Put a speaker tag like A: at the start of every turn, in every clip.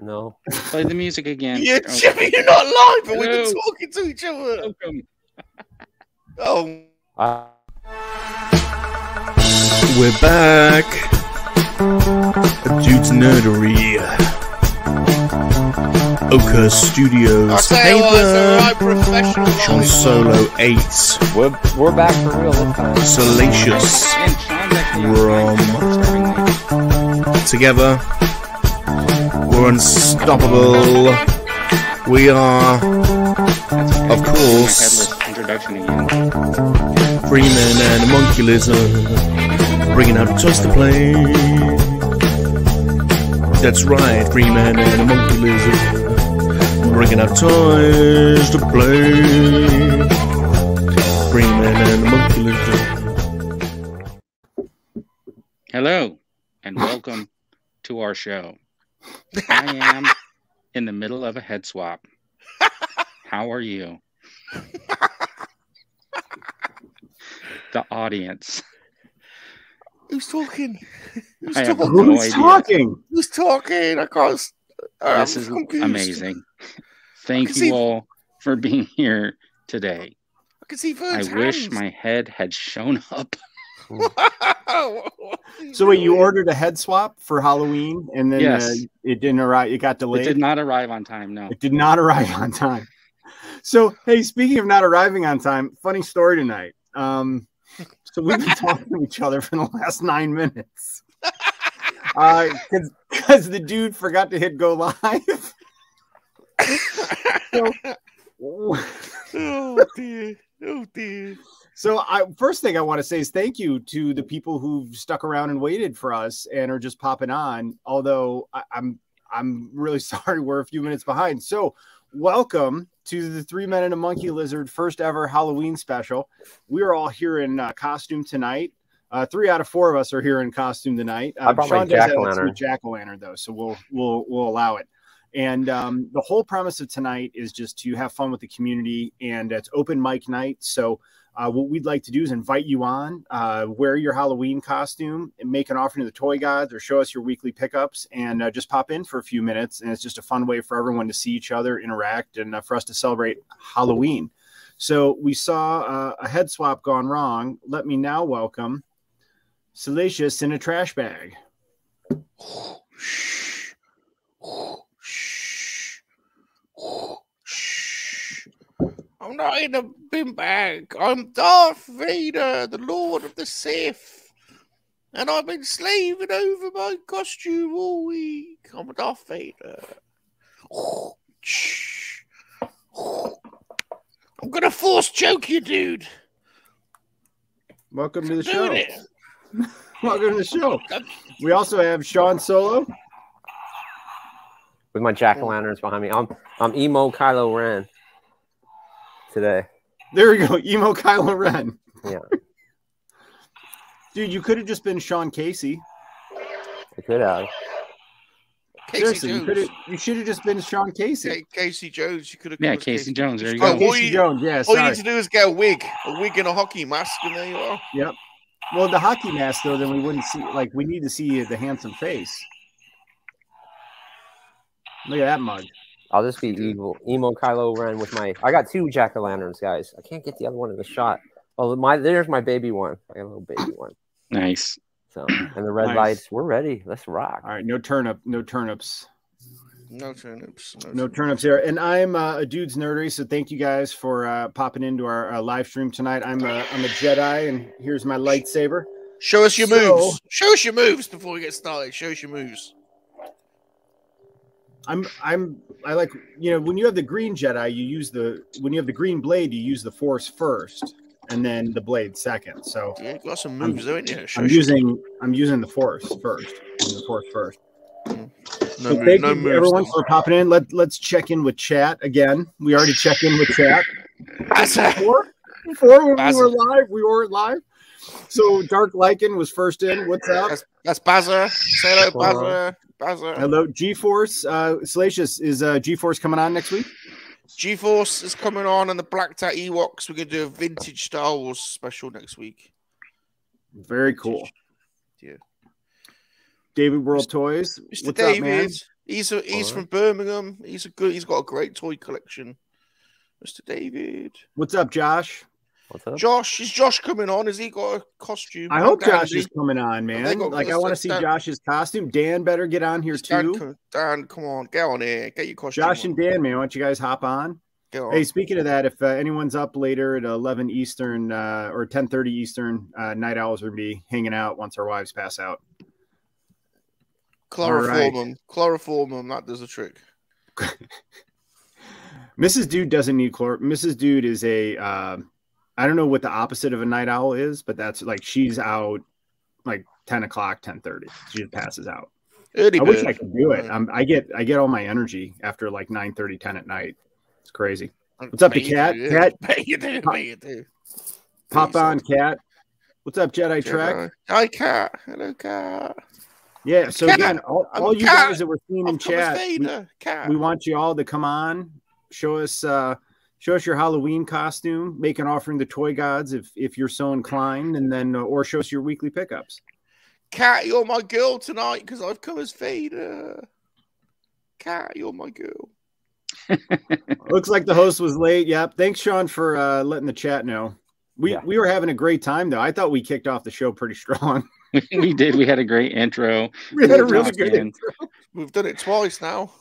A: No.
B: Play the music again.
C: Yeah,
B: Oh,
C: Jimmy, you're not live, but we've
B: Hello.
C: been talking to each other.
B: welcome.
C: Oh,
A: I,
C: we're back. Dude's nerdery. Oka
D: I
C: Studios.
D: tell you what, it's a right professional
C: Sean
D: life.
C: Solo 8.
A: we're, we're back for real this time.
C: Salacious.
B: And Sean's actually on
C: Rum.
B: Minecraft.
C: Together, we're unstoppable. We are
B: That's okay.
C: Of
B: My
C: course.
B: headless introduction again.
C: Freeman and Monkey Lizard. Bringing out toys to play. That's right, Freeman and Monkey Lizard. Bringing out toys to play. Freeman and Monkey Lizard.
B: Hello, and welcome to our show. I am in the middle of a head swap. How are you? the audience.
C: Who's talking? Who's
B: I have
C: talking?
B: no
E: Who's
B: idea.
E: talking?
C: Who's talking? I can't. s- I'm
B: this is
C: confused.
B: amazing. Thank
C: can
B: you
C: see-
B: all for being here today.
C: I can see
B: I
C: Vern's
B: wish
C: hands.
B: my head had shown up.
C: What are
E: So wait, you
C: doing?
E: ordered a head swap for Halloween, and then uh,
B: Yes.
E: it didn't arrive. It got
B: It
E: delayed.
B: did not arrive on time. No.
E: It did not arrive on time. So hey, speaking of not arriving on time, funny story tonight. Um, so we've been talking to each other for the last nine minutes. Because the dude forgot to hit go live. so,
C: Oh dear. Oh dear.
E: So I first thing I want to say is thank you to the people who've stuck around and waited for us and are just popping on. Although I, I'm I'm really sorry we're a few minutes behind. So welcome to the Three Men and a Monkey Lizard first ever Halloween special. We are all here in uh, costume tonight. Uh, three out of four of us are here in costume tonight.
A: I brought my jack-o'-lantern.
E: jack o' lantern though, so we'll we'll we'll allow it. And um, the whole premise of tonight is just to have fun with the community, and it's open mic night. So uh, what we'd like to do is invite you on, uh, wear your Halloween costume, and make an offering to the toy gods, or show us your weekly pickups, and uh, just pop in for a few minutes. And it's just a fun way for everyone to see each other, interact, and uh, for us to celebrate Halloween. So we saw uh, a head swap gone wrong. Let me now welcome Salacious in a trash bag.
C: I'm not in a bin bag. I'm Darth Vader, the Lord of the Sith. And I've been slaving over my costume all week. I'm Darth Vader. I'm gonna force choke you, dude.
E: Welcome to the show.
C: Doing it.
E: Welcome to the show. We also have Sean Solo.
A: with my jack o'
E: Mm.
A: lanterns behind me. I'm I'm emo Kylo Ren today.
E: There we go. Emo Kylo Ren.
A: Yeah.
E: Dude, you could have just been Sean Casey.
A: I could have.
E: Seriously,
D: Casey
E: you could have.
D: Jones.
E: You should have just been Sean Casey.
D: Ca- Casey Jones. You could have.
B: Yeah, Casey Jones. There you
D: Oh,
B: go.
D: what-
E: Casey
D: you-
E: Jones. Yeah.
D: All you
E: Sorry.
D: need to do is get a wig, a wig and a hockey mask, and there you are.
E: Well, the hockey mask though, then we wouldn't see. Like, we need to see the handsome face. Look at that mug.
A: I'll just be evil emo Kylo Ren with my. I got two jack o' lanterns, guys. I can't get the other one in the shot. Oh, my there's my baby one. I got a little baby one.
B: Nice.
A: So and the red
E: Nice.
A: lights. We're ready. Let's rock.
E: All right. No turnip. No turnips.
D: No turnips.
E: No turnips here. And I'm uh, a dude's nerdery, so thank you guys for uh, popping into our uh, live stream tonight. I'm a I'm a Jedi, and here's my lightsaber.
D: Show us your
E: So-
D: moves. Show us your moves before we get started. Show us your moves.
E: I'm I'm I like you know when you have the green Jedi, you use the when you have the green blade, you use the Force first, and then the blade second. So
D: Yeah, you got some moves, don't you? Show
E: I'm
D: us your-
E: using I'm using the Force first, using the Force first.
D: Hmm. no,
E: so
D: mo-
E: thank
D: no
E: you
D: moves.
E: everyone
D: then.
E: for popping in. Let let's check in with chat again. We already checked in with chat.
D: That's a-
E: before before when we
D: Basil.
E: were live we weren't live so dark lycan was first in what's up
D: that's, that's Bazza. Say hello,
A: Hello.
D: Bazza. Bazza.
E: hello g-force uh salacious is uh g-force coming on next week
D: G Force is coming on, and the Black Tat Ewoks. We're gonna do a vintage Star Wars special next week.
E: very cool
D: Yeah.
E: david world toys
D: Mr.
E: what's up man
D: David, He's a, he's
A: Alright.
D: from Birmingham. He's a good. He's got a great toy collection. Mr. David,
E: What's up, Josh?
A: What's up?
D: Josh is Josh coming on? Has he got a costume?
E: I hope
D: Dan,
E: Josh
D: do you-
E: is coming on, man.
D: got-
E: Like I want to see
D: Dan-
E: Josh's costume. Dan better get on here
D: Dan,
E: too.
D: come- Dan, come on, get on here, get your costume.
E: Josh
D: on.
E: and Dan, man, why don't you guys hop on?
D: Get on.
E: Hey, speaking of that, if uh, anyone's up later at 11 Eastern uh, or 10:30 Eastern, uh, night owls are gonna be hanging out once our wives pass out.
D: chloroform him, chloroform him. That does a trick.
E: Mrs. Dude doesn't need chlor. Mrs. Dude is a uh, I don't know what the opposite of a night owl is, but that's like she's out like 10 o'clock, 10:30. She just passes out.
D: Early
E: I wish
D: bird.
E: I could do
D: Mm.
E: it. I'm, I get I get all my energy after like 9 30, 10 at night. It's crazy. What's up to
D: Bet you
E: Cat?
D: do, Mm, yeah.
E: Cat?
D: Bet you do, bet you do.
E: Pop
D: Please,
E: on, cat. What's up, Jedi
D: Jedi.
E: Trek?
D: Hi, Cat. Hello, Cat.
E: Yeah. So
D: Cat.
E: again, all,
D: I'm
E: all you
D: Cat.
E: guys that were seeing in
D: I've come as
E: chat, we,
D: Vader. Cat.
E: we want you all to come on, show us, uh, show us your Halloween costume, make an offering to toy gods if if you're so inclined, and then uh, or show us your weekly pickups.
D: Cat, you're my girl tonight because I've come as Vader. Cat, you're my girl.
E: Looks like the host was late. Yep. Thanks, Sean, for uh, letting the chat know. We
A: Yeah.
E: we were having a great time though. I thought we kicked off the show pretty strong.
B: we did. We had a great intro.
E: we had a
B: Good
E: really
B: job,
E: good
B: Dan.
E: intro.
D: We've done it twice now.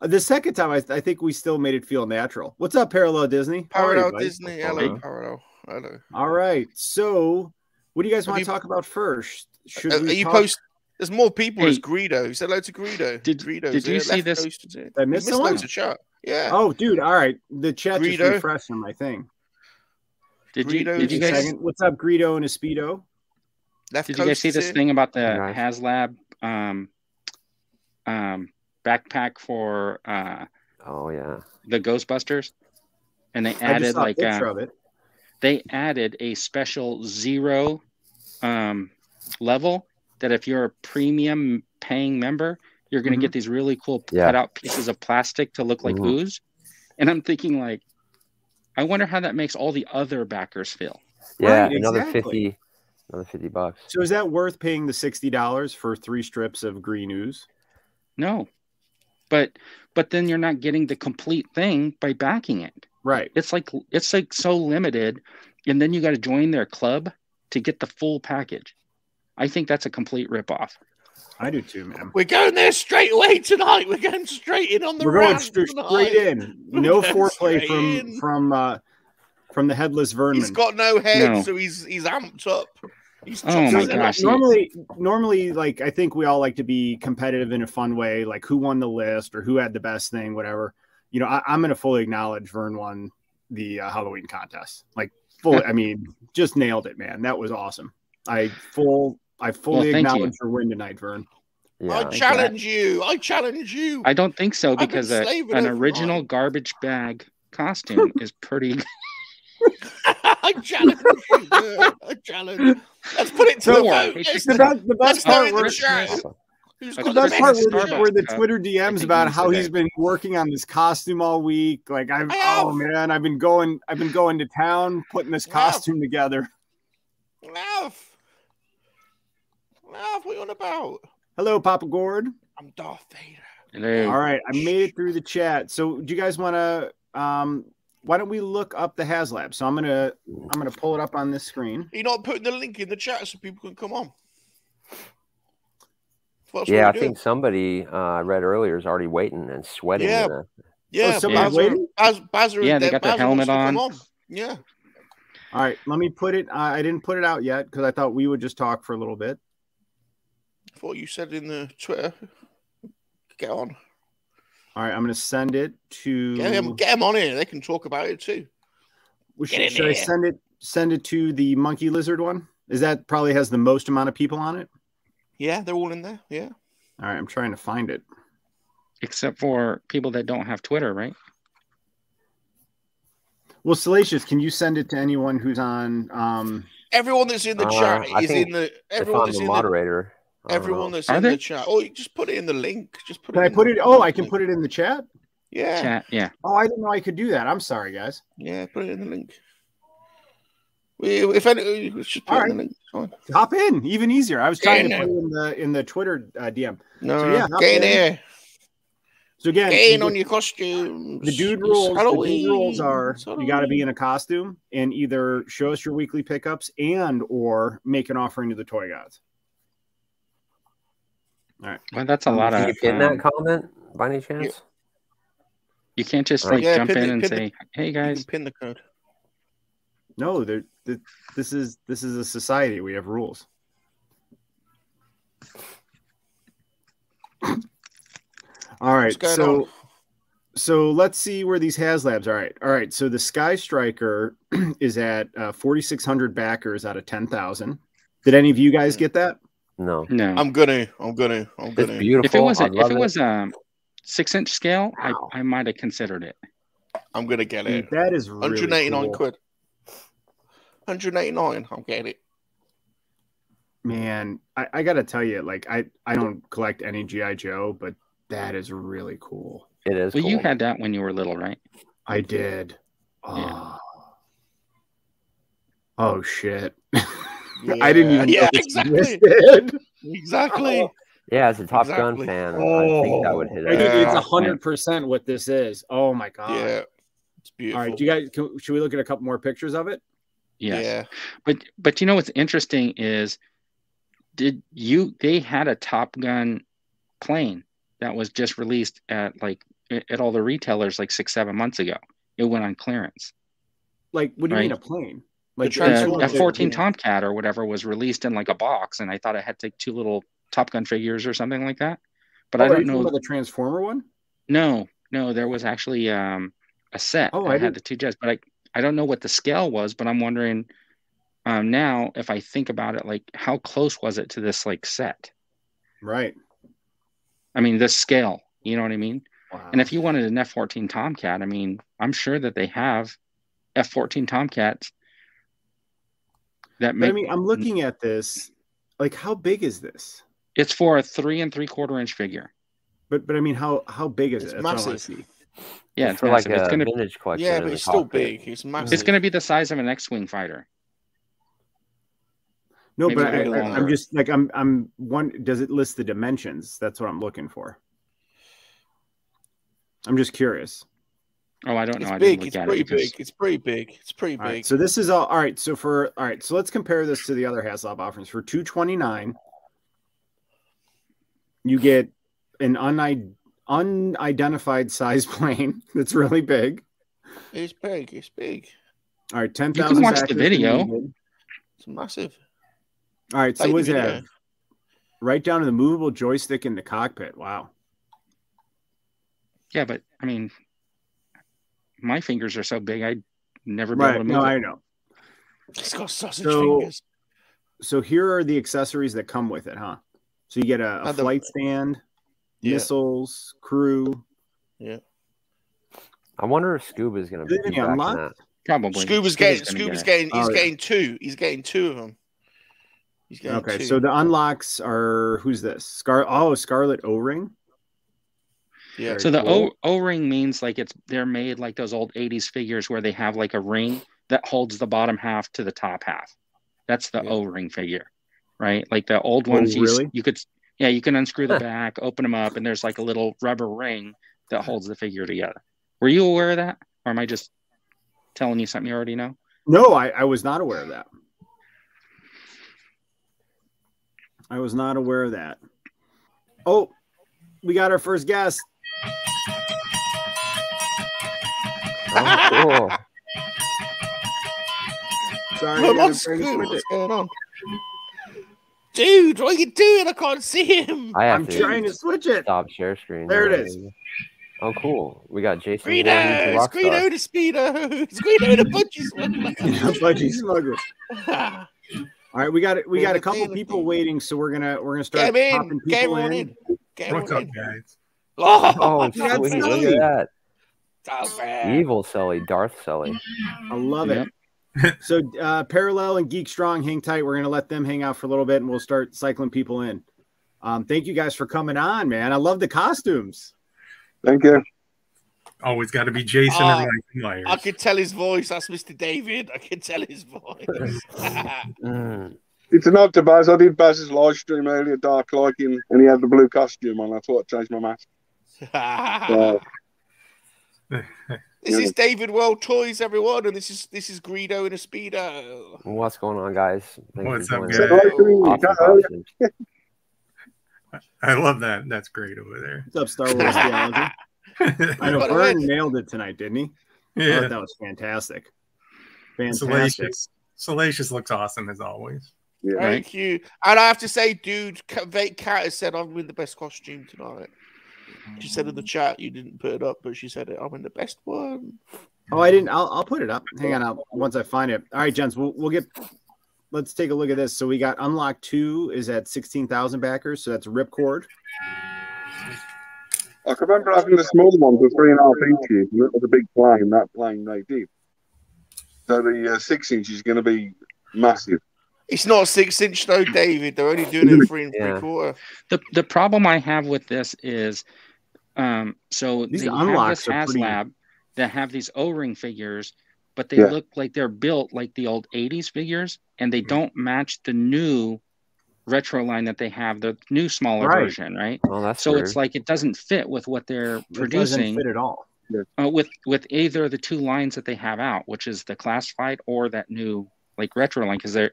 E: Uh, The second time, I, I think we still made it feel natural. What's up, Parallel Disney? How are you,
D: Parallel
E: buddy?
D: Disney. Hello, Parallel. Hello.
E: All right. So, what do you guys
D: Have
E: want
D: you-
E: to talk about first? Should
D: Are, are
E: we
D: Uh, you
E: talk-
D: post? There's more people. as
B: Hey.
D: Greedo. Say hello to Greedo.
B: Did-
D: Greedo's
B: did you
D: here,
B: see
D: left
B: this-
D: coast is here.
E: Did I
D: We
E: miss
D: missed
E: someone?
D: loads of chat. Yeah.
E: Oh, dude. All right. The chat
D: Greedo.
E: just refreshed on my thing.
B: Did you,
D: Burritos
B: did you
E: Just a
B: guys
E: second. What's up, Greedo and Espeedo?
D: Left
B: Did you guys
D: coast
B: see
D: is
B: this
D: here.
B: thing about the
A: Nice.
B: HasLab um, um, backpack for uh,
A: Oh yeah.
B: the Ghostbusters? And they
E: I just
B: added
E: saw a
B: like
E: picture
B: uh,
E: of it.
B: they added a special zero um, level that if you're a premium paying member, you're going to
E: Mhm.
B: get these really cool
A: Yeah.
B: cut out pieces of plastic to look like
A: Mhm.
B: ooze. And I'm thinking like, I wonder how that makes all the other backers feel.
A: Yeah.
E: Right,
A: another
E: exactly.
A: fifty. Another fifty bucks.
E: So, is that worth paying the sixty dollars for three strips of green ooze?
B: No, but but then you're not getting the complete thing by backing it.
E: Right.
B: it's like it's like so limited and then you got to join their club to get the full package i think that's a complete ripoff
E: I do too, man.
D: We're going there straight away tonight. We're going straight in on the
E: We're going
D: rant
E: straight,
D: tonight.
E: straight in. No
D: That's
E: foreplay
D: right
E: from
D: in.
E: from uh, from the headless vermin.
D: He's got no head,
B: No.
D: so he's he's amped up. He's
B: Oh
D: chopped
B: my
D: it up.
B: gosh.
E: normally normally like i think we all like to be competitive in a fun way like who won the list or who had the best thing whatever you know I, i'm going to fully acknowledge vern won the uh, halloween contest like full i mean just nailed it man that was awesome i full i fully
B: Well, thank you.
E: acknowledge your win tonight vern
A: Yeah.
D: I challenge you. I challenge you.
B: i don't think so
D: been
B: because a,
D: slaving
B: an
D: over
B: original
D: mine.
B: garbage bag costume is pretty
D: I challenge you. yeah. I challenge. Let's put it to
E: Don't
D: the
B: worry.
D: vote.
B: It's
D: Let's-
B: the
E: best, the
D: Let's
B: part
D: go in the
B: works.
D: chat.
A: Awesome.
D: Who's
B: The
D: got
E: The
D: the
E: best
B: Thanks,
E: part
D: best
E: were,
B: Starbucks
E: the-
D: chat?
E: were the
B: cup.
E: Twitter DMs
B: think
E: about
B: you
E: how
B: said
E: he's
B: that.
E: been working on this costume all week. Like I've,
D: I have.
E: oh man, I've been going, I've been going to town putting this
D: I have.
E: costume together.
D: Laugh. Laugh. What are you on about?
E: Hello, Papa Gord.
D: I'm Darth Vader.
E: All
B: Hello.
E: right, I made it through the chat. So, do you guys want to? Um, why don't we look up the HasLab? So, I'm gonna I'm gonna pull it up on this screen.
D: You're not putting the link in the chat so people can come on. That's what
A: Yeah,
D: we're
A: I
D: doing.
A: think somebody uh, I read earlier is already waiting and sweating.
D: Yeah.
A: in a-
D: Yeah,
E: Oh, somebody's
D: Bazza-
E: waiting?
D: Baz, Bazza
B: Yeah,
D: and
B: they
D: Dan
B: got their
D: Bazza
B: helmet
D: wants to come
B: on.
D: Yeah.
E: All right, let me put it. I I didn't put it out yet because I thought we would just talk for a little bit.
D: I thought you said in the Twitter. Get on.
E: All right, I'm gonna send it to.
D: Get
B: Mm.
D: them, get 'em on here. They can talk about it too.
E: we
D: get in
E: should should I
D: there.
E: send it? Send it to the monkey lizard one. Is that probably has the most amount of people on it?
D: Yeah, they're all in there. Yeah.
E: All right, I'm trying to find it.
B: except for people that don't have twitter right
E: Well, Salacious, can you send it to anyone who's on? Um,
D: Everyone that's in the
A: Uh,
D: chat
A: I
D: is
A: think
D: in the.
A: If
D: Everyone
A: I'm
D: that's
A: the
D: in the.
A: moderator. I don't
D: Everyone
A: know.
D: that's
B: Are
D: in
B: they?
D: the chat. Oh, you just put it in the link. Just put
E: can
D: it
E: I
D: in
E: put
D: the-
E: it? Oh, I can put it in the chat.
D: Yeah.
B: chat yeah
E: Oh, I didn't know I could do that. I'm sorry, guys.
D: Yeah, put it in the link. If any, you should put
E: All
D: it in the next one.
E: Hop in, even easier. I was trying to
D: Yeah.
E: put it in the in the Twitter uh, DM.
D: No,
E: So, yeah,
D: no, get in
E: okay.
D: there.
E: So again,
D: Get in
E: the-
D: on your costumes.
E: the dude
D: It's
E: rules. The dude
D: Halloween.
E: rules are
D: It's
E: you got to be
D: Halloween.
E: in a costume and either show us your weekly pickups and or make an offering to the toy gods.
B: Well, that's a lot
A: Did
B: of.
A: you get
B: um,
A: that comment by any chance?
B: you can't just
A: Alright.
B: like
D: Yeah,
B: jump
D: pin
B: in
D: the-
B: and
D: pin the-
B: say, "Hey
D: You
B: guys,
D: can pin the code.
E: No, they're, th- this is this is a society. We have rules. All right,
D: What's going
E: so
D: on?
E: so let's see where these HasLabs are. All right, all right. So the Sky Striker is at uh, forty six hundred backers out of ten thousand. Did any of you guys get that?
A: No.
B: no."
D: I'm gonna. I'm gonna. I'm
A: It's
D: gonna.
A: beautiful.
B: if it was
A: I
B: a, if
A: love
B: it was a six inch scale, I,
A: Wow.
B: I might have considered it.
D: I'm gonna get
E: Dude,
D: it.
E: that is really
D: 189
E: cool.
D: quid. 189. I'm getting it.
E: Man, I, I gotta tell you, like I I don't collect any GI Joe, but that is really cool.
A: It is.
B: Well, you
A: cool.
B: had that when you were little, right?
E: I did. Oh,
B: Yeah.
E: oh shit! I didn't even.
D: Yeah,
E: know this
D: exactly.
E: existed.
D: Exactly.
A: Yeah, as a Top Gun
D: Exactly.
A: fan, I think that
E: Oh,
A: would hit
E: I
A: it.
E: do- it's
D: Yeah.
E: a hundred percent what this is. Oh my god!
D: yeah. It's
E: All
D: beautiful.
E: right, do you guys? Can, should we look at a couple more pictures of it?
B: Yes. But but you know what's interesting is, did you? They had a Top Gun plane that was just released at like at at all the retailers like six seven months ago. It went on clearance.
E: Like, what do you mean a
B: Right.
E: plane? Like
D: Sure,
B: Uh,
D: sure.
B: a
D: Yeah.
B: fourteen Tomcat or whatever was released in like a box, and I thought it had like two little Top Gun figures or something like that. But
E: Oh,
B: I
E: are you
B: don't
E: talking
B: know
E: about the transformer one.
B: No, no, there was actually um a set.
E: Oh,
B: Oh,
E: I
B: I
E: didn't-
B: had the two jets, but I I don't know what the scale was, but I'm wondering um now if I think about it, like how close was it to this like set?
E: Right.
B: I mean, this scale, you know what I mean?
E: Wow.
B: And if you wanted an F-14 Tomcat, I mean, I'm sure that they have F-14 Tomcats that
E: But I
B: make
E: mean, I'm looking at this. Like, how big is this?
B: it's for a three and three quarter inch figure.
E: But but I mean, how how big is
D: It's
E: it? That's what I wanna
D: massive.
E: see.
B: Yeah, it's
A: for like
B: massive. It's
A: a
B: gonna
A: vintage collection.
D: Yeah,
A: in
D: but
A: the
D: it's still
A: cockpit.
D: big. It's massive.
B: it's gonna be the size of an X-wing fighter.
E: No,
B: Maybe
E: but I,
B: a little
E: I, I'm
B: longer.
E: just like I'm. I'm one. Does it list the dimensions? That's what I'm looking for. I'm just curious.
B: Oh, I don't know.
D: It's
B: I didn't
D: big.
B: look
D: It's
B: at it
D: pretty
B: because-
D: big. It's pretty big. It's pretty
E: All right,
D: big.
E: so this is all. All right, so for all right, so let's compare this to the other Haslop offerings. For two twenty nine, you get an unid- unidentified size plane that's really big.
D: It's big. It's big.
E: All right, ten
B: can
E: thousand.
B: watch the video.
D: It's massive.
E: All right, so
D: Like the
E: what's
D: video.
E: that? Right down to the movable joystick in the cockpit. Wow.
B: Yeah, but I mean, my fingers are so big, I'd never be able
E: Right.
B: to
E: No,
B: move. it.
E: I know.
D: It's got sausage
E: So-
D: fingers.
E: so here are the accessories that come with it, huh? So you get a, a
D: Not the-
E: flight stand,
D: Yeah.
E: missiles, crew.
A: I wonder if Scuba's gonna
E: Do
A: be
E: they
A: back in
E: unlock?
A: that.
B: Probably.
D: Scuba's
B: Scuba's
D: getting.
B: gonna get
D: Scuba's
B: it.
D: getting. He's
E: Oh, yeah.
D: getting two. He's getting two of them. He's getting
E: okay,
D: two.
E: so the unlocks are who's this? Scar oh Scarlet O ring.
D: yeah.
B: So the O O ring means like it's they're made like those old '80s figures where they have like a ring that holds the bottom half to the top half. That's the
D: Yeah.
B: O ring figure, right? Like the old
E: Oh,
B: ones, you s-
E: really?
B: you could yeah, you can unscrew the
A: Huh.
B: back, open them up, and there's like a little rubber ring that holds the figure together. Were you aware of that, or am I just telling you something you already know?
E: No, I, I was not aware of that. I was not aware of that. Oh, we got our first guest.
A: Oh, cool.
E: Sorry,
D: Come
E: I
D: on,
E: gotta bring this
D: Scoop,
E: with
D: What's
E: it.
D: going on? Dude, what are you doing? I can't see him.
A: I have
E: I'm
A: to
E: trying to switch it.
A: stop share screen.
E: There it
A: Yeah.
E: is.
A: Oh, cool. We got Jason. Voorhees,
D: Greedo,
A: rock star.
D: Greedo the Speedo, Greedo the Budgie Smuggler.
E: Budgie smuggler. All right, we got it. We got a couple people waiting, so we're gonna we're gonna start
D: Get him
E: popping
D: in,
E: people
D: get him on
E: in.
D: in. Get
F: What's
D: him
F: up,
D: on in.
F: guys?
A: Oh,
D: Oh,
A: sweet.
E: that's
A: Look
E: Sully.
A: at that.
D: so bad.
A: Evil Sully, Darth Sully.
E: I love
B: Yep.
E: it. so uh, parallel and geek strong, hang tight. We're gonna let them hang out for a little bit, and we'll start cycling people in. Um, thank you guys for coming on, man. I love the costumes.
G: Thank you.
H: Always got to be Jason
D: Oh,
E: Uh,
H: or Mike Myers.
D: I could tell his voice. That's Mr. David. I could tell his voice.
A: Mm.
I: It's an up to Baz. I did Baz's live stream earlier, Dark Liking, and he had the blue costume on. I thought I changed my mask. So,
D: this is David World Toys, everyone, and this is this is Greedo in a speedo.
A: What's going on, guys? Thank you
H: What's
A: for
H: up,
A: joining us.
H: guys?
A: Awesome
I: Awesome.
A: conversation.
H: I love that. That's great over
E: What's up, Star Wars theology?
H: there.
E: I know
D: By the way-
E: Vern nailed it tonight, didn't he? I thought
H: yeah.
E: that was fantastic. Fantastic.
H: Salacious. Salacious looks awesome as always.
I: yeah.
B: Right.
D: Thank you. And I have to say, dude, Ca- Vate Cat has said I'm in the best costume tonight. She said in the chat you didn't put it up, but she said it. I'm in the best one.
E: Oh, I didn't. I'll, I'll put it up. Hang on. I'll, once I find it. All right, gents. We'll, we'll get. Let's take a look at this. So we got unlock two is at sixteen thousand backers. So that's ripcord.
I: I can remember having the small one for three and a half inches, and that was a big plane. That plane they did. So the uh, six inch is going to be massive.
D: It's not six inch though, David. They're only doing it three and
A: Yeah.
D: three quarter.
B: the the problem I have with this is, um, so
E: These
B: they have
E: unlocks
B: this
E: are pretty-
B: HasLab that have these O ring figures, but they
I: Yeah.
B: look like they're built like the old '80s figures, and they don't match the new retro line that they have, the new smaller
E: Right.
B: version, right?
A: Oh, that's
B: So
A: weird.
B: it's like it doesn't fit with what they're
E: It doesn't
B: producing
E: fit at all.
B: uh, with with either of the two lines that they have out, which is the classified or that new like retro line, because they're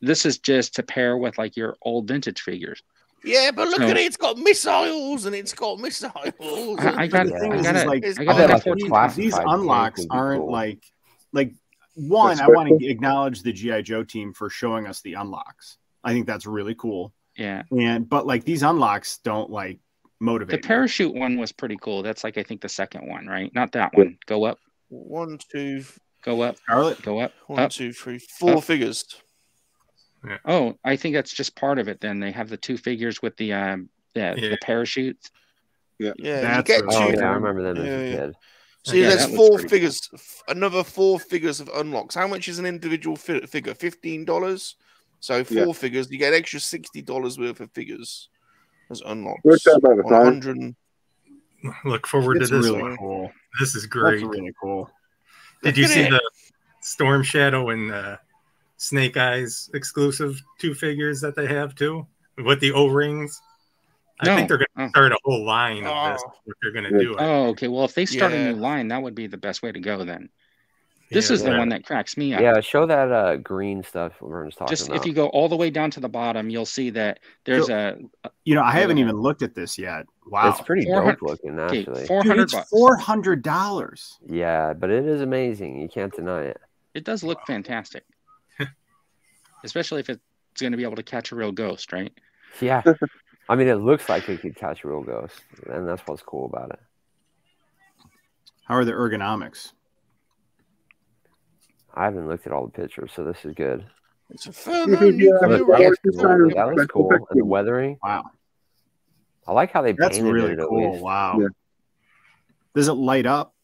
B: this is just to pair with like your old vintage figures.
D: Yeah, but look
B: No.
D: at it. It's got missiles and it's got missiles.
B: I, I got
A: The
E: thing
B: I
E: is,
B: got
E: is
B: a,
E: like-
D: It's
B: I
A: I bet
B: got a
A: like
E: that's
A: the
B: 14
A: classified
E: These
A: tank
E: unlocks
A: would be
E: aren't
A: cool.
E: like like one. I
I: That's
E: want to acknowledge the GI Joe team for showing us the unlocks. I think that's really cool.
B: Yeah,
E: And but like these unlocks don't like
B: the
E: motivate. me.
B: parachute one was pretty cool. That's like I think the second one, right? Not that one. Go up,
D: One, two,
B: go up,
E: Scarlet.
B: go up.
D: one,
B: up.
D: two, three, four
B: Up.
D: figures.
B: Oh, I think that's just part of it. Then they have the two figures with the um the,
H: Yeah.
B: the parachutes.
D: Yeah,
E: That's
D: you get
E: really
A: Oh,
D: two.
A: yeah, I remember them as
D: Yeah,
A: a
D: yeah.
A: kid.
D: See,
B: Yeah,
D: there's
B: that looks
D: four
B: pretty
D: figures, f- another four figures of unlocks. How much is an individual fi- figure? Fifteen dollars. So four figures, you get an extra sixty dollars worth of figures as unlocks.
I: Worked out about the
D: On
I: time.
D: 100 and-
H: Look forward
E: It's
H: to this
E: really
H: one.
E: cool.
H: This is
E: That's
H: great.
E: really cool.
H: Did you
D: Look at
H: see
D: it.
H: the Storm Shadow and uh, Snake Eyes exclusive two figures that they have too with the O rings?
B: No.
H: I think they're going
B: Oh.
H: to start a whole line of this.
D: Oh.
H: What they're going to
I: Yeah.
H: do?
B: Oh, okay. Well, if they start
D: Yeah.
B: a new line, that would be the best way to go. Then this
H: Yeah,
B: is the
H: yeah.
B: one that cracks me
A: Yeah.
B: up.
A: show that uh, green stuff Vern's talking
B: just
A: about.
B: if you go all the way down to the bottom, you'll see that there's a
E: You know, I
B: Yeah.
E: haven't even looked at this yet. Wow.
A: It's pretty dope
B: 400
A: looking,
B: okay,
A: actually.
B: 400
E: Dude, it's
B: bucks.
E: four hundred dollars.
A: Yeah, but it is amazing. You can't deny it.
B: It does look fantastic, especially if it's going to be able to catch a real ghost, right?
A: Yeah. I mean, it looks like it could catch a real ghost, and that's what's cool about it.
E: How are the ergonomics?
A: I haven't looked at all the pictures, so this is good.
D: It's a
A: That
I: Yeah,
A: looks
I: but I
D: thermonuclear
I: like the
A: cool.
I: sound of
A: That looks
I: special
A: cool. And the
I: effects.
A: weathering.
E: Wow,
A: I like how they
E: that's
A: painted
E: really
A: it. at
E: cool.
A: least.
E: Wow.
I: Yeah.
E: Does it light up?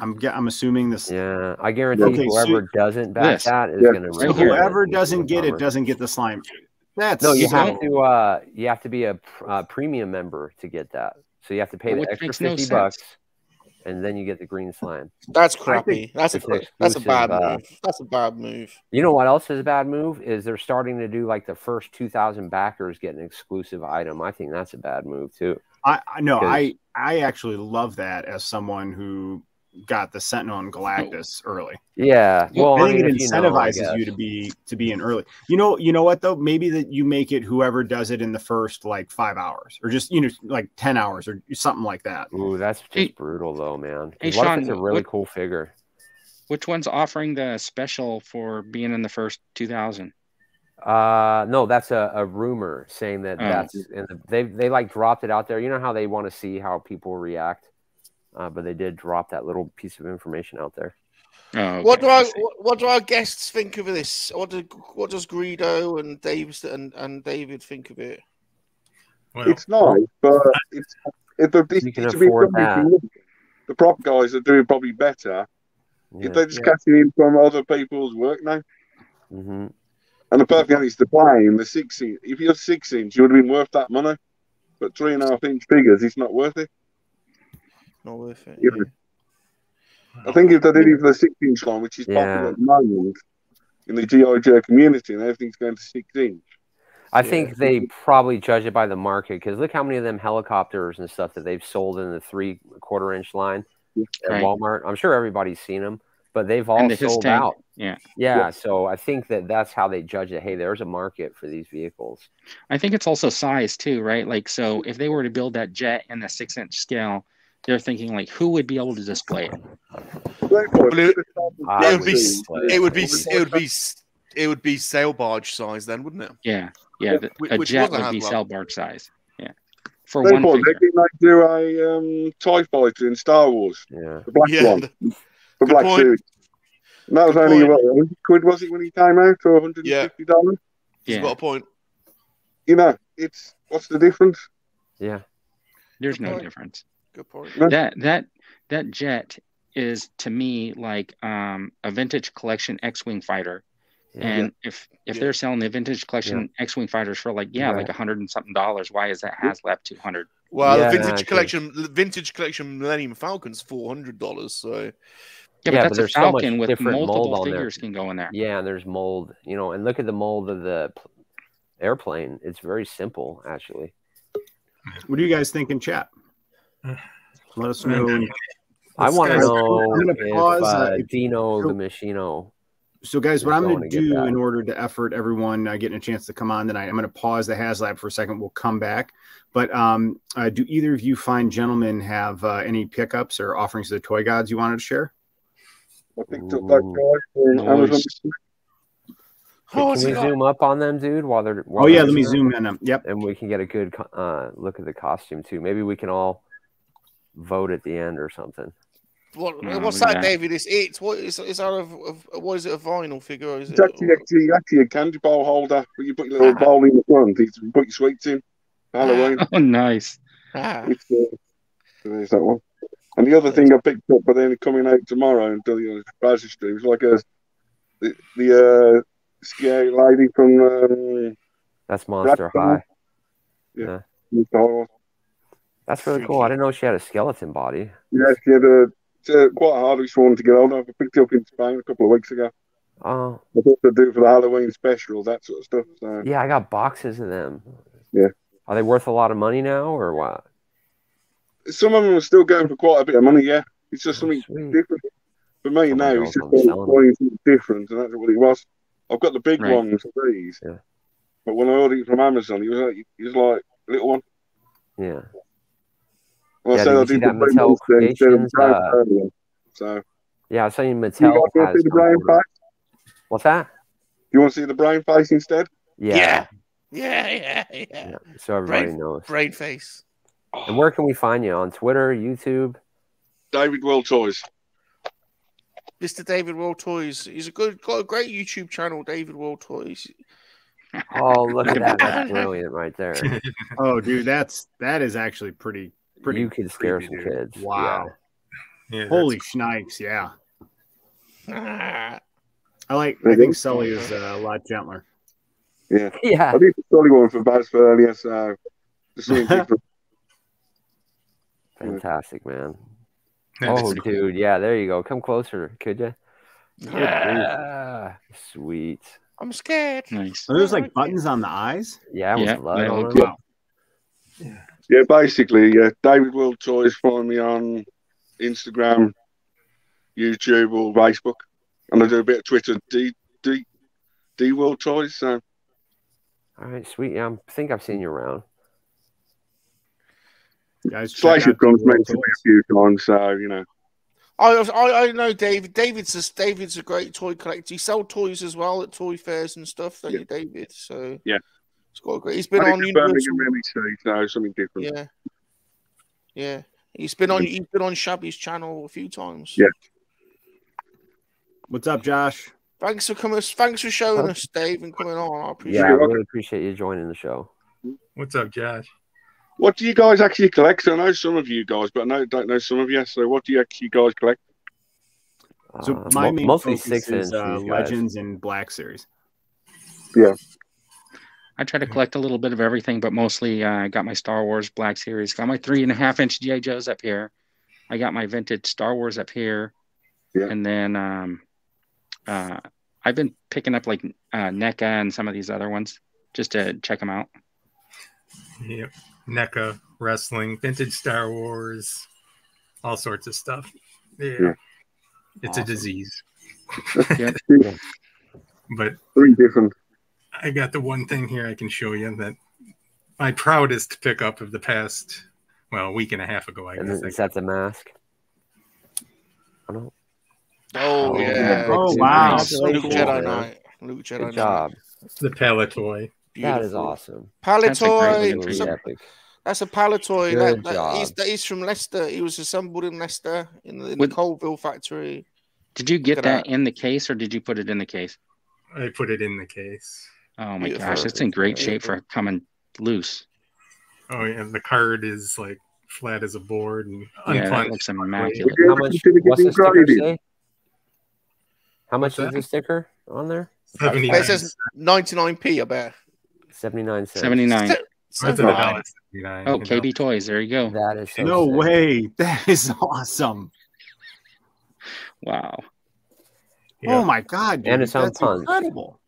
E: I'm ge- I'm assuming this.
A: Yeah, I guarantee
E: Okay, so-
A: whoever doesn't back
B: Yes.
A: that is
I: Yeah.
A: going to.
B: So
E: So
B: here-
E: whoever doesn't get it doesn't get the slime. That's
A: No, you
E: so-
A: have to. Uh, you have to be a pr- uh, premium member to get that. So you have to pay the
B: Which
A: extra
B: makes no
A: fifty
B: sense.
A: bucks, and then you get the green slime.
D: That's crappy. That's a
A: it's an
D: that's a bad
A: exclusive, uh,
D: move. That's a bad move.
A: You know what else is a bad move is they're starting to do like the first two thousand backers get an exclusive item. I think that's a bad move too.
E: I I- no,
A: Because-
E: I I actually love that as someone who got the Sentinel and Galactus early.
A: Yeah. Well,
E: I
A: I
E: think
A: mean,
E: it
A: if you know, I
E: incentivizes you,
A: guess.
E: to be to be in early. You know, you know what though? Maybe that you make it whoever does it in the first like five hours, or just you know like ten hours, or something like that.
A: Ooh, that's just
B: Hey-
A: brutal though, man. 'Cause
B: Hey,
A: what if
B: Sean,
A: it's a really
B: what-
A: cool figure?
B: Which one's offering the special for being in the first 2000?
A: Uh, no, that's a, a rumor saying that
B: Oh.
A: that's and they they like dropped it out there. You know how they want to see how people react, uh, but they did drop that little piece of information out there.
B: Oh, okay,
D: what do I,
B: see.
D: what, what do our guests think of this? What do, what does Greedo and Dave and, and David think of it?
H: Well,
I: It's nice, but it's if the,
A: You can
I: it should be
A: afford
I: something
A: that.
I: to look at. the prop guys are doing probably better
A: Yeah.
I: if they're just cutting in from other people's work now.
A: hmm
I: And the perfect honest, the plane, the six inch. If you're six inch, you would have been worth that money. But three and a half inch figures, it's not worth it.
D: Not worth it.
I: Yeah.
D: yeah.
I: I think if they did it for the six inch line, which is popular
A: Yeah.
I: at the moment in the GI Joe community, and everything's going to six inch.
A: I think they probably judge it by the market because look how many of them helicopters and stuff that they've sold in the three quarter inch line at
J: Right.
A: Walmart. I'm sure everybody's seen them, but they've all
J: And the
A: sold
J: Histank.
A: out.
J: Yeah.
A: yeah, So I think that that's how they judge it. Hey, there's a market for these vehicles.
J: I think it's also size too, right? Like, so if they were to build that jet in the six inch scale, they're thinking like, who would be able to display it?
I: Blue-
A: I
D: would be s-
A: play
D: It would be.
A: Probably.
D: It would be. s- It would be sail barge size then, wouldn't it?
J: Yeah, yeah. th-
D: Which-
J: a
D: which
J: jet
D: was a
J: would be
D: Hasbro.
J: cell barge size. Yeah, for
I: They
J: one.
I: bought-
J: figure.
I: they did like do a um, Tie Fighter in Star Wars,
A: Yeah.
I: the black
D: Yeah,
I: one,
D: the-
I: the
D: good
I: black
D: point.
I: series. And that was
D: Good
I: only
D: point.
I: what, 100 quid was it when he came out, or 150 dollars?
D: He's
J: Yeah,
D: got a point.
I: You know, it's what's the difference?
A: Yeah.
J: there's
D: Good
J: no
D: point.
J: difference.
D: Good point.
I: Yeah.
J: That that that jet is to me like um, a vintage collection X-wing fighter.
A: Yeah.
J: And if if
D: Yeah.
J: they're selling the vintage collection X-wing fighters for like yeah
A: Right.
J: like a hundred and something dollars, why is that HasLab two hundred?
D: Well,
A: Yeah,
D: the vintage
A: okay.
D: collection, the vintage collection Millennium Falcon's four hundred dollars. So
J: Yeah,
A: Yeah, but
J: but that's a
A: there's so much
J: Falcon with
A: different mold
J: multiple
A: on there.
J: figures can go in there.
A: Yeah, and there's mold, you know, and look at the mold of the pl- airplane. It's very simple, actually.
E: What do you guys think in chat? Let us know. in
A: I want to
E: guys-
A: know
E: I'm gonna
A: if
E: pause,
A: uh,
E: uh, if-
A: Dino the Machino.
E: So, guys, what
A: Just
E: I'm going
A: wanna
E: to
A: get
E: do
A: that.
E: in order to effort everyone uh, getting a chance to come on tonight, I'm going to pause the HasLab for a second. We'll come back. But um, uh, do either of you fine gentlemen have uh, any pickups or offerings to the toy gods you wanted to share?
I: I picked up that
A: Ooh.
I: guy from Amazon.
J: Nice.
A: Can
D: oh,
A: we zoom up on them, dude? While they're while
E: Oh, yeah,
A: they're
E: let me
A: here?
E: zoom in. Um, yep.
A: and we can get a good co- uh, look at the costume too. Maybe we can all vote at the end or something.
D: what,
J: Mm,
D: what's that,
J: yeah.
D: David? It's eight. What is is that? Of, of, what is it? A vinyl figure? Or is it?
I: It's actually, actually, actually a candy bowl holder where you put your little bowl in the front. It's, you put your sweets in for Halloween.
J: Ah. Oh, nice.
D: Ah,
I: It's, uh, so there's that one. And the other thing I picked up, but then coming out tomorrow and doing a browser stream, is like a the, the uh, scary lady from um,
A: That's Monster
I: Raptor.
A: High.
I: Mr. Horror.
A: That's really cool. I didn't know she had a skeleton body.
I: Yeah, she had a it's, uh, quite a hard one to get hold of. I picked it up in Spain a couple of weeks ago.
A: Oh
I: I thought to do for the Halloween special, that sort of stuff. So
A: yeah, I got boxes of them.
I: Yeah.
A: Are they worth a lot of money now or what?
I: some of them are still going for quite a bit of money. Yeah, it's just something
A: Oh, Sweet.
I: different. For me
A: Oh my
I: now,
A: God,
I: it's just
A: I'm
I: going
A: selling
I: going something different, and that's what it was. I've got the big
J: Right.
I: ones of these,
A: Yeah.
I: but when I ordered it from Amazon, he was like, he was like a little one.
A: Yeah.
I: Well,
A: Yeah,
I: I said
A: did
I: I
A: you see
I: did the
A: that
I: blue
A: Mattel
I: monster instead of the
A: Creations,
I: brown
A: uh,
I: powder one. So
A: Yeah, I was saying
I: you
A: Mattel
I: guys want
A: has
I: to see
A: some
I: the brain
A: sort of-
I: face?
A: What's that?
I: You want to see the brain face instead?
A: Yeah.
D: Yeah. yeah, yeah, yeah,
A: yeah. So everybody
D: Brain-
A: knows.
D: Brain face.
A: And where can we find you? On Twitter, YouTube?
I: David World Toys.
D: Mr. David World Toys. He's a good, got a great YouTube channel, David World Toys.
A: Oh, look at that. That's brilliant right there.
E: Oh, dude, that's that is actually pretty. Pretty
A: you could scare some
E: creepy, dude.
A: kids. Yeah.
E: Wow.
K: Yeah, that's-
E: Holy schnikes. Yeah.
D: Ah,
E: I like, I
I: Really?
E: think Sully is uh, a lot gentler.
A: Yeah.
I: I did the story one for Baz for earlier, so there's something different.
A: Fantastic, man.
K: that's cool.
A: Oh, dude, yeah, there you go. Come closer, could you?
D: Yeah.
A: Sweet.
D: I'm scared.
J: Nice.
E: So there's
D: Okay.
E: like buttons on the eyes.
A: Yeah, with
J: Yeah,
A: blood
J: that
A: on
J: looks
A: them.
E: Wow.
I: Yeah, basically, yeah. David World Toys. Find me on Instagram, YouTube, or Facebook, and I do a bit of Twitter. D D D World Toys. So
A: All right, sweet. Yeah, I think I've seen you around.
E: Guys, check
I: Slice
E: out
I: has come to
E: World
I: me
E: Toys.
I: a few times, so you know.
D: I, I I know David. David's a, David's a great toy collector. He sells toys as well at toy fairs and stuff. Don't
I: Yeah.
D: you, David? So
I: Yeah.
D: he's got a great. He's
I: I
D: been
I: did
D: on
I: the Birmingham
D: Universal.
I: MSC, so something different.
D: Yeah, yeah. He's been on. He's been on Shabby's channel a few times.
I: Yeah.
E: What's up, Josh?
D: Thanks for coming. Thanks for showing us, Dave, and coming on. I appreciate
A: Yeah, I
D: it.
A: really appreciate you joining the show.
K: What's up, Josh?
I: What do you guys actually collect? I know some of you guys, but I know, don't know some of you. So, what do you actually guys collect?
A: Uh,
E: So my
A: mo-
E: main
A: mostly
E: focus
A: six
E: is
A: inch.
E: uh,
A: these guys.
E: Legends and Black Series.
J: I try to collect a little bit of everything, but mostly uh, I got my Star Wars Black Series, got my three and a half inch GI Joes up here. I got my vintage Star Wars up here.
I: Yeah.
B: And then um, uh, I've been picking up like uh, NECA and some of these other ones just to check them out.
G: Yep. NECA, wrestling, vintage Star Wars, all sorts of stuff. Yeah.
I: Yeah.
G: It's a
E: Awesome.
G: disease.
B: Yeah.
G: But
I: Three different.
G: I got the one thing here I can show you that my proudest pickup of the past, well, a week and a half ago, I
A: And
G: guess.
A: is that the mask? I don't.
D: Oh,
A: Oh,
D: yeah.
A: yeah.
E: Oh,
A: Nice.
E: wow.
D: Luke
A: Congratulations,
D: Jedi
A: man.
D: Knight. Luke Jedi
A: Good
D: Knight.
A: job.
G: the Palatoy.
A: That is
D: Beautiful.
A: awesome.
B: That's a great
D: Palatoy.
B: entry.
D: That's
A: Really
D: a,
A: epic.
D: that's a Palatoy.
A: Good
D: That, that,
A: job.
D: he's, that he's from Leicester. He was assembled in Leicester in the, in
B: With-
D: the Colville factory.
B: Did you get
D: Look at
B: that in the case or did you put it in the case?
G: I put it in the case.
B: Oh my
D: Beautiful.
B: gosh, it's in great shape
D: Beautiful.
B: for coming loose.
G: Oh, yeah. The card is like flat as a board and uh,
B: Yeah, that
G: unpunched.
B: looks
I: We
B: immaculate.
I: did
A: How much?
I: consider
A: What's the
I: getting
A: sticker
I: graded.
A: say? How much is
G: that?
A: the sticker Oh, on there?
G: 79.
D: It says 99p, I bet.
A: Seventy-nine cents.
B: 79.
G: I thought
D: So-
G: a dollar 79,
B: Oh,
G: you know.
B: KB Toys. There you go.
A: That is so
E: No
A: sick.
E: way. That is awesome.
B: Wow.
G: Yeah.
E: Oh my god, dude.
A: And it's on
E: That's
A: puns.
E: incredible.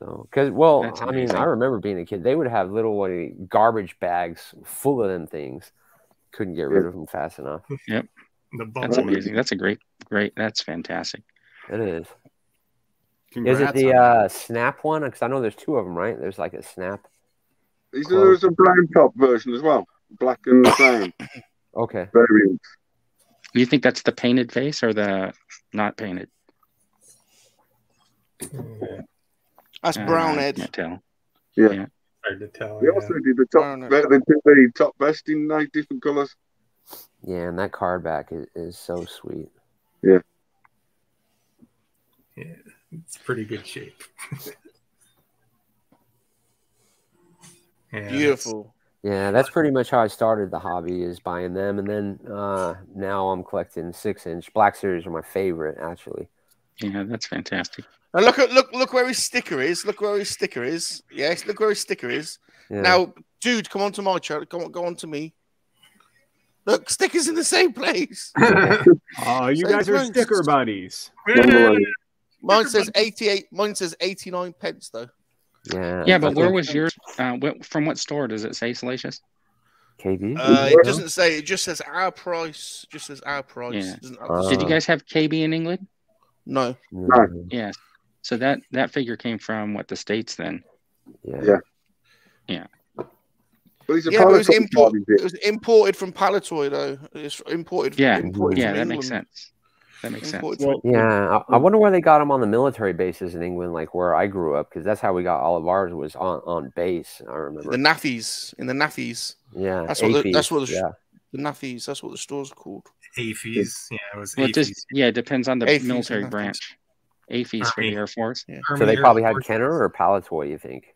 A: So, because well,
B: That's
A: I mean,
B: amazing.
A: I remember being a kid. They would have little like, garbage bags full of them things. Couldn't get rid of them fast enough.
G: The
B: That's
G: bubble.
B: amazing. That's a great, great. That's fantastic.
A: It is.
E: Congrats
A: is it the
E: on that.
A: uh, snap one? Because I know there's two of them, right? There's like a snap.
I: Is there there was a brown top version as well? Black and brown
A: Okay.
I: variant.
B: You think that's the painted face or the not painted?
G: Yeah,
D: That's
B: Uh,
D: brown
B: I
D: head.
B: can't tell.
G: hard to tell.
I: They
G: yeah.
I: also did the top,
D: Brown.
I: they did the top vest in eight different colours.
A: Yeah, and that card back is, is so sweet.
G: It's pretty good shape. Yeah, that's-
D: Beautiful.
A: Yeah, that's pretty much how I started the hobby is buying them, and then uh, now I'm collecting six inch. Black series are my favorite, actually.
B: Yeah, that's fantastic.
D: And look at look look where his sticker is. Look where his sticker is. Yes, look where his sticker is.
A: Yeah.
D: Now, dude, come on to my channel. Come on, go on to me. Look, stickers in the same place.
E: Oh, you
D: Say
E: guys are
D: thanks.
E: sticker buddies.
I: Unbelievable.
D: Mine says eighty-eight. Mine says eighty-nine pence though.
A: yeah,
B: Yeah, but where
A: Okay.
B: was your? Uh, what, from what store does it say, Salacious?
A: KB?
D: Uh, it doesn't say. It just says our price. Just says our price.
B: Yeah.
D: Doesn't-
A: Uh,
B: Did you guys have KB in England?
D: no.
A: Mm,
B: Yes. So that that figure came from what the states then?
A: yeah.
I: Yeah. But it's a
D: Yeah, but it was,
I: Palatoy
D: import,
I: card,
D: it
I: is
D: was imported from Palatoy though. It's imported. From,
B: Yeah.
D: Imported
B: Yeah,
D: from
B: that
D: England.
B: makes sense. That makes sense.
D: Imported
E: Well,
A: Yeah, I, I wonder where they got them on the military bases in England, like where I grew up, because that's how we got all of ours was on, on base. I remember.
D: from the Naffies in the Naffies.
A: yeah,
D: that's what the-
A: APs,
D: that's what the-
A: yeah.
D: The Naffies. That's what the store's called.
G: AFES. Yeah, it was
B: Well, it
G: AFES.
B: just yeah, it depends on the
D: AFES,
B: military
D: nothing.
B: branch. AFES for the
G: Army.
B: Air Force.
A: So
G: Army
A: they
G: Air
A: probably had
G: Force.
A: Kenner or Palatoy. You think?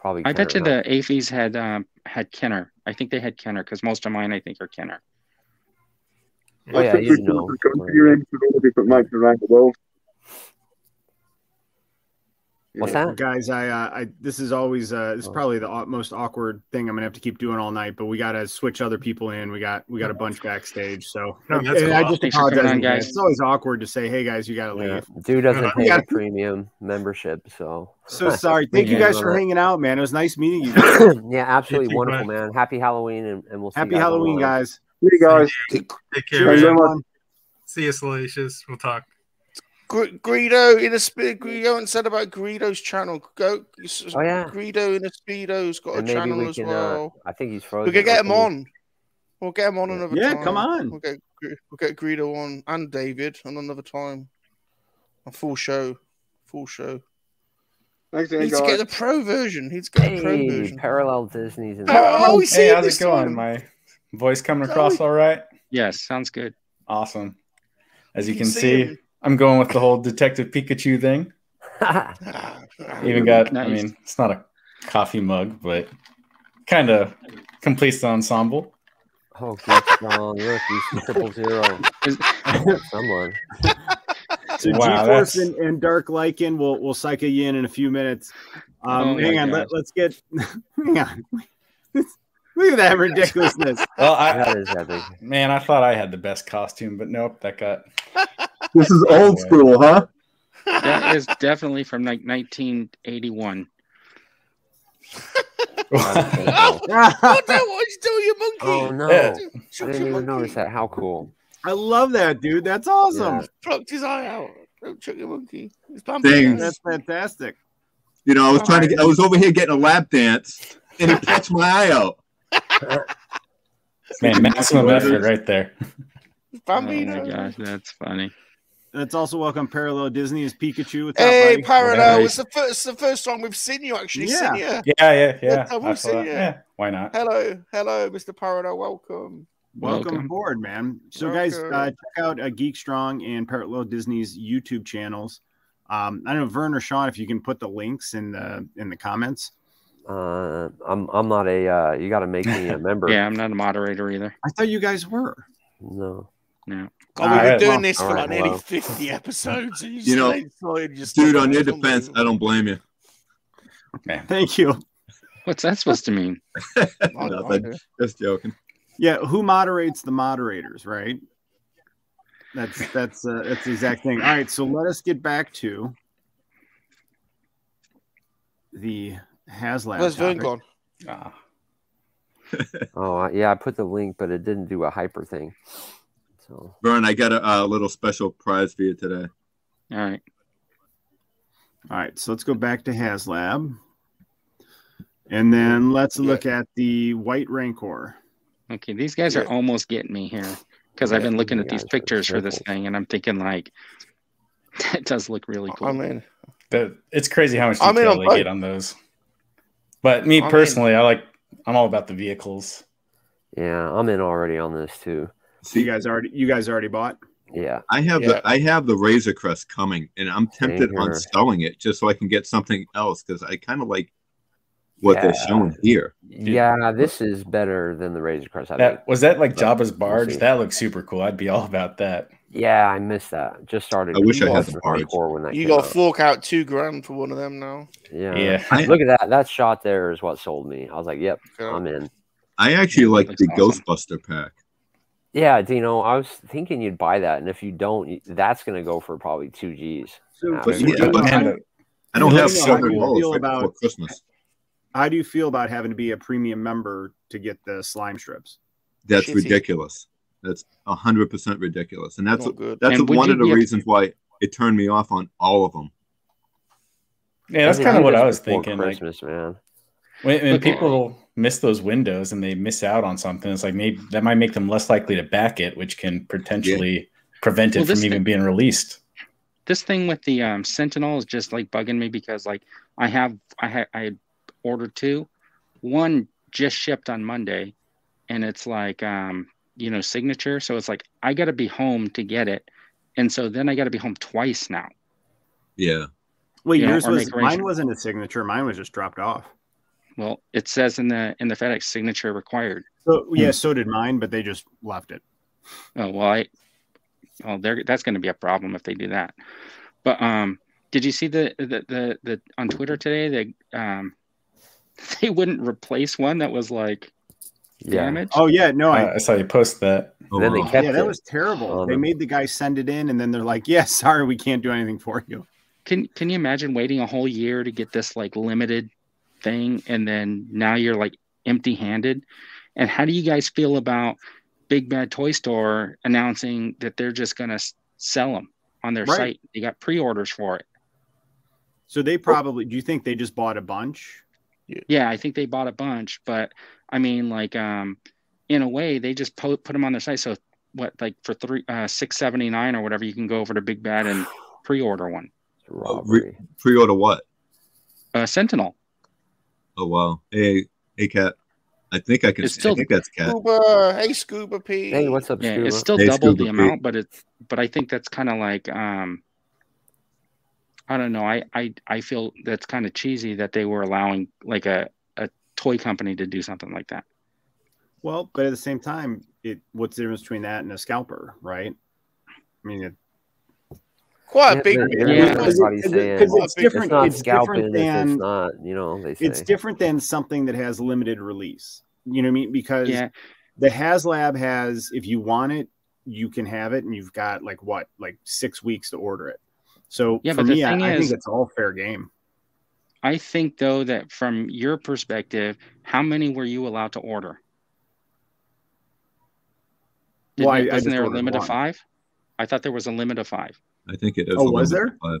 A: Probably.
B: I bet you
A: Kenner,
B: the AFES had um, had Kenner. I think they had Kenner because most of mine I think are Kenner.
A: huh? Oh yeah, you know.
I: You're in for all the different makes around the world.
A: What's
I: Yeah.
A: that?
E: Guys, I, uh, I this is always uh, this is
A: Oh.
E: probably the au- most awkward thing I'm gonna have to keep doing all night. But we gotta switch other people in. We got we got a bunch backstage. So
G: No, that's
E: And I
G: cool.
E: just
B: Thanks for coming
E: apologize,
B: on,
E: in advance.
B: guys.
E: It's always awkward to say, "Hey guys, you gotta leave."
A: Yeah. Dude doesn't pay
E: Yeah.
A: a premium membership, so.
E: So sorry. Thank you guys for
A: Yeah.
E: hanging out, man. It was nice meeting you.
A: yeah, absolutely
G: Thank you,
A: wonderful,
G: Brian.
A: man. Happy Halloween, and, and we'll see you
E: Happy
A: guys
E: Halloween,
A: online.
E: guys.
I: See you guys.
G: Take care,
I: Thank you
E: Cheers,
I: very
G: man.
I: much.
E: everyone.
G: See you, Salacious. We'll talk.
D: Gre- Greedo in a speed. Go and said about Greedo's channel. Go.
A: Oh yeah,
D: Greedo in a speedo's
A: and
D: got a
A: maybe
D: channel
A: we
D: as
A: can.
D: well.
A: Uh, I think he's frozen.
D: we could get him
A: Okay.
D: on. We'll get him on another
E: Yeah,
D: time.
E: come on.
D: We'll get Gre- we'll get Greedo on and David on another time. A full show. Full show.
I: Thanks,
D: He
I: again,
D: needs to
I: guys.
D: get the pro version. He's got the pro
A: Hey,
D: version.
A: parallel Disney's in
D: Oh, we see
H: hey,
D: it
H: how's
D: this
H: it going?
D: time.
H: My voice coming
D: Zoe.
H: across all right?
B: Yes, sounds good.
H: Awesome. As
D: You
H: you
D: can
H: can
D: see
H: see,
D: him.
H: I'm going with the whole Detective Pikachu thing.
D: Ah, ah.
H: Even got, I
B: Nice.
H: mean, it's not a coffee mug, but kind of completes the ensemble.
A: oh, good song. Look, he's triple zero.
B: Is-
A: Someone.
E: So
H: Wow,
E: G-Force
H: that's-
E: and, and Dark Lycan will will psych you in in a few minutes. Um,
B: Oh my
E: hang on,
B: God.
E: let, us get. hang on. Look at that ridiculousness.
H: Well, I,
A: That is epic.
H: man, I thought I had the best costume, but nope, that got
L: This is old school, huh?
B: That is definitely from like 1981.
A: oh,
D: What the what you do, you monkey?
G: Oh,
A: no.
H: Yeah.
A: I didn't even notice that. How cool.
E: I love that, dude. That's awesome.
A: Yeah.
D: Plucked his eye out. Don't chuck your monkey. It's
L: Dang.
E: That's fantastic.
L: You know, I was trying to get, I was over here getting a lap dance and it catch my eye out.
H: man maximum effort right there.
B: Oh my
D: Bambino.
B: gosh, that's funny.
E: That's also welcome. Parallel Disney is Pikachu. What's
D: Hey,
E: up, buddy?
D: Parallel.
H: Hey.
D: It's the first it's the first time we've seen you actually.
E: Yeah.
D: Seen you.
H: Yeah, yeah, yeah.
D: That's how we
H: I
D: see
H: thought,
D: it.
H: yeah, why not?
D: Hello, hello, Mr. Parallel. Welcome.
E: Welcome,
B: Welcome.
E: aboard, man. So, guys,
D: Welcome.
E: uh, check out uh, Geek Strong and Parallel Disney's YouTube channels. Um, I don't know, Vern or Sean, if you can put the links in the in the comments.
A: Uh, I'm I'm not a. Uh, you got to make me a member.
B: Yeah, I'm not a moderator either.
E: I thought you guys were.
A: No.
D: God, Oh, we've been
H: Alright,
D: doing
E: well,
D: this for like
A: alright,
D: nearly
A: well.
D: 50 episodes. And you,
L: You know,
D: know, just
L: Dude, on your defense, I don't blame you.
E: Thank you.
B: What's that supposed to mean?
L: Nothing. Just joking.
E: Yeah, who moderates the moderators, right? That's that's uh, that's the exact thing. All right, so let us get back to the HasLab.
D: Where's Vern
E: topic.
D: gone?
H: Ah,
A: Oh I, yeah, I put the link, but it didn't do a hyper thing. So
L: Vern, I got a, a little special prize for you today.
B: All right.
E: All right, so let's go back to HasLab. And then let's look at the white Rancor.
B: Okay, these guys are almost getting me here because I've
A: Yeah,
B: been looking at
A: yeah,
B: these
A: it's
B: pictures for this
A: circles.
B: thing, and I'm thinking like, that does look really cool.
D: I'm in.
H: the, it's crazy how much
D: I'm in
H: detail
D: on
H: they
D: both.
H: get on those. But me
D: I'm in.
H: personally, I like. I'm all about the vehicles.
A: yeah, I'm in already on this too.
E: So you
L: See,
E: guys already you guys already bought.
A: Yeah.
L: I have
D: Yeah.
L: the I have the Razor Crest coming, and I'm tempted on
A: here.
L: selling it just so I can get something else because I kind of like what they're
A: Yeah.
L: showing here.
A: Yeah, this is better than the Razor Crest. I think.
H: That was that like Jabba's
A: We'll
H: barge.
A: see.
H: That looks super cool. I'd be all about that.
A: Yeah, I missed that. Just started.
L: I wish
D: I had
L: the barge.
A: hardcore when that
D: You
A: came
D: got to
A: out.
D: fork out two grand for one of them now.
A: Yeah.
H: Yeah,
L: I,
A: Look at that. That shot there is what sold me. I was like, yep,
D: Okay.
A: I'm in.
L: I actually like
B: Looks
L: the
B: awesome.
L: Ghostbuster pack.
A: Yeah, Dino, I was thinking you'd buy that. And if you don't, y- that's going to go for probably two G's.
E: So,
A: Yeah,
E: so
A: maybe.
E: Jim,
L: Yeah, but-
E: how,
H: Man,
E: do-
L: I don't
E: Yeah,
L: have
E: I know.
L: seven
E: How do you
L: dollars
E: feel
L: right before
E: about-
L: Christmas.
E: how do you feel about having to be a premium member to get the slime strips?
L: That's
D: Shitty.
L: ridiculous. That's hundred percent ridiculous, and that's
D: Not good.
L: that's
B: And would
L: one
B: you
L: of the
B: be a-
L: reasons why it turned me off on all of them.
H: yeah, that's
A: Maybe
H: kind
A: do
H: of what
A: this
H: I was
A: before
H: thinking. Like
A: Christmas, man.
H: when, when
B: Look at-
H: people miss those windows and they miss out on something, it's like maybe that might make them less likely to back it, which can potentially prevent it
B: Well,
H: from
B: this
H: even being released.
B: This thing with the um, Sentinel is just like bugging me because like I have I had I had ordered two, one just shipped on Monday, and it's like um you know signature, so it's like I got to be home to get it, and so then I got to be home twice now.
L: Yeah,
E: Wait,
B: Yeah,
E: yours
B: or
E: was
B: make
E: mine
B: arrangements.
E: wasn't a signature, mine was just dropped off.
B: Well, it says in the in the FedEx signature required.
E: So
L: Hmm.
E: yeah, so did mine, but they just left it.
B: Oh well, I well there that's going to be a problem if they do that. But um, did you see the the the, the on Twitter today? They um, they wouldn't replace one that was like
A: Yeah.
B: damaged.
E: Oh yeah, no, I
H: Uh, I saw you post that.
L: Oh,
A: Then they
L: wow.
A: kept
E: yeah, that
A: it.
E: was terrible.
A: Um,
E: they made the guy send it in, and then they're like, "Yeah, sorry, we can't do anything for you."
B: Can can you imagine waiting a whole year to get this like limited thing, and then now you're like empty handed? And how do you guys feel about Big Bad Toy Store announcing that they're just going to sell them on their
E: Right.
B: site? They got pre-orders for it.
E: So they probably do. You think they just bought a bunch?
B: Yeah, I think they bought a bunch, but I mean, like, um, in a way, they just po- put them on their site. So what, like, for three, uh, six seventy nine or whatever, you can go over to Big Bad and pre-order one.
A: Robbery.
L: Oh, Pre-order what?
B: Uh, Sentinel.
L: Oh wow. Hey, hey, cat. I think I can.
B: It's still-
L: I think that's cat.
D: Scuba. Hey, Scuba P.
A: Hey, what's up,
B: Yeah,
A: Scuba?
B: it's still
L: Hey,
B: double
L: Scuba
B: the
L: Pete.
B: amount, but it's, but I think that's kind of like, um, I don't know. I I I feel that's kind of cheesy that they were allowing like a a toy company to do something like that.
E: Well, but at the same time, it what's the difference between that and a scalper, right? I mean, it,
D: Quite a
A: Yeah,
D: big.
A: they're- they're
B: Yeah.
A: not everybody
E: Because it-
A: saying,
E: because it's
A: "It's
E: different-
A: not
E: it's different
A: scalping if
E: than-
A: it's not, you know, they say.
E: it's different than something that has limited release. You know what I mean? Because
B: Yeah.
E: the HasLab has, if you want it, you can have it, and you've got like what, like six weeks to order it. So
B: Yeah,
E: for
B: but the
E: me, I,
B: thing
E: I
B: is-
E: think it's all fair game.
B: I think though that from your perspective, how many were you allowed to order?
E: Well, I- I
B: Didn't-
E: just
B: wasn't there a
E: ordered
B: limit of
E: one.
B: five? I thought there was a limit of five.
L: I think it is.
E: Oh,
L: a
E: was
L: limited five.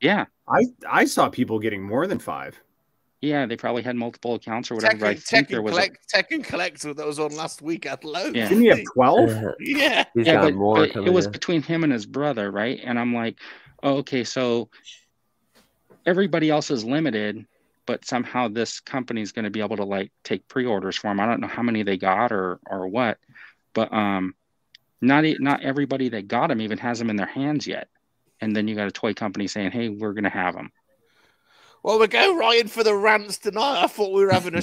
B: Yeah,
E: I I saw people getting more than five.
B: yeah, they probably had multiple accounts or whatever.
D: Tech
B: but I
D: and,
B: think
D: tech,
B: there
D: and
B: was. a-
D: collect, tech and collector that was on last week at low.
B: Yeah.
E: Didn't you have twelve?
A: Uh,
D: yeah.
A: He's
B: yeah,
A: got
B: but,
A: more
B: but it
A: coming
B: was
A: in.
B: between him and his brother, right? And I'm like, oh, okay, so everybody else is limited, but somehow this company is going to be able to like take pre-orders for them. I don't know how many they got or or what, but um, not e- not everybody that got them even has them in their hands yet. And then you got a toy company saying, hey, we're going to have them.
D: Well, we're going riding for the rants tonight. I thought we were having a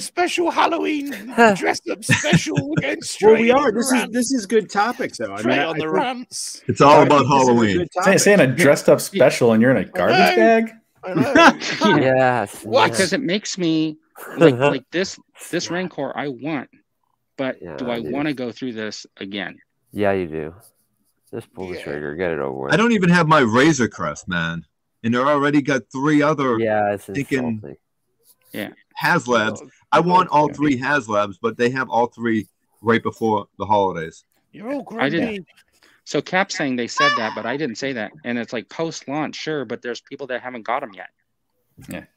D: special Halloween dress up special. We're going straight.
E: Well, we
D: on
E: are.
D: the
E: This is
D: rants.
E: this is good topic though. I
D: straight
E: mean, I-
D: on
E: I
D: the
E: think-
D: rants.
L: It's all
E: I
L: about
E: think this is a
L: Halloween.
E: good
H: Say-
E: topic.
H: Saying a dressed up special and you're in a garbage bag?
D: I know.
A: Yes.
D: What?
A: yes.
B: Because it makes me like like this this Rancor I want, but do
A: Yeah,
B: I
A: dude.
B: want to go through this again?
A: Yeah, you do. Just pull the
D: Yeah.
A: trigger. Get it over with.
L: I don't even have my Razor Crest, man, and they're already got three other
A: Yeah, it's
L: Thinking-
A: insulting.
L: HasLabs. I want all three HasLabs, but they have all three right before the holidays.
D: You're all
B: I didn't-
D: grumpy.
B: So Cap's saying they said that, but I didn't say that. And it's like post launch, sure, but there's people that haven't got them yet.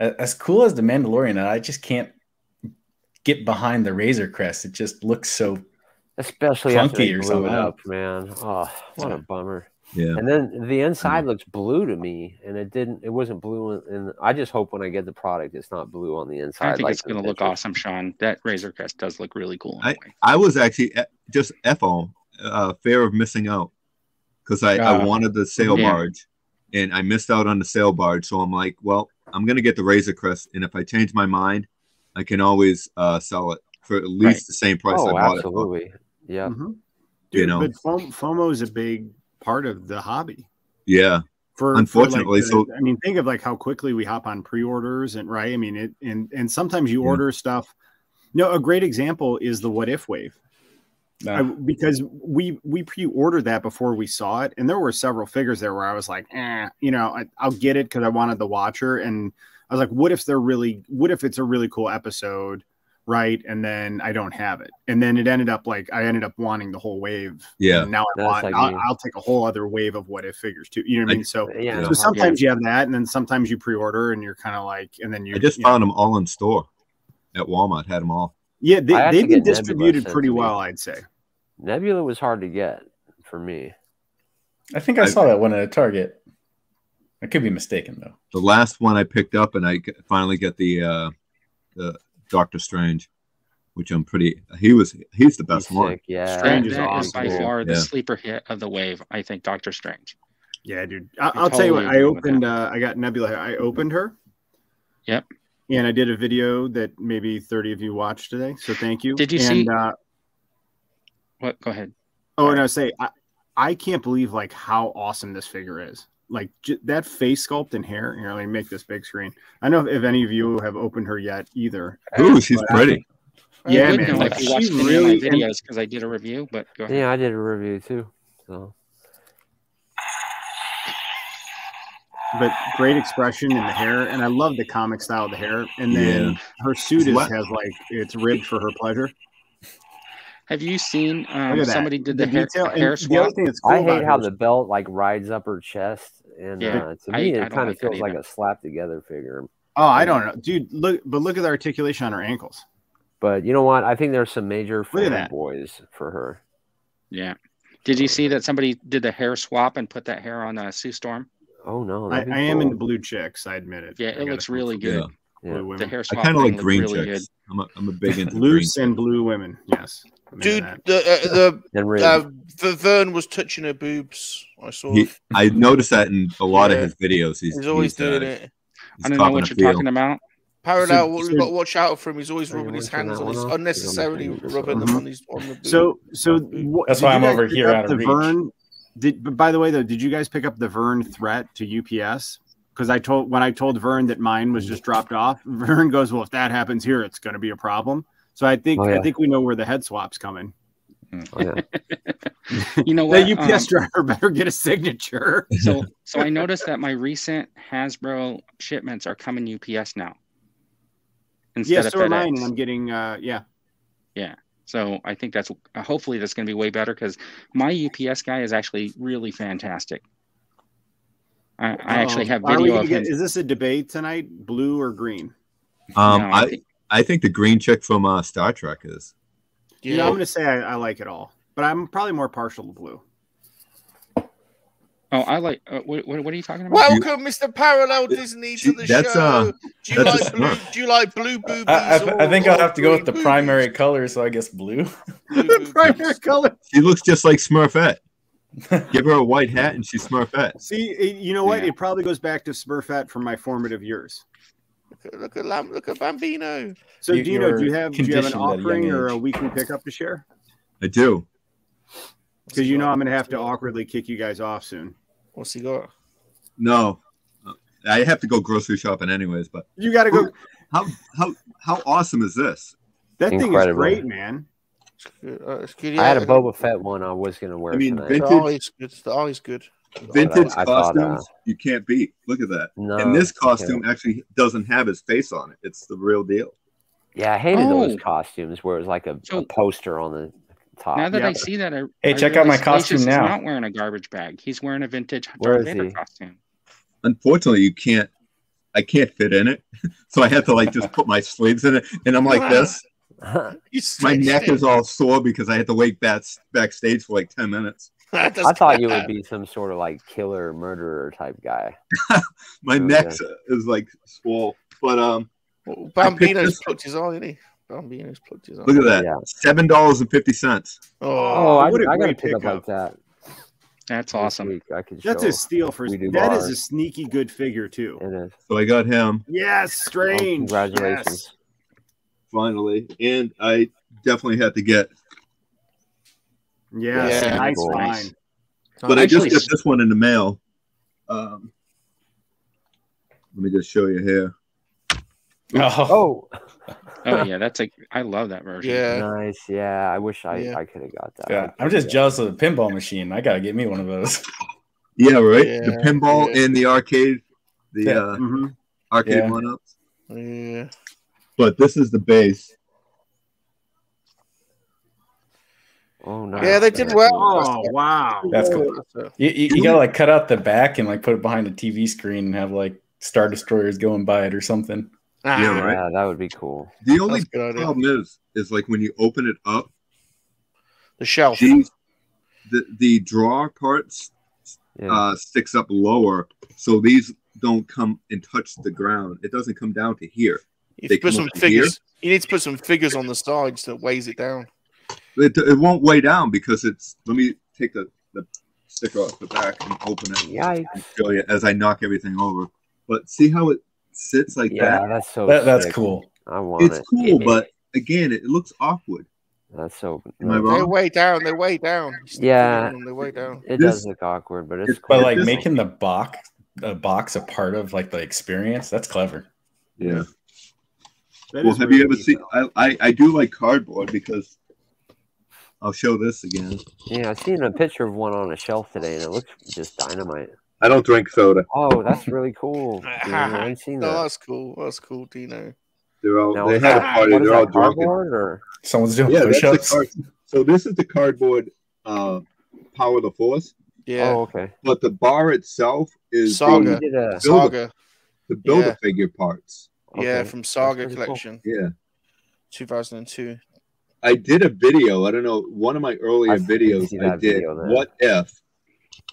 H: A- As cool as the Mandalorian, I just can't get behind the Razor Crest. It just looks so.
A: Especially after they
H: Clunky or
A: blew
H: something,
A: it
H: I don't-
A: up, man. Oh, what a
H: Yeah.
A: bummer.
L: Yeah.
A: And then the inside
B: Mm.
A: looks blue to me, and it didn't. It wasn't blue, in- and I just hope when I get the product, it's not blue on the inside.
B: I think
A: like
B: it's
A: the
B: going to look
A: picture.
B: awesome, Sean. That Razor Crest does look really cool.
E: Oh
B: in a way.
L: I was actually eh, just FO, uh, fear of missing out, because I, I
H: Ah.
L: wanted the sail
B: Yeah.
L: barge, and I missed out on the sail barge. So I'm like, well, I'm gonna get the Razor Crest, and if I change my mind, I can always uh, sell it for at least
B: Right.
L: the same price. I
A: Oh,
L: bought It
A: absolutely. Yeah.
E: Mhm.
L: You
E: Dude,
L: know?
E: but FOM- FOMO is a big part of the hobby.
L: for. Yeah,
E: for for,
L: Unfortunately,
E: like,
L: so-
E: the- i mean think of like how quickly we hop on pre-orders and right i mean it and and sometimes you
L: Yeah.
E: order stuff no a great example is the what if wave
H: No.
E: I- because we we pre-ordered that before we saw it and there were several figures there where i was like eh, you know I, i'll get it because i wanted the watcher and i was like what if they're really what if it's a really cool episode right and then i don't have it and then it ended up like i ended up wanting the whole wave
L: Yeah.
E: And now i
A: That's
E: want
A: like
E: I'll,
A: me.
E: I'll take a whole other wave of what if figures too you know what i
L: I-
E: mean so
A: Yeah.
E: so
A: no,
E: sometimes you have that, and then sometimes you pre-order, and you're kind of like, and then you.
L: I just
E: you know-
L: found them all in store at Walmart. Had them all.
E: yeah,
A: I
E: they,
A: have
E: they've
A: to get
E: been
A: Nebula
E: distributed
A: sent
E: pretty
A: to me.
E: well, I'd say.
A: Nebula was hard to get for me.
H: I think I saw that one at a Target. I could be mistaken, though.
L: The last one I picked up, and I g- finally got the uh, the Doctor Strange, which I'm pretty. He was he's the best
A: He's
L: one.
A: sick, Yeah.
B: That-
E: Strange is
B: that
E: awesome.
B: by
A: cool.
B: far the
L: Yeah.
B: sleeper hit of the wave. I think Doctor Strange.
E: Yeah, dude. I, I'll tell you what. I
B: totally agree with
E: opened. Uh, I got Nebula. I opened her.
B: Yep.
E: And I did a video that maybe 30 of you watched today, so thank you.
B: Did you
E: and,
B: see-
E: Uh,
B: What? Go ahead.
E: oh, and I say, I, I can't believe like how awesome this figure is. Like j- that face sculpt and hair. Here, let me make this big screen. I don't know if any of you have opened her yet either.
L: Ooh, she's
E: But I-
L: pretty.
E: Yeah,
B: I would
E: man,
B: know
E: like,
B: if
E: she
B: you watched any
E: really-
B: of my videos because I did a review, but go ahead.
A: Yeah, I did a review too. So
E: but great expression in the hair, and I love the comic style of the hair. And then her suit is,
L: What?
E: has like it's ribbed for her pleasure.
B: Have you seen
E: Look
B: um,
E: at that.
B: somebody did the, hair,
E: detail.
B: the hair
E: and the other
B: swap?
E: thing that's cool
A: I
E: about
A: hate how
E: her
A: the belt like rides up her chest, and
B: Yeah.
A: uh, to
B: I-
A: me
B: I
A: it
B: don't
A: kind of
B: like that
A: feels like
B: either.
A: a slap together figure.
E: Oh, I don't know, dude. Look, but look at the articulation on her ankles.
A: But you know what? I think there's some major
E: Look at that.
A: fanboys for her.
B: Yeah. Did you see that somebody did the hair swap and put that hair on uh, Sue Storm?
A: Oh no,
E: I,
A: that'd be
E: I am
A: cool.
E: into blue chicks. I admit it.
B: Yeah,
E: I
B: it
E: gotta
B: looks
E: come
B: really
E: for
B: good.
A: Yeah.
E: Blue
B: The
E: women,
B: hair swap
L: I kind of
B: thing
L: like
B: looked
L: green
B: really
L: chicks.
B: good.
L: I'm a, I'm a big into green.
E: loose and blue women. Yes, I'm into
D: Dude,
E: that.
D: the
A: and
D: uh,
A: really,
D: the uh, the Vern was touching her boobs. I saw.
L: He, I noticed that in a lot of
D: Yeah.
L: his videos. He's,
D: He's always
L: he's, uh,
D: doing it.
L: he's
B: I don't know
L: copping
B: what
L: a
B: you're
L: feel.
B: talking about.
D: Parallel,
E: so-
D: we've got to watch out for him. He's always
A: Are you
D: rubbing his
A: working
D: hands
A: that
D: on
A: one
D: his
A: off?
D: unnecessarily
A: Is it on the Uh-huh.
D: rubbing
A: fingers?
D: them on his on the boob.
E: So, so what,
H: That's
E: did
H: why
E: you
H: I'm
E: guys
H: over
E: pick
H: here
E: up
H: out of
E: the
H: reach.
E: Vern, did, but by the way, though, did you guys pick up the Vern threat to UPS? Because I told when I told Vern that mine was just dropped off, Vern goes, "Well, if that happens here, it's going to be a problem." So I think
A: Oh, yeah.
E: I think we know where the head swap's coming.
A: Oh, yeah.
J: You know what?
E: The
J: um,
E: UPS driver better get a signature.
J: so so I noticed that my recent Hasbro shipments are coming UPS now. Instead
E: yeah, so
J: of
E: am I, and
J: FedEx.
E: I'm getting uh yeah.
J: So I think that's uh, hopefully that's going to be way better because my UPS guy is actually really fantastic. I, I actually
E: Uh-oh.
J: have
E: Are Oh, we
J: video
E: gonna
J: of him.
E: get- is this a debate tonight? Blue or green?
L: Um,
J: No, I
L: I
J: think-
L: I think the green chick from uh, Star Trek is.
E: Yeah, I'm gonna say I, I like it all, but I'm probably more partial to blue.
J: oh, I like. Uh, what, what what are you talking about?
D: Welcome, Mr. Parallel Disney, to the
L: That's,
D: show.
L: uh,
D: do you
L: that's a
D: like blue?
L: smirk.
D: Do you like blue boobies?
H: I, I, I
D: or-
H: think I'll
D: or
H: have to go with the
D: green
H: primary color, so I guess blue.
D: boobies? Blue boobies.
E: color.
L: She looks just like Smurfette. Give her a white hat and she's Smurfette.
E: See, it- you know what?
J: Yeah.
E: It probably goes back to Smurfette from my formative years.
D: Look at look at, Lam- look at Bambino.
E: So,
H: You-
E: Dino,
H: you're
E: do you have do you have an
H: conditioned at a young
E: offering or
H: age.
E: a weekly pickup to share?
L: I do.
E: Because you know I'm gonna have to awkwardly kick you guys off soon.
D: What's he got?
L: No, I have to go grocery shopping anyways. But
E: You got to go.
L: how how how awesome is this?
E: That thing
A: Incredible.
E: is great, man.
D: Good, uh, it's good,
A: I had a
D: yeah.
A: Boba Fett one I was gonna wear.
L: I mean,
A: tonight.
L: Vin-
D: The eye's good. The eye's good.
L: Vintage
A: I thought,
L: costumes
A: uh,
L: you can't beat. Look at that.
A: no,
L: and this
A: okay.
L: costume actually doesn't have his face on it. It's the real deal.
A: Yeah, I hated
J: Oh.
A: those costumes where it was like a,
J: So-
A: a poster on the top.
J: Now that
E: Yeah.
J: I see that, I
H: Hey,
J: I
H: check out my
J: realize Salacious
H: costume
J: is
H: now.
J: Not wearing a garbage bag. He's wearing a vintage
A: Where
J: Darth
A: is
J: Vader
A: he?
J: costume.
L: Unfortunately, you can't. I can't fit in it, so I had to like just put my sleeves in it, and I'm like this. My neck is all sore because I had to wait back, backstage for like ten minutes.
A: I thought you would be some sort of like killer murderer type guy.
L: My
A: Oh,
L: neck is like swole. But um,
D: Well,
L: I picked
D: Bambino's
L: this-
D: plucked his eye, didn't he? Bambino's plucked his eye.
L: look at that,
A: Yeah.
L: seven dollars and fifty cents.
D: Oh,
A: Oh, I,
E: what a
A: I gotta
E: great
A: pick up like
E: pickup.
A: that. this
J: That's awesome.
A: week. I could
E: That's
A: show.
E: a steal for
A: We do
E: that is
A: ours.
E: a sneaky good figure too.
A: It is.
L: So I got him
A: Well,
E: Yes, strange.
A: congratulations.
L: finally, and I definitely had to get.
E: Yes, yes,
D: Yeah.
E: nice
A: Cool.
E: find.
L: But I just
J: Actually,
L: got this one in the mail. Um, let me just show you here.
A: Oh,
H: Oh,
J: oh yeah, that's a. I love that version.
D: yeah.
A: nice. Yeah, I wish I,
D: Yeah.
A: I could have got that.
H: yeah. I'm just jealous of the pinball machine. I gotta get me one of those.
L: Yeah, right.
D: Yeah,
L: the pinball
D: yeah.
L: and the arcade, the
H: Yeah.
L: uh,
A: Mm-hmm.
E: Mhm.
L: arcade
H: Yeah.
L: lineups.
D: yeah.
L: But this is the base.
A: Oh, nice.
D: Yeah, they did well.
E: Oh wow,
H: That's cool. You, you, you gotta like cut out the back and like put it behind a TV screen and have like Star Destroyers going by it or something.
D: Ah,
L: Yeah, right.
A: Yeah, that would be cool.
L: The
D: That's
L: only
D: a good idea.
L: problem is, is like when you open it up,
D: The shelf.
L: geez, the the draw parts
A: Yeah.
L: uh, sticks up lower, so these don't come and touch the ground. It doesn't come down to here.
D: You
L: They
D: put
L: come
D: some
L: up here.
D: figures. You need to put some figures on the sides that weighs it down.
L: It, it won't weigh down because it's. Let me take the the sticker off the back and open it.
A: Yikes.
L: and show you as I knock everything over. But see how it sits like
A: Yeah,
L: that?
A: that's so.
H: That, that's
A: sick.
H: cool.
A: I want
L: It's
A: it.
L: cool, but again, it looks awkward.
A: That's so.
L: Am I
A: nice.
L: wrong?
D: They weigh down. They weigh down. You stick them
A: Yeah.
D: on, They weigh down.
A: It
L: This-
A: does look awkward, but it's
L: it's-
A: cool.
H: But like
L: This-
H: making the box a box a part of like the experience, that's clever.
L: Yeah.
E: That
L: well,
E: is
L: have
E: really
L: you ever seen?
E: detailed.
L: I, I I do like cardboard because I'll show this again.
A: Yeah, I seen a picture of one on a shelf today, and it looks just dynamite.
L: I don't drink soda.
A: Oh, that's really cool. dude.
J: Ah.
A: I haven't seen
D: No,
A: that.
D: that's cool. That's cool, Dino.
L: They're all
A: Now,
L: they had a party.
A: what is
L: They're all
A: that
L: drunk. and-
A: cardboard or?
H: Someone's doing
L: Yeah, that's the
H: push-ups.
L: card. So this is the cardboard uh, power of the force,
D: Yeah.
A: Oh, okay.
L: but the bar itself is
A: Oh,
D: Saga.
A: you
L: the,
A: did a.
L: Build a-
D: Saga.
L: the builder
D: Yeah.
L: figure parts.
D: Yeah,
A: okay.
D: from Saga
A: pretty cool.
D: Collection,
L: Yeah,
D: 2002.
L: I did a video. I don't know one of my earlier
A: I didn't
L: videos.
A: see
L: I
A: that
L: did.
A: video there.
L: what if?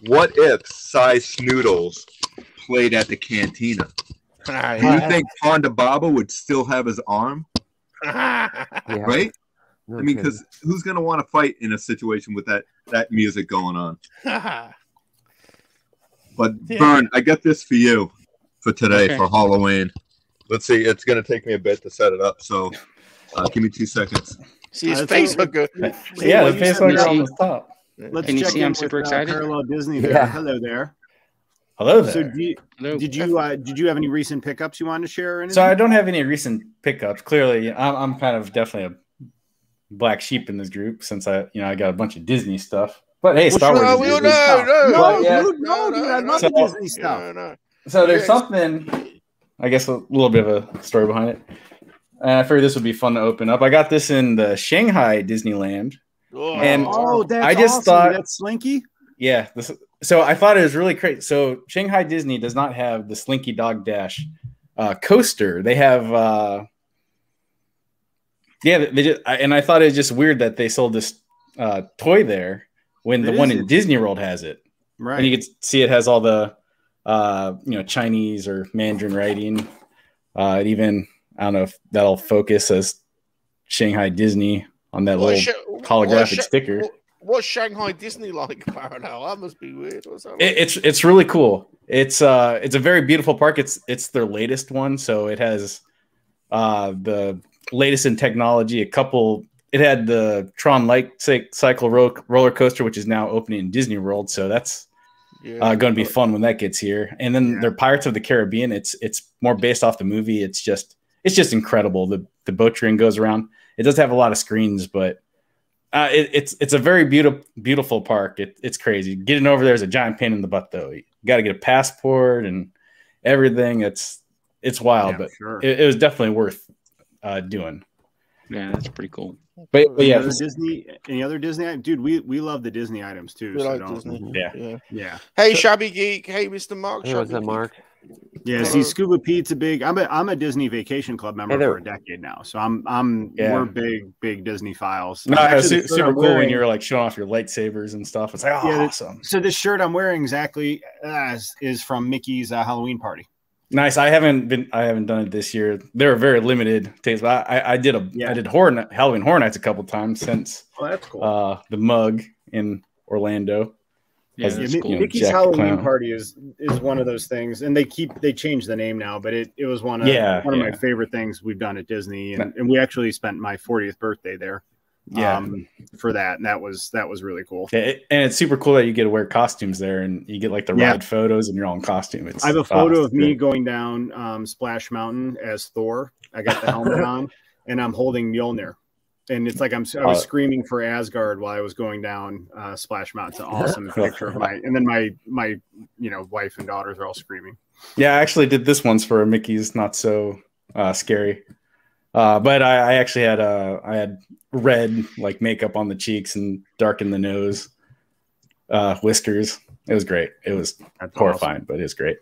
L: What if size noodles played at the cantina?
D: Ah,
L: Do you
D: yeah.
L: think Ponda Baba would still have his arm?
A: Yeah,
L: Right?
A: no
L: I mean,
A: kidding.
L: because who's going to want to fight in a situation with that that music going on? But
D: Yeah.
L: Vern, I got this for you for today
J: Okay.
L: for Halloween. Let's see, it's going to take me a bit to set it up, so uh, give me two seconds.
D: See his
E: That's
D: face
E: all-
D: look good.
E: Hey,
H: yeah,
E: well,
H: the
E: you
H: face
E: said
H: logger
E: that-
H: on the top.
E: Let's
J: Can you
E: check
J: see
E: in
J: I'm
E: with,
J: super
E: uh,
J: excited?
E: Parallel Disney. There.
A: Yeah.
E: Hello there.
H: Hello there.
E: So, do you,
J: Hello.
E: did you uh, did you have any recent pickups you wanted to share? Or anything?
H: So I don't have any recent pickups. Clearly, I'm, I'm kind of definitely a black sheep in this group since I, you know, I got a bunch of Disney stuff. But hey, Star Wars.
D: No,
H: is
D: we- no,
H: Disney
D: no,
H: stuff.
D: no,
H: But, yeah.
D: no, no,
E: dude, I love
H: So-
E: Disney stuff.
D: no, no.
H: So there's
D: Yeah.
H: something, I guess, a little bit of a story behind it. And I figured this would be fun to open up. I got this in the Shanghai Disneyland.
D: Oh,
H: And-
E: Oh, that's
H: I just
E: awesome.
H: thought-
E: that's Slinky.
H: Yeah. This, so I thought it was really crazy. So Shanghai Disney does not have the Slinky Dog Dash uh, coaster. They have, uh, yeah, they just, I, and I thought it was just weird that they sold this uh, toy there when
E: It
H: the one
E: is.
H: in Disney World has it.
E: Right.
H: and you can see it has all the uh, you know Chinese or Mandarin writing. Uh, it even I don't know if that'll focus as Shanghai Disney on that
D: What
H: little
D: sh- what
H: holographic
D: sh-
H: sticker.
D: what- What's Shanghai Disney like, Parallel? That must be weird. What's that
H: It, it's it's really cool. It's uh it's a very beautiful park. It's it's their latest one, so it has uh the latest in technology. A couple. It had the Tron Light Cy- Cycle ro- roller coaster, which is now opening in Disney World. So that's
D: Yeah.
H: uh, going to be fun when that gets here. And then they're Pirates of the Caribbean. It's it's more based off the movie. It's just it's just incredible. The the boat train goes around. It does have a lot of screens, but uh, it, it's it's a very beautiful beautiful park. It, it's crazy. Getting over there is a giant pain in the butt, though. You got to get a passport and everything. It's it's wild,
E: Yeah,
H: but
E: sure.
H: it, it was definitely worth uh, doing.
J: Yeah, that's pretty cool.
H: But, but
E: Any
H: yeah,
E: other Disney. Any other Disney? item? Dude, we we love the Disney items too.
D: We
E: so
D: like
E: don't-
D: Disney.
H: yeah.
D: Yeah.
E: Yeah.
D: Hey, Shabby Geek. Hey, Mr.
E: Oh,
D: Mark.
A: Hey,
D: Shabby
A: what's up,
D: Geek.
A: Mark?
E: Yeah, see, Scuba Pete's a big. I'm a I'm a Disney Vacation Club member
A: Hey there.
E: for a decade now, so I'm I'm
H: Yeah.
E: we're big big Disney files.
H: No,
E: I'm
H: it was
E: actually
H: uh, su-
E: the shirt
H: super
E: I'm
H: cool when
E: wearing-
H: you're like showing off your lightsabers and stuff. It's like oh,
E: Yeah, that's-
H: awesome.
E: So this shirt I'm wearing exactly uh, is- is from Mickey's uh, Halloween party.
H: Nice. I haven't been. I haven't done it this year. There are very limited days. But I, I, I did a. I
E: Yeah.
H: did horror Night- Halloween Horror Nights a couple times since
E: Oh, that's cool.
H: uh, the mug in Orlando.
J: Yeah,
H: Has-
E: Yeah,
J: that's
E: Mi-
J: cool.
E: Mickey's
H: Jack the
E: Halloween
H: Clown.
E: party is is one of those things, and they keep they changed the name now, but it, it was one of
H: Yeah,
E: one of
H: yeah.
E: my favorite things we've done at Disney, and, and we actually spent my 40th birthday there
H: Yeah,
E: um, for that, and that was that was really cool.
H: Yeah, it- and it's super cool that you get to wear costumes there, and you get like the
E: Yeah.
H: ride photos, and you're all in costume. It's,
E: I have
H: oh,
E: a photo
H: it's
E: of me
H: great.
E: going down um, Splash Mountain as Thor. I got the helmet on, and I'm holding Mjolnir, and it's like I'm I was
H: Uh,
E: screaming for Asgard while I was going down uh, Splash Mountain. It's an awesome picture of my, and then my my you know wife and daughters are all screaming.
H: Yeah, I actually did this once for Mickey's Not So uh, Scary. Uh, but I, I actually had uh, I had red like makeup on the cheeks and dark in the nose, uh, whiskers. It was great. It was
E: That's
H: horrifying, but it's great.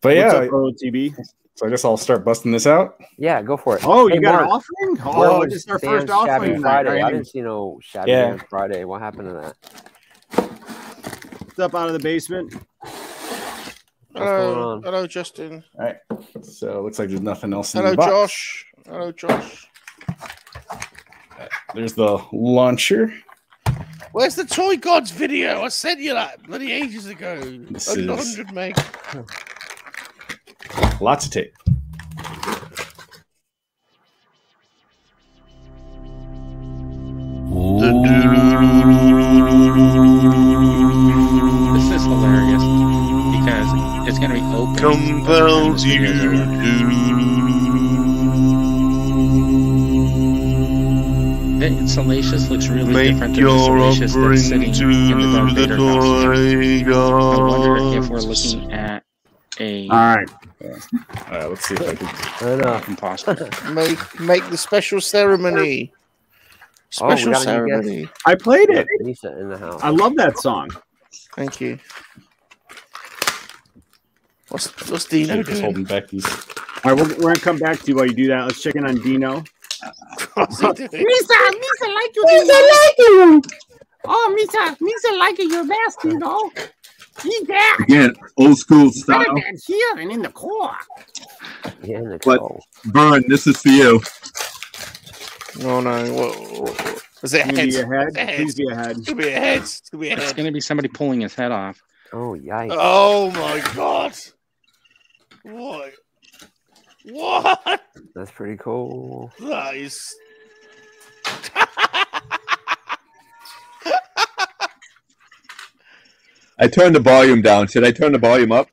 H: But
E: Awesome. What's
H: yeah,
E: up, OTB?
H: so I guess I'll start busting this out.
A: Yeah, go for it.
E: Oh, you
A: Hey,
E: got
A: Mark,
E: an offering?
A: where
E: Oh,
A: was
E: it's our
A: Dan's
E: first
A: Shabby
E: offering. night,
A: Friday. I
E: right?
A: didn't see no Shabby
H: Yeah.
A: Dan's Friday. What happened to that?
E: What's up out of the basement?
A: What's going
D: Hello,
A: on?
D: hello, Justin.
H: So it looks like there's nothing else. in
D: Hello,
H: the box.
D: Josh. Hello, Josh.
H: There's the launcher.
D: Where's the Toy Gods video? I sent you that bloody ages ago.
H: This
D: Under
H: is-
D: 100 meg.
H: Lots of tape.
J: This is hilarious because it's going to be open. Compels you. That Salacious looks really different than the Salacious that's sitting in the Darth Vader costume. I wonder if we're looking at a uh,
E: All right.
H: All right, let's see if I can.
A: I don't know.
J: imposter.
D: Make, make the special ceremony.
A: Oh, we
D: Special
A: got a new guest.
D: ceremony.
E: I played
A: Yeah,
E: it.
A: Lisa in the house.
E: I love that song.
D: Thank you. What's, what's Dino
H: I'm just
D: doing?
H: holding back these.
E: All right, we're, we're gonna come back to you while you do that. Let's check in on Dino.
D: What's he doing?
L: Again, old school style.
A: Yeah, Nicole.
L: What? Vern, this is for you.
D: Oh no! What, what, what- Is it
E: Can you
D: heads?
E: be
D: It's
E: ahead?
D: Heads.
E: Please be ahead.
D: gonna be a head. It's gonna be a
J: It's
D: head.
J: going to be somebody pulling his head off.
A: Oh, yikes.
D: Oh my god! What? What?
A: That's pretty cool.
D: That is.
L: I turned the volume down. Should I turn the volume up?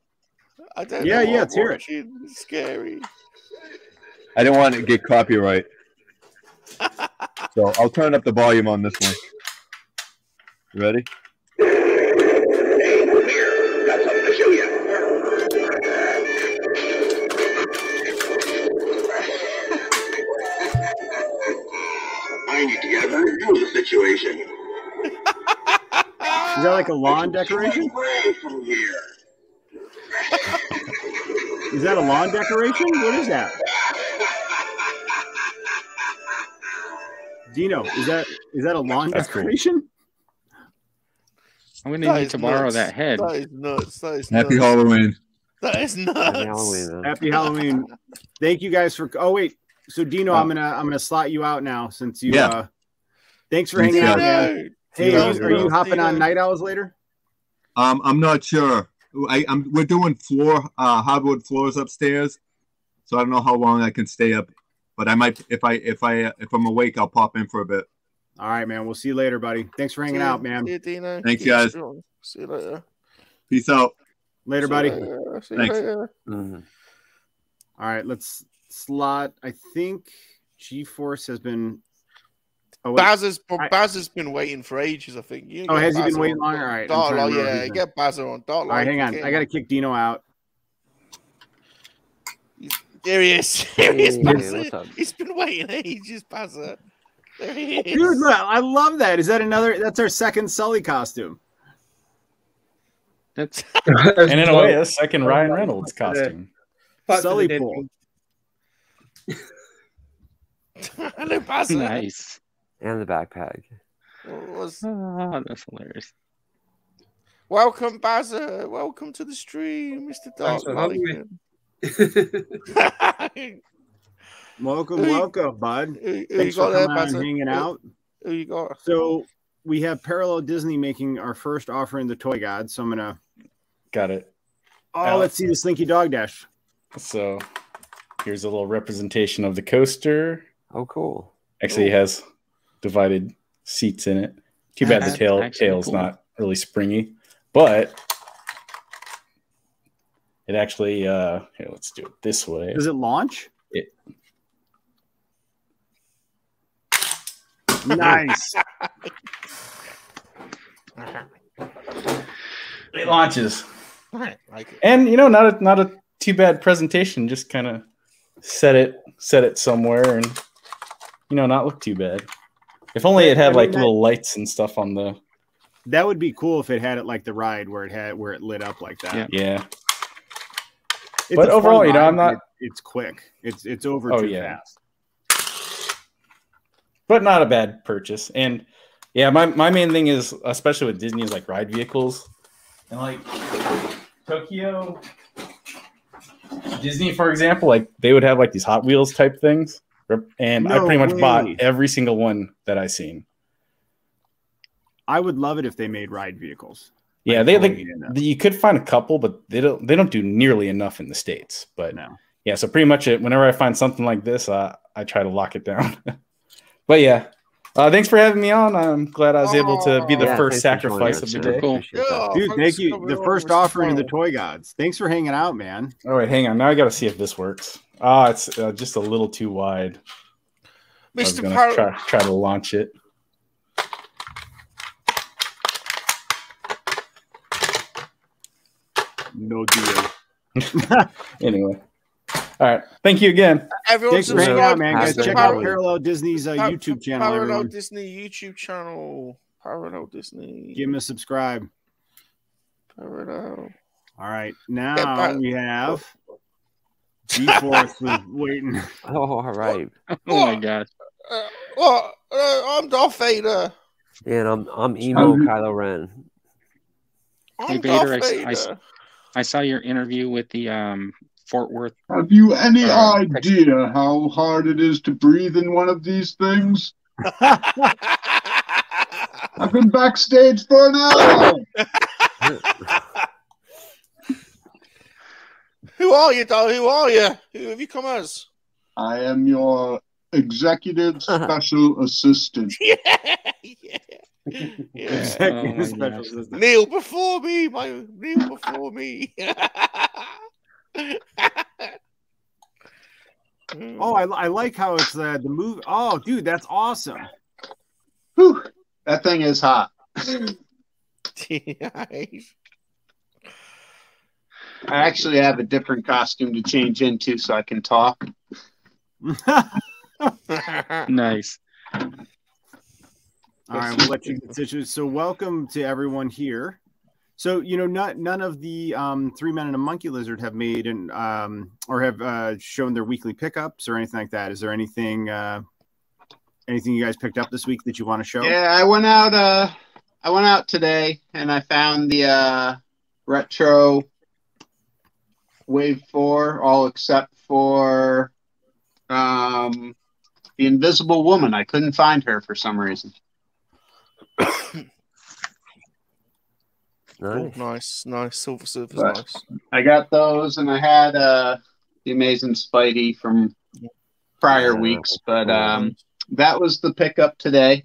D: I don't
E: Yeah,
D: know what
E: yeah,
D: I'm
E: let's hear it.
D: watching. It's Scary.
L: I don't want to get copyright. So I'll turn up the volume on this one. You ready?
M: I need to get a better view of the situation.
E: Is that like a lawn decoration?
M: Away from here.
E: Is that a lawn decoration? What is that? Dino, is that is that a lawn
J: That's cool.
E: decoration?
J: I'm gonna need
D: is
J: to borrow
D: nuts.
J: that head.
D: That is nuts. That is
L: Happy
D: nuts.
L: Halloween.
D: That is nuts.
E: Happy Halloween. Thank you guys for. Oh wait, so Dino, I'm gonna I'm gonna slot you out now since you.
L: Yeah.
E: Uh, thanks for
L: Thanks,
E: hanging out,
L: guys.
E: man. Hey,
L: Dino,
E: are you, are
L: Dino.
E: you hopping on
D: Dino.
E: night owls later?
L: Um, I'm not sure. I, I'm we're doing floor uh, hardwood floors upstairs, so I don't know how long I can stay up. But I might if I if I uh, if I'm awake, I'll pop in for a bit.
E: All right, man. We'll see you later, buddy. Thanks for hanging
D: See ya-
E: out, man.
D: see ya, Dino.
L: Thanks,
D: Keep
L: guys.
D: strong. See you later.
L: Peace out.
E: Later,
D: See
E: buddy.
D: you later. See you
L: Thanks.
D: later.
A: Mm-hmm.
E: All right, let's slot. I think G Force has been. Oh, wait.
D: Bazza's,
E: I-
D: Bazza's been waiting for ages, I think. You
E: Oh,
D: get
E: has he been
D: Bazza
E: waiting
D: on
E: longer? All right, I'm
D: Dartline,
E: trying to remember
D: yeah,
E: who's
D: get Bazza on Dartline.
E: All right, hang on. I got to kick Dino out.
D: There he is. There he is,
A: Hey, what's up?
D: Bazza. He's been waiting ages, Bazza. There he is.
E: Dude, look, I love that. Is that another? That's our second Sully costume.
J: That's
H: And in a way, that's second Ryan Reynolds costume.
E: Sully pool.
D: Hello, Bazza.
J: nice.
A: and the backpack.
D: What was-
J: Ah, that's hilarious.
D: Welcome, Bazza. Welcome to the stream, Mr. Dark.
K: Thanks for having me.
D: Mulligan.
E: Welcome,
D: Hey.
E: welcome, bud.
D: who, who you
E: Thanks for
D: got there,
E: coming out
D: Bazza?
E: and hanging
D: Who-
E: out.
D: Who, you got?
E: So we have Parallel Disney making our first offering the Toy God. So I'm gonna.
H: Got it.
E: Oh,
H: Yeah.
E: let's see the Slinky Dog Dash.
H: So here's a little representation of the coaster.
A: Oh, cool.
H: Actually, it has divided seats in it. Too bad the
J: That's
H: tail
J: actually
H: tail's
J: cool.
H: not really springy, but it actually. Uh, here, let's do it this way.
E: Does it launch?
H: It-
E: nice.
H: It launches,
D: Like it.
H: and you know, not a not a too bad presentation. Just kind of set it set it somewhere, and you know, not look too bad. If only it
E: I
H: had
E: mean,
H: like
E: that-
H: little lights and stuff on the
E: That would be cool if it had it like the ride where it had where it lit up like that.
J: Yeah.
H: yeah.
E: It's
H: But
E: a fun
H: overall, you know,
E: ride,
H: I'm not-
E: but it- it's quick. It's it's over
H: Oh,
E: too
H: yeah.
E: fast.
H: but not a bad purchase. And yeah, my, my main thing is, especially with Disney, is like ride vehicles. And like Tokyo, Disney, for example, like they would have like these Hot Wheels type things. Rep- And I
E: No
H: pretty much
E: way.
H: bought every single one that I seen.
E: I would love it if they made ride vehicles.
H: Yeah,
E: Like,
H: they
E: totally
H: like
E: get enough.
H: you could find a couple, but they don't they don't do nearly enough in the states. But
E: No.
H: yeah, so pretty much it. Whenever I find something like this, I I try to lock it down. but yeah, uh, thanks for having me on. I'm glad I was able to be the
A: Yeah,
H: first
A: thanks for joining
H: sacrifice
A: us,
H: of the
A: man.
H: day.
J: Cool.
A: Appreciate that.
D: Yeah,
E: Dude,
D: thanks
E: thank
D: for
E: you.
D: coming
E: The
D: on.
E: first
D: We're
E: offering to the
D: spoiled.
E: toy gods. Thanks for hanging out, man.
H: All right, hang on. Now I got to see if this works. Ah, it's uh, just a little too wide. I was
D: Mr.
H: gonna
D: Par-
H: try try to launch it.
E: No deal.
H: Anyway, all right. Thank you again.
D: Everyone
E: Thanks for hanging out,
D: subscribe.
E: man. Guys,
A: Absolutely.
E: check out
A: Parallel-
E: Parallel Disney's uh,
D: Par-
E: YouTube channel.
D: Parallel
E: Everyone,
D: Disney YouTube channel. Parallel Disney.
E: give him a subscribe.
D: Parallel.
E: All right,
D: Yeah,
E: now
D: par-
E: we have G Force was waiting.
A: Oh, all right.
J: Oh my gosh.
D: Uh, what? Uh, I'm Darth Vader.
A: And I'm I'm emo
L: Um,
A: Kylo Ren.
D: I'm
J: Hey, Vader,
D: Darth
J: I- I-
D: Vader.
J: I saw your interview with the um Fort Worth.
I: Have you any
J: Uh,
I: idea how hard it is to breathe in one of these things? I've been backstage for an hour.
D: Who are you, though? Who are you? Who have you come as? Uh-huh.
I: I am your executive special assistant.
D: yeah, yeah. yeah.
E: Exactly,
J: Oh my
E: special
J: gosh.
E: assistant.
D: Kneel before me, my kneel before me.
E: Oh, I, I like how it's uh, the move. Oh, dude, that's awesome.
N: Whew, that thing is hot.
D: I
N: actually have a different costume to change into so I can talk.
J: nice.
E: All right, we'll let you get situated. So, welcome to everyone here. So, you know, not none of the um, three men and a monkey lizard have made and um, or have uh, shown their weekly pickups or anything like that. Is there anything uh, anything you guys picked up this week that you want to show?
N: Yeah, I went out. Uh, I went out today and I found the uh, retro Wave Four, all except for um, the Invisible Woman. I couldn't find her for some reason.
D: Nice. oh, nice, nice. Silver Surfer's
N: Right.
D: nice.
N: I got those, and I had uh, the Amazing Spidey from prior weeks, but um, that was the pickup today.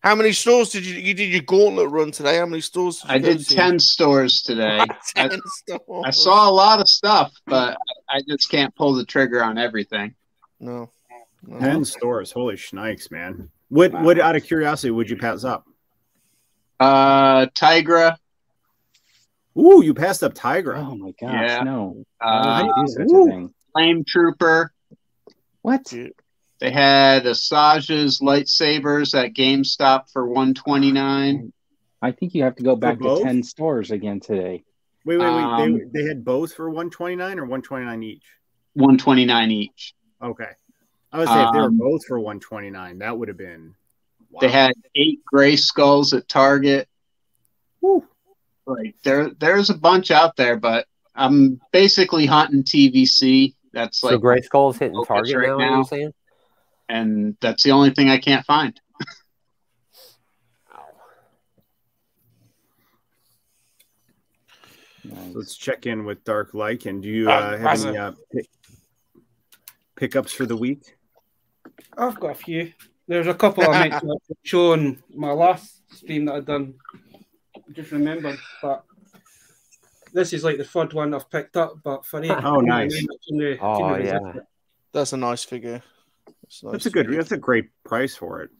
D: How many stores did you you did your gauntlet run today? How many stores? Did you
N: I
D: go
N: did
D: to?
N: ten stores today. I,
D: Ten stores.
N: I saw a lot of stuff, but I just can't pull the trigger on everything.
D: No.
E: Ten stores. Holy schnikes, man. What what out of curiosity would you pass up?
N: Uh Tigra.
E: Ooh, you passed up Tigra.
J: Oh my
E: gosh,
J: no.
E: Why
N: Uh,
E: do you do such a
N: ooh,
E: thing?
N: Flame Trooper.
J: What?
N: They had Asajj's lightsabers at GameStop for one twenty nine.
J: I think you have to go back to
N: both?
J: 10 stores again today.
E: Wait, wait, wait.
N: Um,
E: they, they had both for 129 or 129 each.
N: One twenty nine each.
E: Okay. I would say if they were
N: Um,
E: both for 129, that would have been
N: They had eight gray skulls at Target. Like there, there's a bunch out there, but I'm basically hunting TVC. That's
A: So
N: like
A: Gray Skull's hitting
N: focus
A: Target now, you're saying?
N: and that's the only thing I can't find.
E: So let's check in with Dark Like. And do you
O: Uh,
E: uh, have
O: Raza.
E: any uh, pick, pickups for the week?
P: I've got a few. There's a couple I meant to show on my last stream that i done. I just remembered, but this is like the third one I've picked up. But for eight,
E: Oh, nice. Oh, yeah.
D: That's a nice figure. a
E: That's
D: nice
E: a good.
D: figure.
E: That's a great price for it.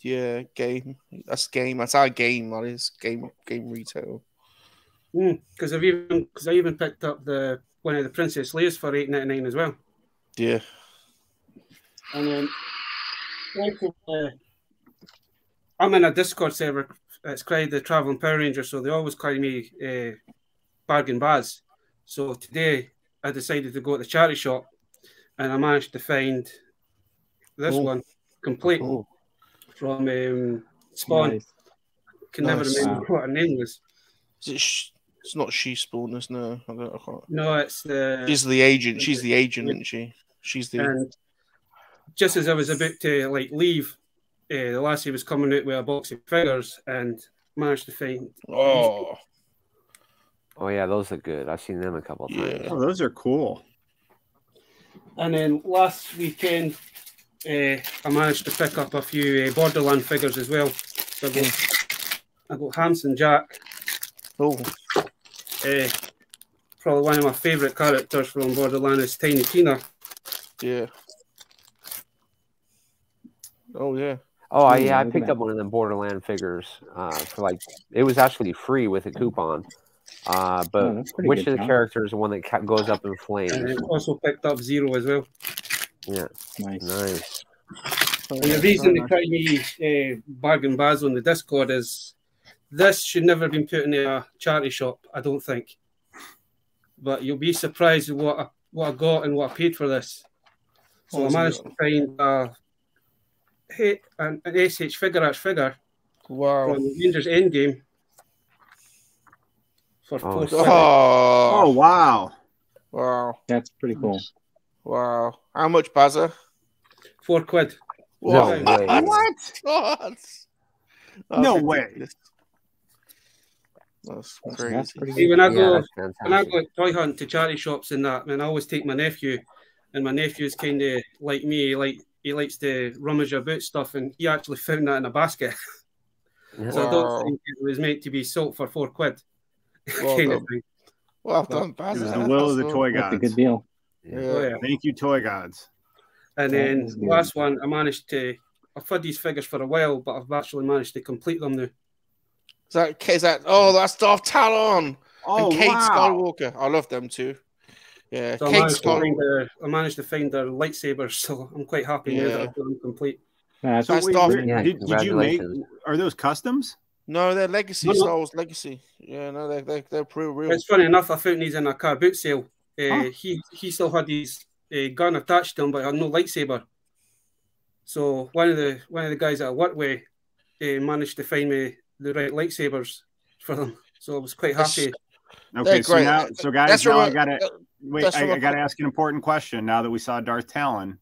D: Yeah, game. That's game. That's our game. That is game. Game retail.
P: Because Hmm, I've even because I even picked up the one of the Princess Leia's for eight ninety nine as well.
D: Yeah.
P: And then thank you, uh, I'm in a Discord server. It's called the Traveling Power Ranger, so they always call me uh, Bargain Baz. So today I decided to go to the charity shop, and I managed to find this
O: Oh.
P: one complete from
D: Mm.
P: um, Spawn.
O: Nice.
P: Can
D: Nice.
P: never remember
D: Wow.
P: what her name was.
D: Is it sh- it's not she spawn, is no. I don't. I can't.
P: No, it's the.
D: She's the agent. She's the agent, isn't she? She's the.
P: And just as I was about to like leave, uh, the lassie was coming out with a box of figures and managed to find.
D: Oh,
A: Oh yeah, those are good. I've seen them a couple times.
E: Oh, those are cool.
P: And then last weekend, uh, I managed to pick up a few uh, Borderland figures as well. So I got, I got Hanson Jack.
D: Oh.
P: Uh, probably one of my favourite characters from Borderland is Tiny Tina.
D: Yeah. Oh yeah.
A: Oh I-
P: Ooh,
A: yeah, I
P: look at
A: picked
P: that.
A: up one of them Borderland figures uh, for like it was actually free with a coupon. Uh, but
P: Oh, that's pretty
A: which
P: good,
A: of the
P: John.
A: characters is the one that ca- goes up in
P: And
A: flames?
P: then also picked up Zero as well.
A: Yeah,
J: nice,
A: nice.
P: And the reason they try me uh, bargain bars on the Discord is this should never have been put in a charity shop, I don't think. But you'll be surprised at what I, what I got and what I paid for this. So I
D: Awesome.
P: managed to find uh, hey, an, an SH figure H figure
D: wow.
P: from Rangers Endgame for
D: Oh,
P: four.
D: oh.
E: Oh, wow.
D: Wow.
J: That's pretty cool.
D: Wow. How much, Bazza?
P: Four quid.
D: What?
P: No way.
D: what? God.
P: No
D: That's
P: way.
D: ridiculous. That's
P: That's-
D: crazy.
P: that's pretty See, when I go
A: that's
P: when I go toy hunting to charity shops and that, man, I always take my nephew, and my nephew's kind of like me, he like he likes to rummage about stuff, and he actually found that in a basket. so I
D: Wow.
P: don't think it was meant to be sold for four quid.
D: Well
P: kind of
D: done.
P: thing.
D: Well done, Baz.
E: It was the will of the toy gods.
J: deal.
P: Yeah.
E: Thank you, toy gods.
P: And
E: That
P: then
E: is good.
P: last one, I managed to I've had these figures for a while, but I've actually managed to complete them now.
D: Is that, is that oh, that's Darth Talon
P: Oh,
D: and Kate
P: wow.
D: Skywalker. I love them too. Yeah,
P: So I,
D: Kate
P: managed to
D: Skywalker.
P: find their, I managed to find their lightsabers, so I'm quite happy now
D: Yeah.
P: that I've got them complete.
E: So wait, where- did, did you make? Are those customs?
D: No, they're legacy
P: No, no.
D: Star Wars legacy. Yeah, no, they're they're, they're pretty real.
P: It's funny enough, I found these in a car boot sale. Uh,
E: Oh.
D: Huh.
P: He he still had his uh, gun attached to him, but he had no lightsaber. So one of the one of the guys that I worked with uh, managed to find me the right lightsabers for them. So I was quite happy.
E: Okay, so now, so guys,
P: That's
E: now
P: what
E: I
P: I-
E: got to wait.
P: that's
E: I,
P: what
E: I
P: I-
E: got to ask an important question. Now that we saw Darth Talon,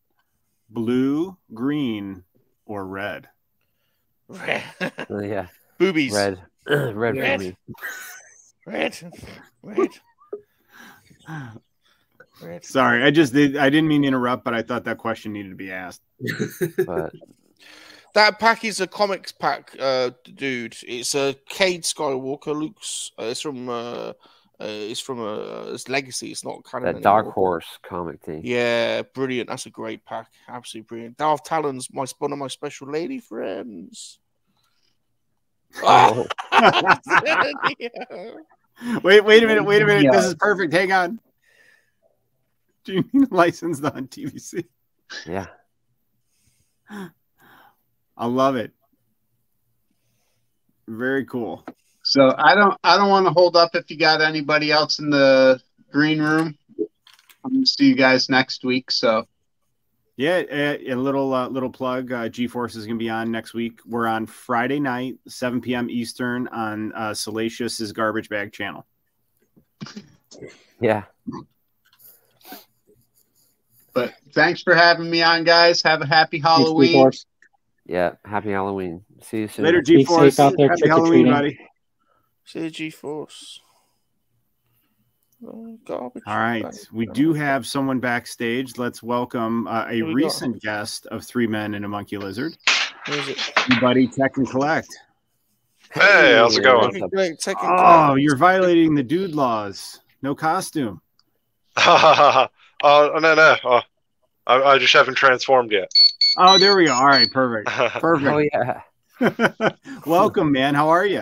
E: blue, green, or red?
A: yeah,
D: boobies.
A: Red, red,
D: Red.
A: boobies.
D: Red, red, red.
E: Sorry, I just did. I didn't mean to interrupt, but I thought that question needed to be asked.
D: That pack is a comics pack, uh, dude. It's a uh, Cade Skywalker. Luke's. Uh, it's from. Uh, uh, it's from uh, it's legacy. It's not canon.
A: That Dark
D: anymore.
A: Horse comic thing.
D: Yeah, brilliant. That's a great pack. Absolutely brilliant. Darth Talon's my one of my special lady friends.
E: Ah!
A: Oh.
E: Wait, wait a minute, wait a minute. This
D: Yeah.
E: is perfect. Hang on. Do you need a license on TVC?
A: Yeah.
E: I love it. Very cool.
N: So I don't I don't want to hold up if you got anybody else in the green room. I'm gonna see you guys next week. So
E: Yeah, a, a little uh, little plug. Uh, GeForce is going to be on next week. We're on Friday night, 7 p.m. Eastern, on uh, Salacious's Garbage Bag channel.
A: Yeah.
N: but thanks for having me on guys. Have a happy Halloween.
A: GeForce. Yeah. Happy Halloween. See you soon.
N: Later, Be GeForce. safe out there,
E: Happy Halloween, buddy.
D: See G Force. Oh, garbage.
E: All right. We do have someone backstage. Let's welcome uh, a
D: Who we got?
E: recent guest of Three Men and a Monkey Lizard,
D: Who is it?
E: buddy Tech and Collect.
G: Hey, how's it going?
D: Great, Tech and
E: Oh, you're violating the dude laws. No costume.
G: oh no, no, oh, I, I just haven't transformed yet.
E: Oh, there we go. All right, perfect. Perfect.
G: Oh,
E: yeah. Welcome, man. How are you?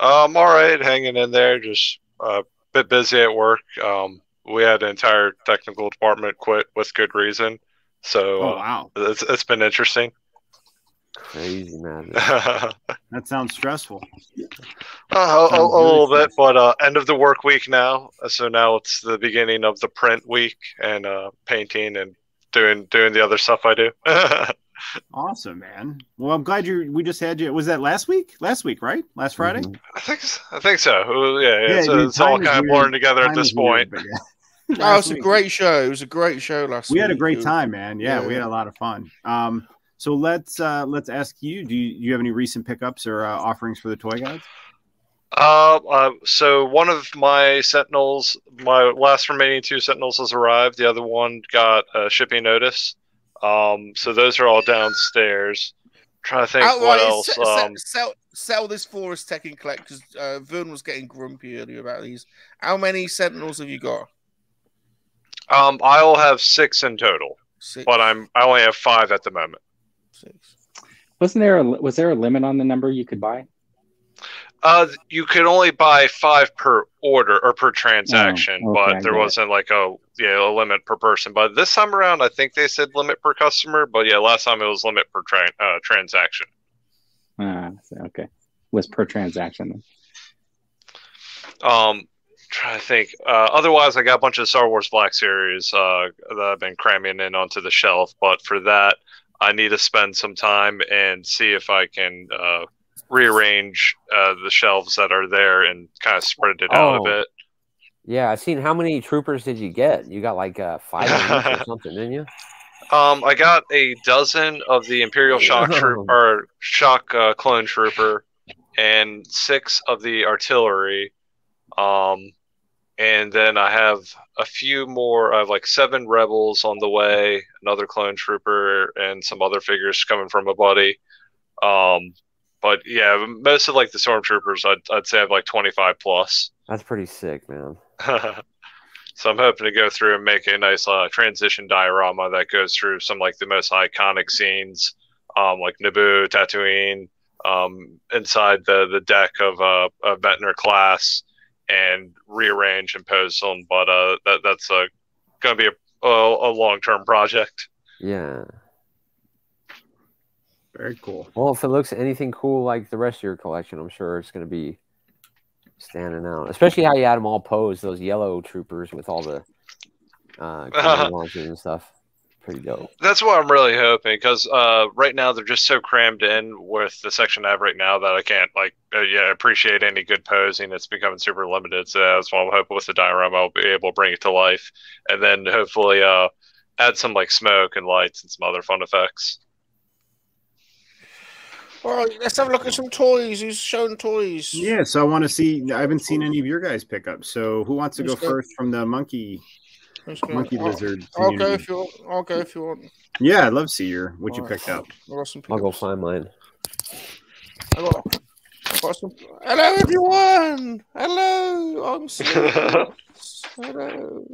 G: Um, all right, hanging in there. Just a bit busy at work. Um, we had an entire technical department quit with good reason. So,
E: Oh,
G: uh,
E: wow.
G: it's it's been interesting.
A: Crazy man.
G: uh,
E: That sounds stressful.
G: a, Oh, a- a little bit, but uh, end of the work week now. So now it's the beginning of the print week and uh, painting and doing doing the other stuff I do.
E: Awesome, man. Well, I'm glad you. We just had you. Was that last week? Last week, right? Last Friday.
G: I think s- I think so. Uh, Yeah, yeah.
E: Yeah,
G: so
E: dude,
G: it's all
E: time is
G: kind of
E: weird.
G: blurring together
E: Time
G: at this
E: is weird,
G: point.
D: Oh, it's a great show. It was a great show last
E: We had a
D: week.
E: great
D: It-
E: time, man. Yeah, we had a lot of fun. Um, so let's uh, let's ask you. Do you, do you have any recent pickups or uh, offerings for the toy guys?
G: Uh, uh, so one of my sentinels, my last remaining two sentinels has arrived. The other one got a shipping notice. Um, so those are all downstairs. trying to think what
D: Outright,
G: else.
D: se- se-
G: um,
D: sell, sell this for us, Tech and Collect, because uh, Vern was getting grumpy earlier about these. How many Sentinels have you got?
G: um, I'll have six in total,
D: Six.
G: but I'm I only have five at the moment.
H: Wasn't there a, was there a limit on the number you could buy?
G: Uh, you could only buy five per order or per transaction,
H: Oh, okay, I
G: but there
H: get it.
G: wasn't like a yeah a limit per person. But this time around, I think they said limit per customer. But yeah, last time it was limit per tra- uh, transaction.
H: Ah, so- okay. Was per transaction. Then.
G: Um, trying to think. Uh, otherwise, I got a bunch of Star Wars Black Series uh, that I've been cramming in onto the shelf. But for that, I need to spend some time and see if I can uh, rearrange uh, the shelves that are there and kind of spread it out
A: Oh.
G: a bit.
A: Yeah, I've seen. How many troopers did you get? You got like uh, five of each or something, didn't you?
G: Um, I got a dozen of the Imperial Shock Troop or Shock uh, Clone Trooper, and six of the artillery. Um, and then I have a few more. I have like seven rebels on the way, another Clone Trooper, and some other figures coming from a buddy. Um, but yeah, most of like the Stormtroopers, I'd, I'd say I have like twenty five plus.
A: That's pretty sick, man.
G: So I'm hoping to go through and make a nice uh, transition diorama that goes through some like the most iconic scenes um, like Naboo, Tatooine, um, inside the the deck of uh, a Ventnor class and rearrange and pose them. But uh, that that's uh, going to be a, a, a long term project.
A: Yeah.
E: Very cool.
A: Well, if it looks anything cool like the rest of your collection, I'm sure it's going to be standing out. Especially how you had them all posed, those yellow troopers with all the uh, cannon launchers and stuff. Pretty dope.
G: That's what I'm really hoping because uh, right now they're just so crammed in with the section I have right now that I can't like uh, yeah appreciate any good posing. It's becoming super limited, so that's why I'm hoping with the diorama I'll be able to bring it to life, and then hopefully uh, add some like smoke and lights and some other fun effects.
C: All right, let's have a look at some toys. Who's shown toys?
E: Yeah, so I want to see. I haven't seen any of your guys' pickups. So who wants to go
C: Let's go.
E: first from the monkey
C: Let's go.
E: monkey
C: I'll-
E: lizard?
C: I'll go
E: community?
C: if you want. I'll go if you want.
E: Yeah, I'd love to see your what you
G: Oh,
C: All right.
E: picked up.
C: I got some.
A: I'll go find mine.
C: I got, I got some. Hello, everyone. Hello. I'm Sirius. Hello.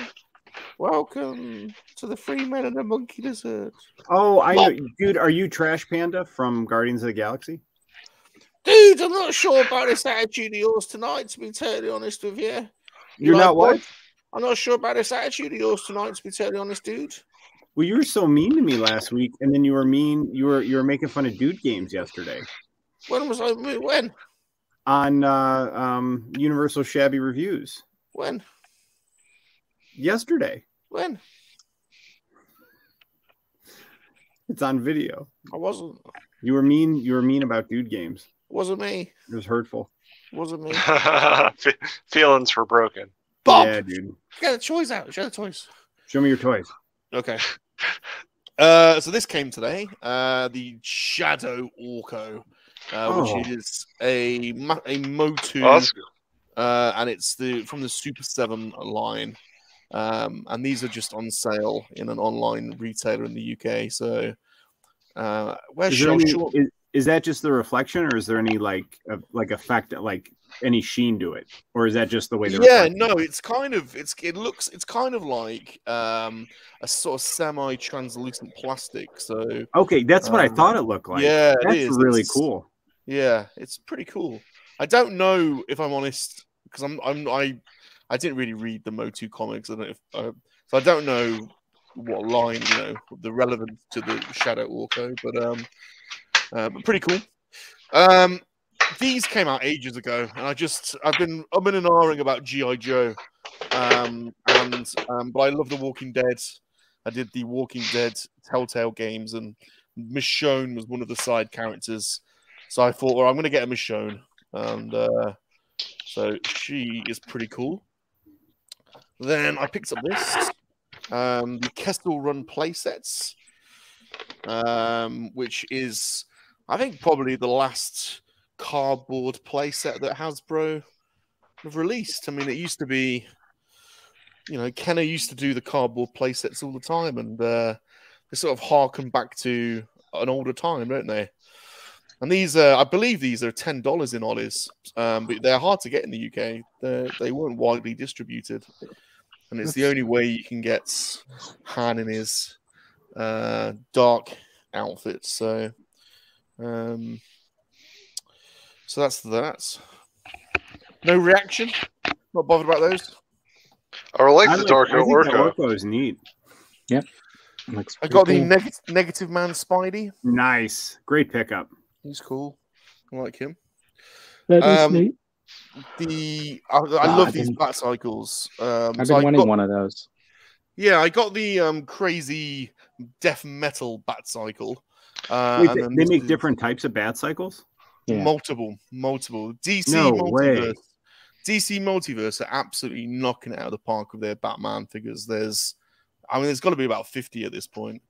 C: Welcome to the Free Men and the Monkey Lizard.
E: Oh, I know, dude. Are you Trash Panda from Guardians of the Galaxy?
C: Dude, I'm not sure about this attitude of yours tonight, to be totally honest with you.
E: You're
C: Like
E: not what?
C: I'm not sure about this attitude of yours tonight, to be totally honest, dude.
E: Well, you were so mean to me last week, and then you were mean. You were you were making fun of dude games yesterday
C: When was I? When?
E: on uh, um, Universal Shabby Reviews
C: When?
E: yesterday.
C: When?
E: It's on video.
C: I wasn't. It
E: You were mean. You were mean about dude games.
C: wasn't me.
E: It was hurtful.
C: It wasn't me.
G: Fe- Feelings were broken.
C: Bob!
E: Yeah, dude.
C: Get the toys out. Show the toys.
E: Show me your toys.
C: Okay. Uh, so this came today. Uh, the Shadow Orco, uh,
Q: Oh.
C: which is a mo- a Motu,
Q: Oh, that's
C: uh, and it's the from the Super Seven line. Um, and these are just on sale in an online retailer in the UK. So, uh, where's
E: Is, there
C: Shell
E: any-
C: Short?
E: is, is that just the reflection, or is there any like a, like effect, like any sheen to it, or is that just the way the
C: yeah
E: reflection-
C: no it's kind of it's it looks it's kind of like um a sort of semi translucent plastic so
E: Okay, that's what I
C: um,
E: thought it looked like.
C: yeah it
E: that's
C: is.
E: really
C: It's-
E: cool.
C: yeah it's pretty cool i don't know if i'm honest because i'm i'm i i didn't really read the motu comics i don't know if, uh, so i don't know what line you know the relevance to the shadow orco but um uh, but pretty cool um these came out ages ago, and I just I've been I've been in ahhing about GI Joe, um, and um, but I love The Walking Dead. I did the Walking Dead Telltale games, and Michonne was one of the side characters, so I thought, well, I'm going to get a Michonne, and uh, so she is pretty cool. Then I picked up this um, the Kestel Run playsets, um, which is I think probably the last cardboard playset that Hasbro have released. I mean, it used to be, you know, Kenner used to do the cardboard playsets all the time, and uh, they sort of harken back to an older time, don't they? And these, uh, I believe, these are ten dollars in Ollie's, um, but they're hard to get in the UK. They're, they weren't widely distributed, and it's the only way you can get Han in his uh, dark outfit. So, um, so that's that. No reaction. Not bothered about those.
G: I like
E: I
G: the
E: like-
G: dark
E: I think the
G: orca.
E: Orco is neat.
D: Yep.
C: I got the neg- negative man Spidey.
E: Nice, great pickup.
C: He's cool. I like him.
D: That
C: is
D: is
C: Um,
D: neat.
C: neat. The I, I
D: Ah,
C: love
D: I've
C: these
D: been-
C: bat cycles. Um,
D: I've
C: so
D: been
C: I
D: wanting
C: got-
D: one of those.
C: Yeah, I got the um, crazy death metal bat cycle. Uh,
E: Wait,
C: and
E: they,
C: then
E: they
C: this
E: make
C: is
E: different types of bat cycles.
C: multiple, multiple DC
E: No way.
C: multiverse. DC multiverse are absolutely knocking it out of the park with their Batman figures. There's, I mean, there's got to be about fifty at this point.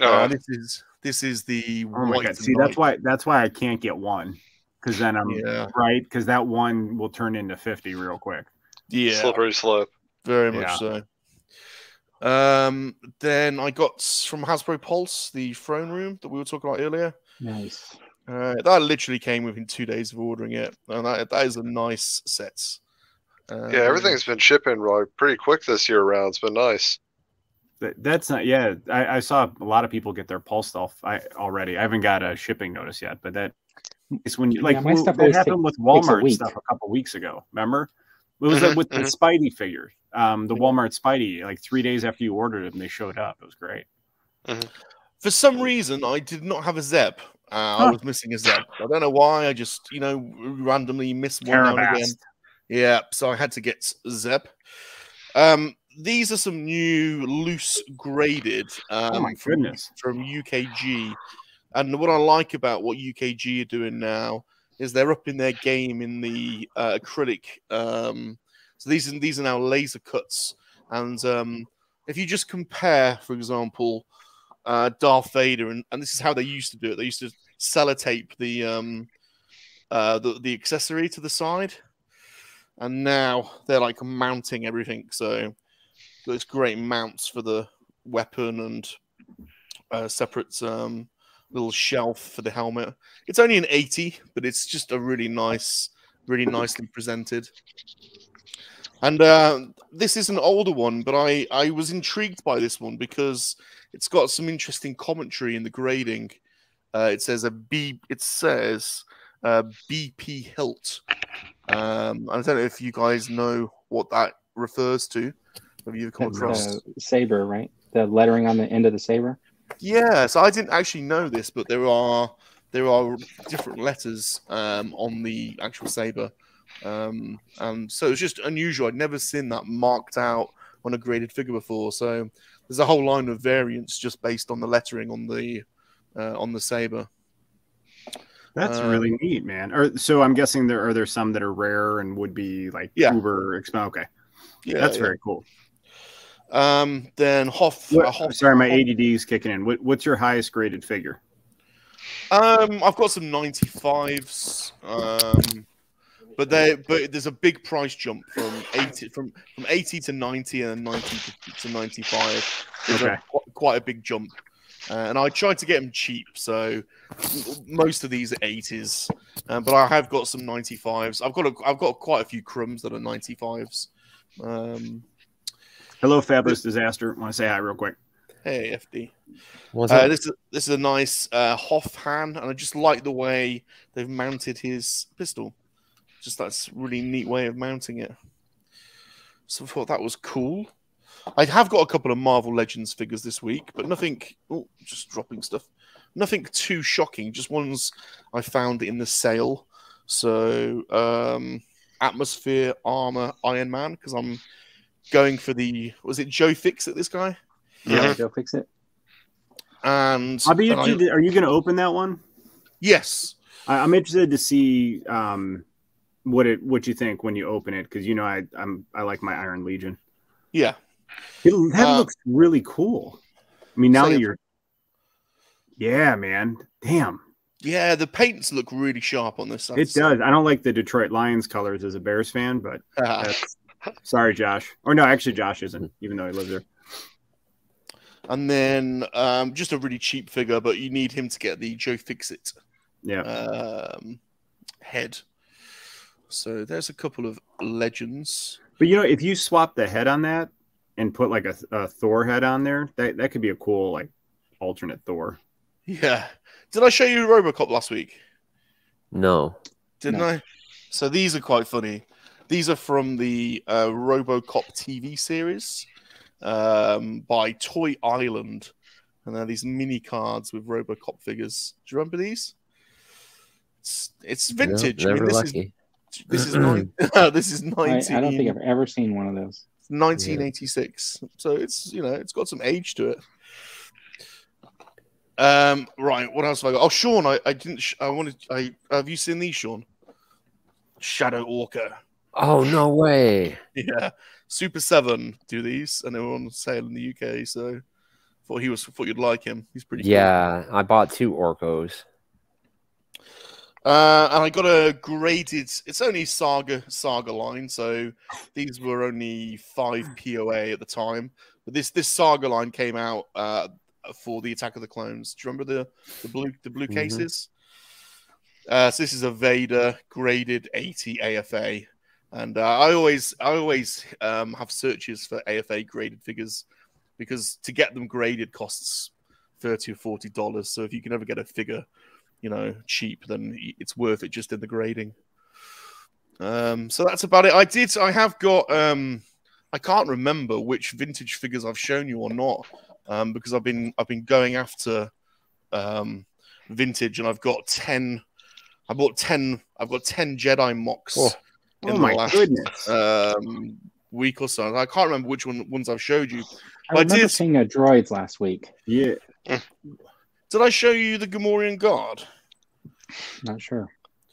C: Uh,
G: Oh.
C: this is this is the
E: Oh my
C: White
E: god! See, that's
C: Knight.
E: why that's why I can't get one because then I'm
C: Yeah.
E: right because that one will turn into fifty real quick.
C: yeah,
G: Slippery slope.
C: very much
E: Yeah.
C: so. Um, then I got from Hasbro Pulse the throne room that we were talking about earlier.
D: Nice.
C: Uh, that literally came within two days of ordering it, and that, that is a nice set.
G: Yeah,
C: Um,
G: everything's been shipping like pretty quick this year around. It's been nice.
E: That, that's not. Yeah, I, I saw a lot of people get their pulse stuff I, already. I haven't got a shipping notice yet, but that it's when you like
B: Yeah, my
E: w-
B: stuff
E: that
B: always
E: happened
B: take-
E: with
B: takes a
E: Walmart
B: week.
E: stuff a couple weeks ago. Remember, it was
C: Mm-hmm,
E: like with the
B: Mhm,
E: Spidey figure, um, the Walmart Spidey. Like three days after you ordered them, they showed up. It was great.
C: For some reason, I did not have a Zep. Uh, I
E: Huh.
C: was missing a Zep. I don't know why. I just, you know, randomly miss one now and again.
E: Carabast.
C: Yeah, so I had to get Zep. Um, these are some new loose graded. Um,
E: Oh my
C: from-
E: goodness.
C: From UKG. And what I like about what UKG are doing now is they're upping their game in the uh, acrylic. Um, so these are, these are now laser cuts. And um, if you just compare, for example, uh, Darth Vader, and, and this is how they used to do it. They used to sellotape the um, uh, the, the accessory to the side, and now they're like mounting everything. So there's great mounts for the weapon and a separate um, little shelf for the helmet. It's only an 80, but it's just a really nice, really nicely presented. And uh, this is an older one, but I, I was intrigued by this one because it's got some interesting commentary in the grading. Uh, it says a B. It says uh, BP hilt. Um, I don't know if you guys know what that refers to. Have you come
B: That's
C: across?
B: the saber, right? The lettering on the end of the saber.
C: Yeah, so I didn't actually know this, but there are there are different letters um, on the actual saber, um, and so it's just unusual. I'd never seen that marked out on a graded figure before. So there's a whole line of variants just based on the lettering on the uh, on the saber.
E: That's
C: Um,
E: really neat, man. Or so I'm guessing there are there some that are rare and would be like uber expensive. Okay,
C: Yeah,
E: that's
C: yeah.
E: very cool.
C: Um, then Hoff,
E: What-
C: uh, Hoff
E: sorry, my
C: Hoff-
E: ADD is kicking in. What, what's your highest graded figure?
C: Um, I've got some 95s, um, but they but there's a big price jump from 80 from from 80 to 90 and 90 to, to 95. There's
E: Okay.
C: a, qu- quite a big jump, uh, and I tried to get them cheap, so m- most of these are 80s, um, but I have got some 95s. I've got a, I've got quite a few crumbs that are 95s. Um,
E: Hello, fabulous disaster. Want to say hi real quick?
C: Hey, FD.
E: What's
C: uh,
E: up?
C: this is this is a nice uh, Hoff hand, and I just like the way they've mounted his pistol. Just that's really neat way of mounting it. So I thought that was cool. I have got a couple of Marvel Legends figures this week, but nothing. Oh, just dropping stuff. Nothing too shocking. Just ones I found in the sale. So um, atmosphere armor Iron Man because I'm going for the was it Joe Fix it this guy?
B: Yeah, go fix it.
C: and
E: I'll be
C: and I-
E: interested. Are you going to open that one?
C: Yes.
E: I, I'm interested to see um, what it what you think when you open it because you know I I'm I like my Iron Legion.
C: yeah.
E: It, that looks really cool. I mean, now
C: Uh, so
E: that
C: yeah.
E: you're, yeah, man, damn,
C: Yeah, the paints look really sharp on this. I have
E: it
C: to say.
E: does. I don't like the Detroit Lions colors as a Bears fan, but
C: Uh-huh.
E: that's, sorry, Josh. Or no, actually, Josh isn't, even though he lives there.
C: And then um, just a really cheap figure, but you need him to get the Joe Fixit
E: Yeah.
C: um, head. So there's a couple of legends.
E: But you know, if you swap the head on that and put like a, a Thor head on there, that that could be a cool like alternate Thor.
C: Yeah. Did I show you Robocop last week?
A: No.
C: didn't I? So these are quite funny. These are from the uh, RoboCop TV series um, by Toy Island, and they're these mini cards with RoboCop figures. Do you remember these? It's, it's
A: No,
C: vintage. I
A: never
C: mean, this
A: lucky.
C: is this is nine, this is
B: Hmm. I,
C: nineteen.
B: I don't think I've ever seen one of those.
C: 1986. So it's you know it's got some age to it. Um, right. What else have I got? Oh, Sean, I, I didn't. Sh- I wanted. I have you seen these, Sean? Shadow Orca.
A: Oh no way.
C: Yeah, Super Seven do these, and they were on sale in the UK. So thought he was thought you'd like him. He's pretty. cool.
A: Yeah, I bought two orcos.
C: Uh, and I got a graded. It's only Saga Saga line, so these were only five POA at the time. But this this Saga line came out uh, for the Attack of the Clones. Do you remember the the blue the blue
A: Mhm.
C: cases? Uh, so this is a Vader graded 80 AFA, and uh, I always I always um, have searches for AFA graded figures
D: because to get them graded costs thirty or forty dollars. So if you can ever get a figure, you know, cheap, then it's worth it just in the grading. Um, so that's about it. I did. I have got. Um, I can't remember which vintage figures I've shown you or not, um, because I've been I've been going after um, vintage, and I've got ten. I bought ten. I've got ten Jedi mocks
E: Oh.
D: in
E: Oh
D: the
E: my
D: last
E: goodness.
D: Um, week or so. I can't remember which one ones I've showed you.
J: I remember seeing a droid last week.
E: Yeah.
D: Did I show you the Gamorrean guard?
J: Not sure.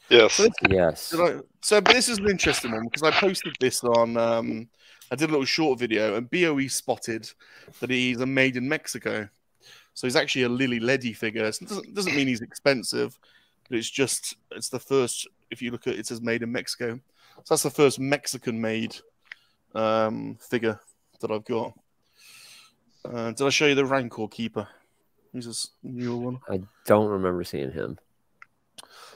G: Yes.
A: Yes.
D: Did I- so but this is an interesting one because I posted this on. Um, I did a little short video, and Boe spotted that he's a made in Mexico. So he's actually a Lily Leddy figure. It doesn't, doesn't mean he's expensive, but it's just it's the first. If you look at it, it says made in Mexico, so that's the first Mexican-made um, figure that I've got. Uh, did I show you the Rancor Keeper? He's a s- newer one.
A: I don't remember seeing him.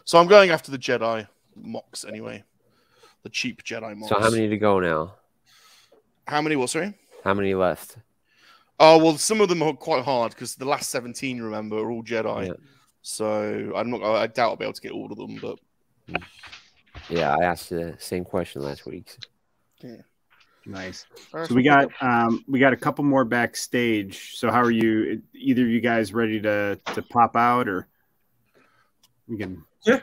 D: So I'm going after the Jedi mocks anyway, the cheap Jedi mocks.
A: So how many to go now?
D: How many? What? Sorry.
A: How many left?
D: Oh well, some of them are quite hard because the last seventeen, remember, are all Jedi. So I'm not. I doubt I'll be able to get all of them, but
A: Yeah, I asked the same question last week.
E: Nice. So we got um, we got a couple more backstage. So how are you? Either of you guys ready to to pop out, or we can
P: yeah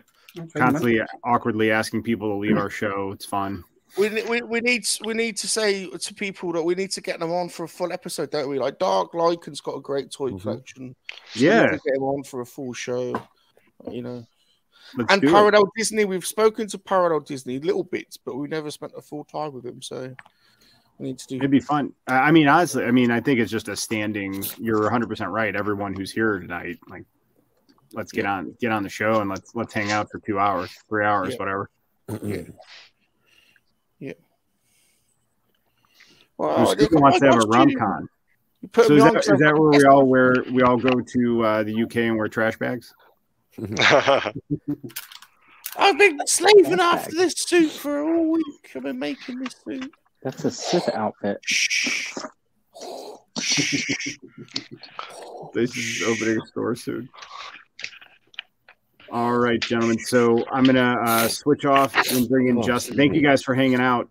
E: constantly awkwardly asking people to leave our show. It's fun.
D: we, ne- we we need we need to say to people that we need to get them on for a full episode, don't we? Like Dark Lycan's got a great toy collection. So we need
E: Mm-hmm. Yeah.
D: to get him on for a full show. You know.
E: Let's
D: and
E: do it.
D: Parallel Disney, we've spoken to Parallel Disney little bits, but we never spent a full time with him. So we need to do
E: It'd be fun. I I mean, honestly, I mean, I think it's just a standing. You're 100 percent right. Everyone who's here tonight, like, let's get on get on the show and let's let's hang out for two hours, three hours,
D: Yeah.
E: whatever.
D: Yeah.
E: Who
D: Well,
E: still wants to have a rom
D: you-
E: con?
D: you
E: So
D: put
E: is
D: me on
E: that,
D: to-
E: is that where we all wear we all go to uh, the UK and wear trash bags?
D: I've been slaving after this suit for all week. I've been making this suit.
J: That's a Sith outfit.
E: They should open a store soon. All right, gentlemen. So I'm gonna uh, switch off and bring in
A: Oh,
E: Justin. Thank you guys for hanging out.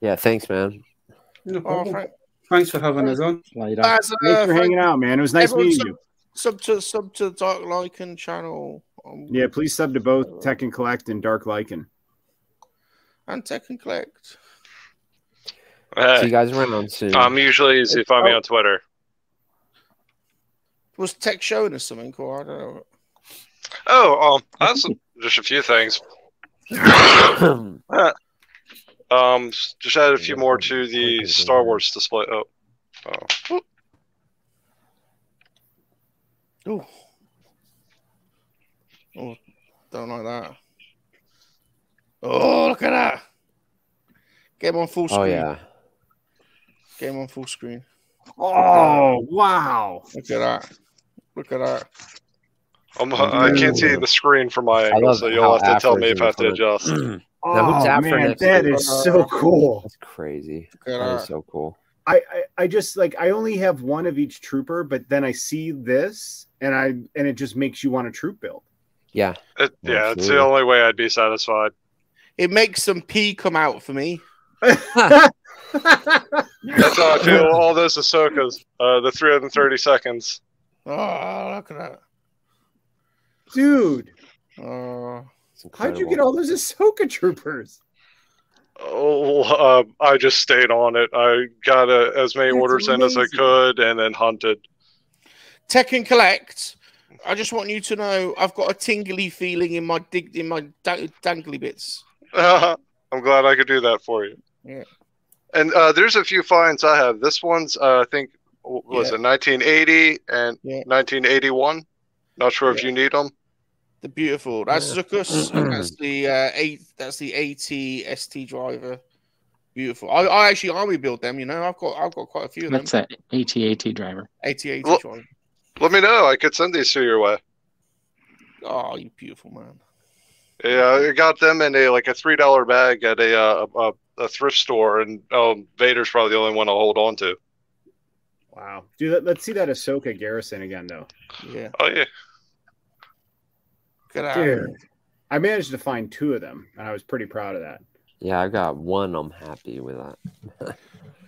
A: Yeah, thanks, man.
D: Oh, thank-
P: Thanks for having us on.
D: That's, uh,
E: Thanks for hanging out, man. It was nice
D: everyone
E: meeting you.
D: sub- Sub to sub to Dark Lycan channel um,
E: Yeah, please sub to both Tech and Collect and Dark Lycan.
D: and Tech and Collect.
A: See you guys around soon.
G: I'm usually easy to find me on Twitter.
D: Was Tech showing us something? Or I don't know.
G: Oh, um, that's just a few things. Uh, um, s- just added a few more to the Star Wars display. Oh, oh.
D: Oh, oh, don't like that. Oh, look at that. Get him on full
A: Oh
D: screen.
A: yeah.
D: Get him on full screen.
E: Oh wow!
D: Look at that. Look at that.
G: I'm, Um, I can't see the screen from my angle,
A: love
G: so
A: how
G: you'll have to tell me
A: Afra's
G: if
A: in
G: I have to
A: front.
G: adjust.
A: Now, who's
E: Oh,
A: Afra
E: man,
A: next
E: that
A: to?
E: is so cool.
A: That's crazy.
D: at
A: That is
D: that.
A: so cool.
E: I, I I just like I only have one of each trooper, but then I see this and I and it just makes you want a troop build.
A: Yeah.
G: It, yeah, it's
A: Absolutely.
G: the only way I'd be satisfied.
D: It makes some pee come out for me.
G: That's how I feel. All those Ahsoka's, uh, the 330 seconds.
D: Oh, look at that.
E: Dude,
D: Oh,
E: how'd you get all those Ahsoka troopers?
G: Oh, uh, I just stayed on it. I got uh as many
D: That's
G: orders in as I
D: amazing.
G: could, and then hunted.
D: Tech and collect. I just want you to know I've got a tingly feeling in my dig in my da- dangly bits.
G: I'm glad I could do that for you.
D: Yeah.
G: And uh, there's a few finds I have. This one's, uh, I think, w- was
D: Yeah.
G: it 1980 and
D: Yeah.
G: 1981? Not sure if
D: Yeah.
G: you need them.
D: The beautiful. That's Zuckus. and that's the uh, eight. That's the AT ST driver. Beautiful. I, I actually army build them. You know, I've got I've got quite a few of
J: That's
D: them.
J: that AT-AT driver.
D: That's it. AT
G: Look-
D: driver.
G: Let me know. I could send these to your way.
D: Oh, you beautiful man.
G: Yeah, I got them in a like a three dollar bag at a, uh, a a thrift store, and um, Vader's probably the only one I'll hold on to.
E: Wow, dude. Let, let's see that Ahsoka Garrison again, though.
D: Yeah.
G: Oh yeah.
E: Dude, I managed to find two of them, and I was pretty proud of that.
A: Yeah, I got one. I'm happy with that.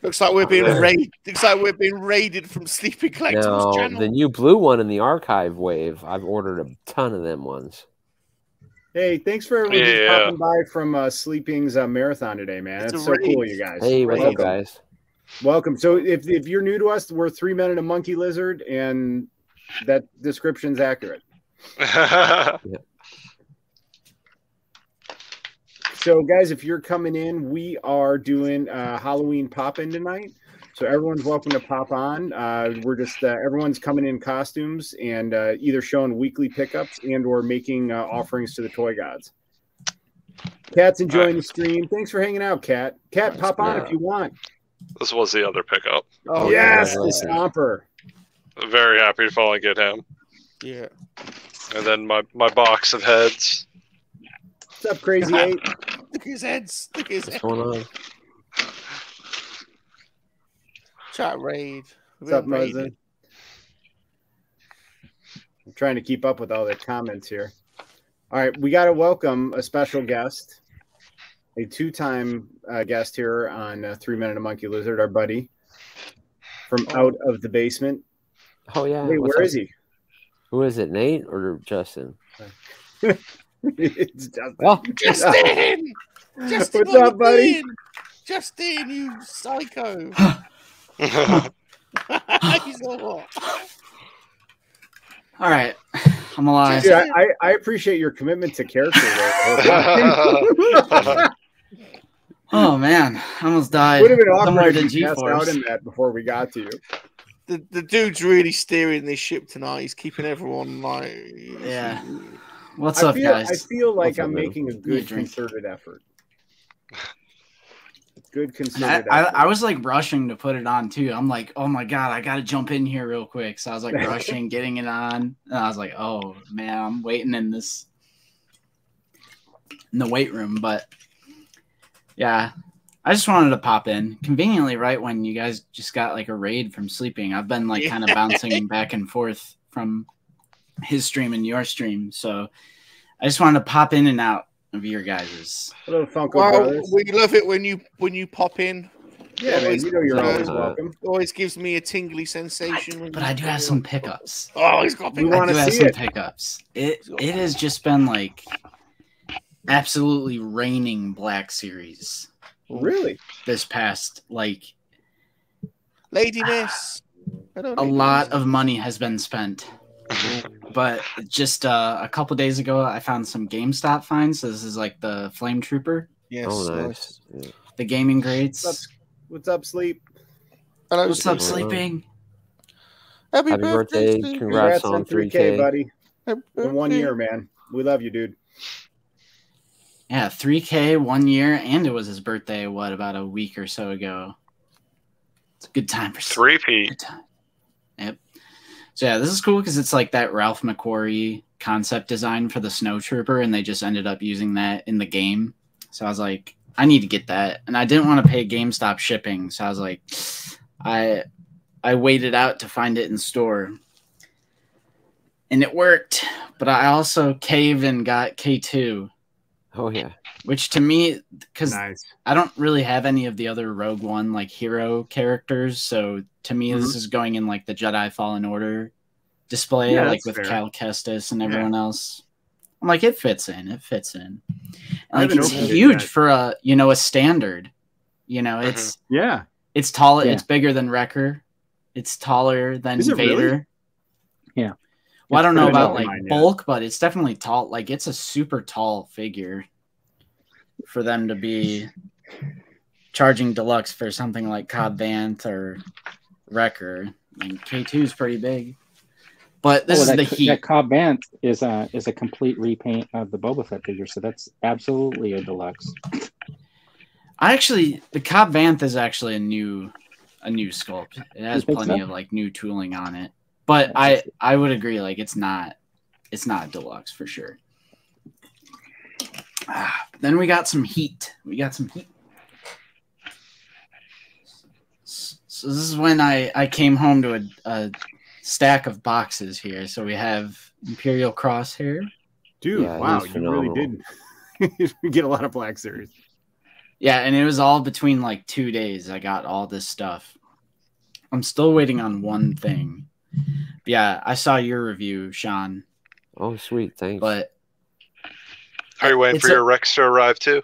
D: Looks like we're being raided. Looks like we're being raided from Sleepy Collector's
A: now,
D: channel.
A: the new blue one in the archive wave, I've ordered a ton of them ones.
E: Hey, thanks for everyone who's
A: Yeah.
E: popping by from uh, Sleeping's uh, marathon today, man.
A: It's
E: That's
A: a
E: so cool,
A: raid.
E: you guys.
A: Hey, what's up, guys?
E: Welcome. So, if, if you're new to us, we're Three Men and a Monkey Lizard, and that description's accurate. So, guys, if you're coming in, we are doing uh, Halloween pop in tonight. So everyone's welcome to pop on. Uh, we're just uh, everyone's coming in costumes and uh, either showing weekly pickups and or making uh, offerings to the toy gods. Cat's enjoying the stream. Thanks for hanging out, Cat. Cat, pop on if you want.
G: This was the other pickup.
A: Oh,
E: Oh, yes, the stomper.
G: Very happy to finally get him.
D: Yeah.
G: And then my, my box of heads.
E: What's up, Crazy Eight?
D: Look at his heads. Look at his head.
A: going on?
D: Chat raid.
E: What's up,
D: We're raided.
E: Mosin? I'm trying to keep up with all the comments here. All right, we got to welcome a special guest, a two-time uh, guest here on uh, Three Men and a Monkey Lizard, our buddy from out of the basement.
A: Oh yeah.
E: Hey,
A: what's
E: where
A: up?
E: is he?
A: Who is it, Nate or Justin?
E: it's Justin.
A: Oh.
D: Justin! Justin,
E: What's
D: what are
E: up,
D: you
E: buddy?
D: doing? Justin, you psycho. He's all
E: All right,
R: I'm alive.
E: Dude, I, I, I appreciate your commitment to character. though.
R: Oh man, I almost died.
E: Would have been awkward
R: Somewhere to
E: if you passed
R: G-force.
E: out in that before we got to you.
D: the, the dude's really steering this ship tonight. He's keeping everyone like.
R: Yeah.
E: What's I up, feel- guys? I feel like I'm making a good
D: concerted
E: effort. Good
R: I,
E: concerted.
R: I,
E: effort.
R: I was like rushing to put it on too. I'm like, oh my god, I gotta jump in here real quick. So I was like rushing, getting it on, and I was like, oh man, I'm waiting in this in the weight room. But yeah, I just wanted to pop in conveniently right when you guys just got like a raid from sleeping. I've been like kind of bouncing back and forth from his stream and your stream, so I just wanted to pop in and out of your guys's.
E: Hello, Funko
D: Well,
E: Brothers.
D: we love it when you when you pop in.
E: Yeah, man,
D: Always-
E: you know you're always
D: uh,
E: welcome.
D: Always gives me a tingly sensation. when
R: But
D: you
R: I do
D: pop in.
R: have some pickups.
D: Oh, he's got
R: We
D: pickups.
R: want to
D: I do have
R: see
D: some
R: some pickups. It it has just been like absolutely raining Black Series.
E: Really?
R: This past like ah,
D: Lady Miss. Hello,
R: a
D: Lady
R: lot of money has been spent. but just uh, a couple days ago, I found some GameStop finds. So this is like the Flame Trooper.
D: Yes.
A: Oh, nice. Yeah.
R: The gaming grades.
E: What's up, what's up, sleep?
R: What's up, sleeping?
D: Happy,
A: birthday,
E: Sleep.
A: congrats on 3K.
E: buddy. In one year, man. We love you, dude.
R: Yeah, 3K one year, and it was his birthday. What about a week or so ago? It's a good time for
G: three P.
R: Yep. So yeah, this is cool because it's like that Ralph McQuarrie concept design for the Snow Trooper, and they just ended up using that in the game. So I was like, I need to get that, and I didn't want to pay GameStop shipping, so I was like, I I waited out to find it in store, and it worked. But I also caved and got K two.
A: Oh yeah.
R: Which to me, because I don't really have any of the other Rogue One like hero characters, so to me this
E: Mhm.
R: is going in like the Jedi Fallen Order display,
E: Yeah,
R: like
E: that's
R: with
E: fair.
R: Cal Kestis and everyone else. I'm like, it fits in, it fits in.
E: I
R: Like
E: haven't
R: it's
E: opened it
R: huge
E: yet. Uh-huh.
R: for a you know a standard. You know, it's
E: yeah,
R: it's taller,
E: Yeah.
R: it's bigger than Wrecker, it's taller than
E: Is it
R: Vader.
E: really? Yeah.
R: Well, I
E: It's
R: don't know
E: pretty
R: about
E: much
R: like
E: mine, yeah.
R: bulk, but it's definitely tall. Like it's a super tall figure for them to be charging deluxe for something like Cobb Vanth or Wrecker. And K two is pretty big, but this
J: Oh,
R: is
J: that,
R: the
J: co-
R: heat.
J: That Cobb Vanth is a is a complete repaint of the Boba Fett figure, so that's absolutely a deluxe.
R: I actually the Cobb Vanth is actually a new a new sculpt. It has
J: think
R: plenty
J: so?
R: of like new tooling on it. But I I would agree like it's not it's not deluxe for sure. Ah, but then we got some heat. We got some heat. S- So this is when I, I came home to a, a stack of boxes here. So we have Imperial Crosshair.
E: Dude, wow, you really did you get a lot of Black Series.
R: Yeah, and it was all between like two days. I got all this stuff. I'm still waiting on one thing. Yeah, I saw your review, Sean.
A: Oh, sweet, thanks.
R: But
G: Are you waiting
R: It's
G: for
R: a-
G: your Rex to arrive too?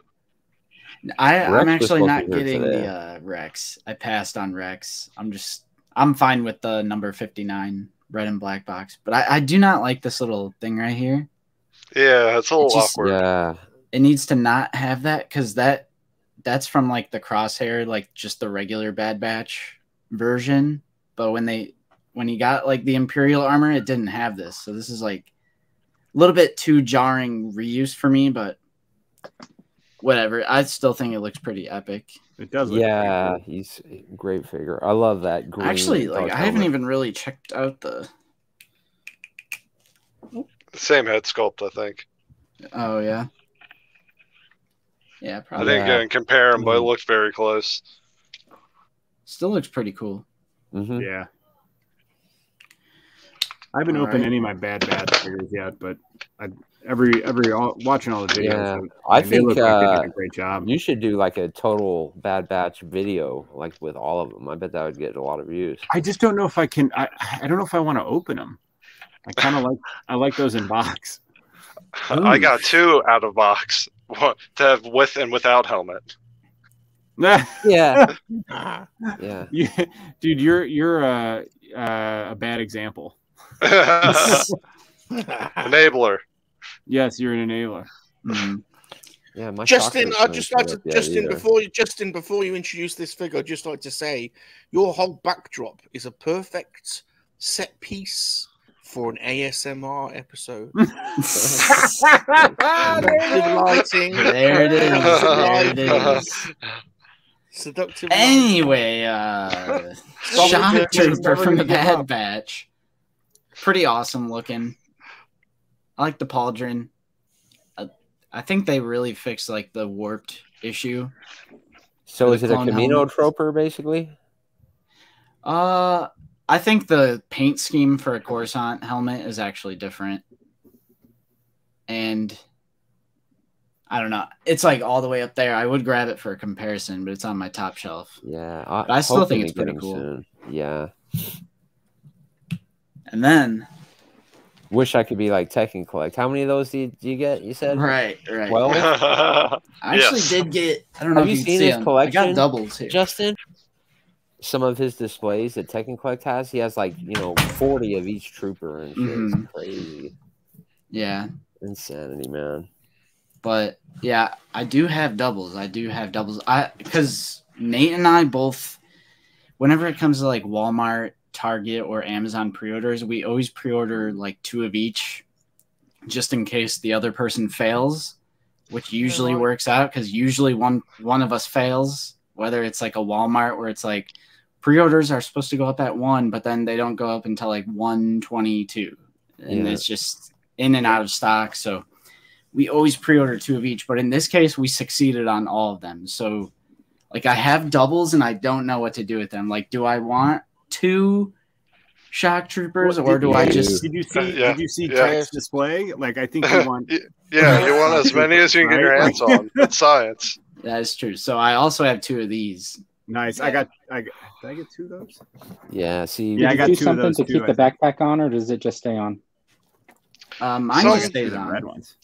R: I, I'm
G: Rex was
R: actually
G: supposed
R: not
G: to be here
R: getting
G: today.
R: the uh, Rex. I passed on Rex. I'm just I'm fine with the number 59 red and black box. But I, I do not like this little thing right here.
G: Yeah, it's a little
R: It's just-
G: awkward.
A: Yeah.
R: It needs to not have that because that that's from like the crosshair, like just the regular Bad Batch version. But when they when he got like the Imperial armor, it didn't have this. So this is like a little bit too jarring reuse for me, but whatever. I still think it looks pretty epic.
E: It does.
A: yeah, he's a great figure. I love that. Green
R: Actually, like
A: dark
R: I haven't
A: helmet.
R: even really checked out the.
G: Same head sculpt, I think.
R: Oh yeah. Yeah,
G: I
R: probably.
G: didn't
E: uh,
G: go and compare them, but it looked very close.
R: Still looks pretty cool.
E: Yeah. I haven't
R: All
E: opened
R: right.
E: any of my bad bad figures yet, but I, every every all, watching all the videos,
A: Yeah,
E: and-
A: I
E: and they
A: think
E: look like they
A: uh,
E: did a great job.
A: You should do like a total Bad Batch video, like with all of them. I bet that would get a lot of views.
E: I just don't know if I can. I, I don't know if I want to open them. I kind of like I like those in box.
G: I got two out of box one- to have with and without helmet.
A: yeah,
E: yeah. dude, you're you're a uh, a bad example.
G: Enabler.
E: Yes, you're an enabler. Mm-hmm.
A: Yeah, my
O: Justin, I just like to Justin before you Justin before you introduce this figure, I'd just like to say your whole backdrop is a perfect set piece for an ASMR episode. Seductive lighting.
R: There it is. There it
O: lighting,
R: is.
O: Seductive
R: Anyway, uh, Shock Trooper from the Bad Batch. Pretty awesome looking. I like the pauldron. I, I think they really fixed like the warped issue.
A: So
R: for
A: is
R: the
A: it a
R: clone
A: Camino
R: helmet.
A: Troper, basically?
R: Uh, I think the paint scheme for a Coruscant helmet is actually different, and I don't know. It's like all the way up there. I would grab it for a comparison, but it's on my top shelf.
A: Yeah,
R: But I still
A: hopefully
R: think it's
A: get
R: pretty
A: him
R: cool.
A: soon. Yeah,
R: and then
A: wish I could be like tech and collect. How many of those do you, do you get? You said
R: Right, right.
A: Well,
R: I actually did get. I don't know
A: Have
R: if
A: you
R: you
A: seen
R: see
A: his
R: them.
A: collection?
R: I got doubles here.
A: Justin, some of his displays that Tech and Collect has, he has like you know forty of each trooper and shit. It's
R: Mhm.
A: crazy,
R: Yeah,
A: insanity, man.
R: but yeah, I do have doubles. I do have doubles. I because Nate and I both, whenever it comes to like Walmart, Target, or Amazon pre-orders, we always pre-order like two of each, just in case the other person fails, which usually works out because usually one one of us fails. Whether it's like a Walmart where it's like pre-orders are supposed to go up at one, but then they don't go up until like one twenty-two, and
A: Yeah.
R: it's just in and out of stock. So we always pre-order two of each, but in this case, we succeeded on all of them. So, like, I have doubles, and I don't know what to do with them. Like, do I want two shock troopers, or
E: Did-
R: do I
E: did-
R: just?
E: did you see
G: Yeah,
E: did you see
G: yeah.
E: Tech's display? Like I think you want
G: Yeah, you want as many as you can get your
E: Right?
G: hands on. It's science.
R: That is true. So I also have two of these.
E: Nice. I got. I got. Did I get two of those?
A: Yeah, see,
B: Did you do something to keep the backpack on, or does it just stay on?
R: Um,
G: mine Some- just
R: stays on.
E: Red ones.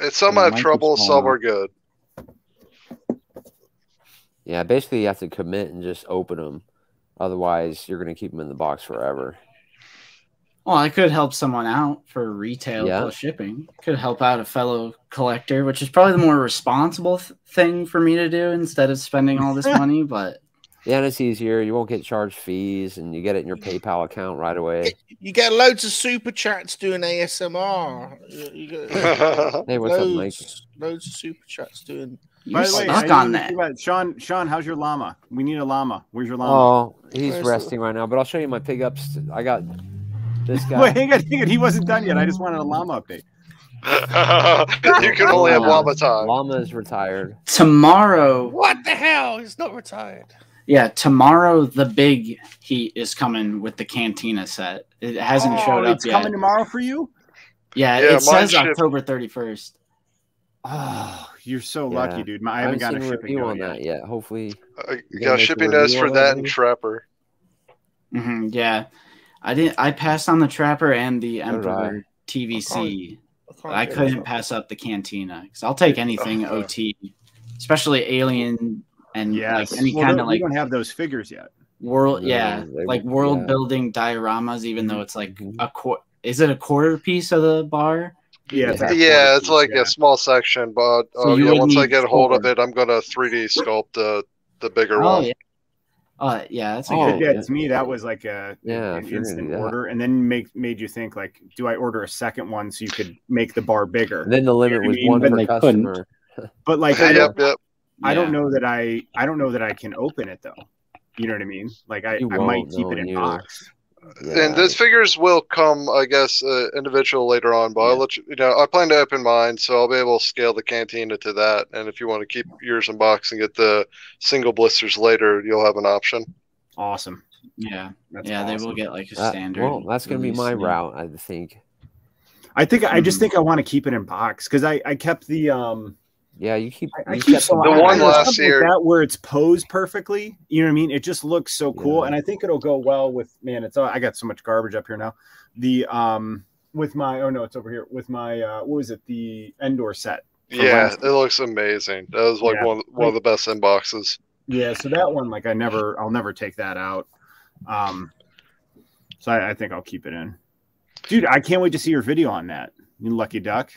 G: And some have
B: mine
G: trouble,
B: keeps
G: some
B: falling
G: are good.
A: Yeah, basically you have to commit and just open them. Otherwise, you're going to keep them in the box forever.
R: Well, I could help someone out for retail
A: Yeah.
R: plus shipping. Could help out a fellow collector, which is probably the more responsible th- thing for me to do instead of spending all this money. But
A: Yeah, and it's easier. You won't get charged fees, and you get it in your PayPal account right away.
O: You get loads of super chats doing ASMR. You, you get-
A: Hey, what's up, Mike?
O: loads, Loads of super chats doing.
E: By the way, I didn't even see that. Sean, Sean, how's your llama? We need a llama. Where's your llama?
A: Oh, he's resting right now. But I'll show you my pickups. I got this guy.
E: Wait, hang on, hang on. He wasn't done yet. I just wanted a llama update.
G: you can only have llama time.
A: Llama is retired.
R: tomorrow,
O: What the hell? He's not retired.
R: Yeah, tomorrow the big heat is coming with the Cantina set. It hasn't
E: Oh,
R: showed up
E: it's
R: yet.
E: coming tomorrow for you.
R: Yeah,
E: Yeah,
R: it says
E: mine shipped.
R: October 31st.
E: Oh, you're so
A: Yeah.
E: lucky, dude. My- I haven't gotten a shipping
A: review
E: go
A: on
E: yet.
A: that yet. Hopefully,
S: Uh, You got a shipping notice for that and Trapper.
R: hmm yeah, I didn't. I passed on the Trapper and the
A: did
R: Emperor
S: I
R: TVC.
S: can't
R: I
S: get
R: couldn't
S: it.
R: pass up the Cantina because I'll take anything
E: Ugh.
R: OT, especially Alien and like any
E: Well,
R: kind
E: no,
R: of
E: we
R: like
E: don't have those figures yet.
R: world
E: No,
R: yeah Mm-hmm.
E: they-
R: like world
E: yeah.
R: building dioramas even though it's like a quarter is it a quarter piece of the bar
E: yeah
S: Yeah, it's like a small section, but uh,
R: So you
S: yeah,
R: would
S: once I
R: need
S: get hold of
R: four.
S: it, I'm gonna 3D sculpt the the bigger one.
R: oh yeah uh, yeah that's a
E: Oh,
R: good
E: yeah, to me that was like a
A: Yeah,
E: an
A: if you're gonna
E: instant
A: do that.
E: order, and then make made you think like, do I order a second one so you could make the bar bigger?
A: And then the limit
E: You know
A: was
E: what I
A: one
E: mean? But-
A: per customer.
E: But like, I,
A: Yep,
E: don't, I
A: Yeah.
E: don't know that I I don't know that I can open it though. You know what I mean? Like I,
A: You
E: I
A: won't,
E: might keep
A: no,
E: it in
A: you-
E: box.
S: And those figures will come, I guess, uh, individual later on. But I'll let you, you know, I plan to open mine, so I'll be able to scale the cantina to that. And if you want to keep yours in box and get the single blisters later, you'll have an option.
E: Awesome.
R: Yeah,
E: That's
R: yeah, they will
E: awesome.
R: get like a
E: Uh,
R: standard.
A: well, that's gonna be
R: release,
A: my
R: yeah.
A: route, I think.
E: I think I just
A: Mhm.
E: think I want to keep it in box because I I kept the um
A: Yeah, you keep.
E: I
A: you
E: keep
A: kept
E: some
A: them
E: I-
A: all.
E: I know, something like that where it's posed perfectly. You know what I mean? It just looks so cool, and I think it'll go well with man. It's all, I got so much garbage up here now. The um with my oh no, it's over here with my uh what was it the Endor set? from
S: Yeah,
E: last-
S: it looks amazing. That was like
E: Yeah.
S: one one of the best inboxes.
E: yeah. So that one, like I never, I'll never take that out. Um, so I, I think I'll keep it in. Dude, I can't wait to see your video on that. You lucky duck.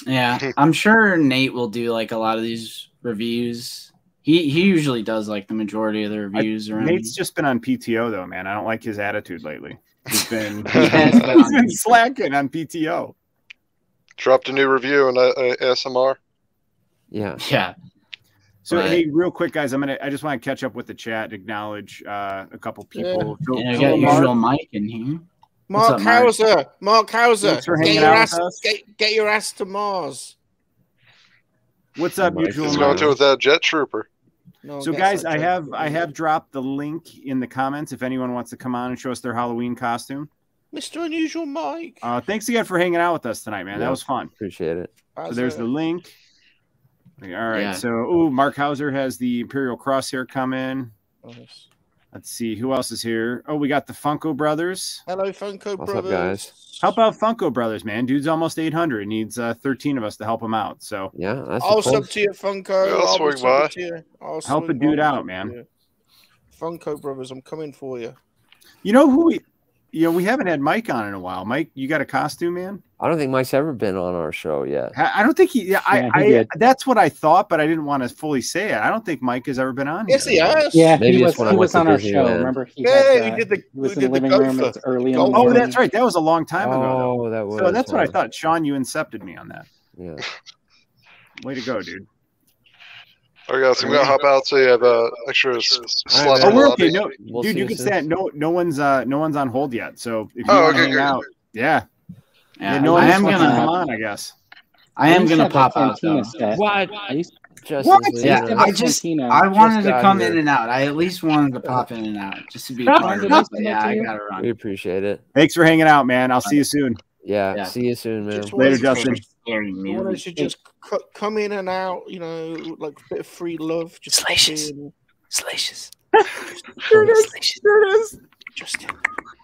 R: yeah i'm sure nate will do like a lot of these reviews he he usually does like the majority of the
E: I-
R: reviews around
E: Nate's just been on PTO though, man. I don't like his attitude lately. He's been,
R: Yeah, it's been
E: he's
R: on
E: been
R: PTO.
E: slacking on PTO.
S: Dropped a new review in uh, uh, SMR.
A: Yeah.
R: Yeah.
E: So
S: But-
E: hey, real quick, guys, I'm gonna. I just want to catch up with the chat, acknowledge uh, a couple people.
R: Yeah, I got usual Mike in here.
E: What's
D: Mark uh,
E: up, Mark? uh,
D: Hauser. Mark Hauser.
E: Thanks for
D: Get
E: hanging
D: your,
E: out
D: ass,
E: with us.
D: get, get your ass to Mars.
E: What's up,
S: Mike
E: usual?
S: is going to
E: Mark?
S: with that jet trooper.
D: No,
E: So
D: guess
E: guys,
D: I
E: I
D: don't.
E: have I have dropped the link in the comments if anyone wants to come on and show us their Halloween costume.
D: Mr. Unusual Mike.
E: Uh, thanks again for hanging out with us tonight, man.
A: Yeah.
E: That was fun.
A: Appreciate it.
E: So there's the link. All right.
A: Yeah.
E: So ooh, Mark Hauser has the Imperial Crosshair come in. Let's see who else is here. Oh, we got the Funko Brothers.
D: Hello, Funko
E: What's up,
D: Brothers.
E: guys? Help out Funko Brothers, man. Dude's almost 800. Needs uh, 13 of us to help him out. So
A: yeah, that's
D: I'll sub to you, Funko.
E: Yeah,
D: I'll
E: swing
D: be subbing
E: by.
D: to you. I'll
E: help a
D: swing
E: dude
D: by.
E: out, man.
D: Funko Brothers, I'm coming for you.
E: You know who we? You know we haven't had Mike on in a while. Mike, you got a costume, man.
A: I don't think Mike's ever been on our show yet.
E: I I don't think he. Yeah, I.
A: Yeah, he
E: I
A: did.
E: that's what I thought, but I didn't want to fully say it. I don't think Mike has ever been on.
D: Yes,
E: here.
D: he has.
B: Yeah, he was, he was on our show. Remember, he
D: Yeah,
B: had,
D: we
B: uh,
D: did the-
B: he was
D: we
B: in the
D: did the
B: living room. It
D: gopher.
B: was early in the
E: Oh,
B: morning.
E: that's right. That was a long time ago. though.
A: Oh, that was.
E: So that's what I
A: wow.
E: thought. Sean, you incepted me on that.
A: Yeah.
E: Way to go, dude.
S: All right, guys, I'm going to hop out so you have uh, extra s- slots.
E: Oh,
S: in the
E: we're
S: lobby.
E: okay. No, dude, you can stand. No, no one's uh, no one's on hold yet. So if you
S: Oh,
E: want
S: okay,
E: to hang
S: good.
E: out, yeah.
R: Yeah,
E: no
R: I
E: one
R: am
E: wants to
R: gonna-
E: come on. I guess.
R: I am gonna
E: We should have
R: pop
E: a
R: out though.
E: Cantina set.
A: What? Just
E: What?
A: as a-
R: Yeah,
A: you know,
R: I just I wanted to come in and out. I at least wanted to pop in and out just to be a part of it. But yeah, I gotta run.
A: We appreciate it.
E: Thanks for hanging out, man. I'll see you soon.
A: Yeah,
R: Yeah.
A: See you soon, man.
D: Just
E: Later,
D: wanted-
E: Justin.
D: I wanted to just c- come in and out, you know, like a bit of free love. Just Salacious. In. Salacious.
E: There it is. There it is.
D: Justin.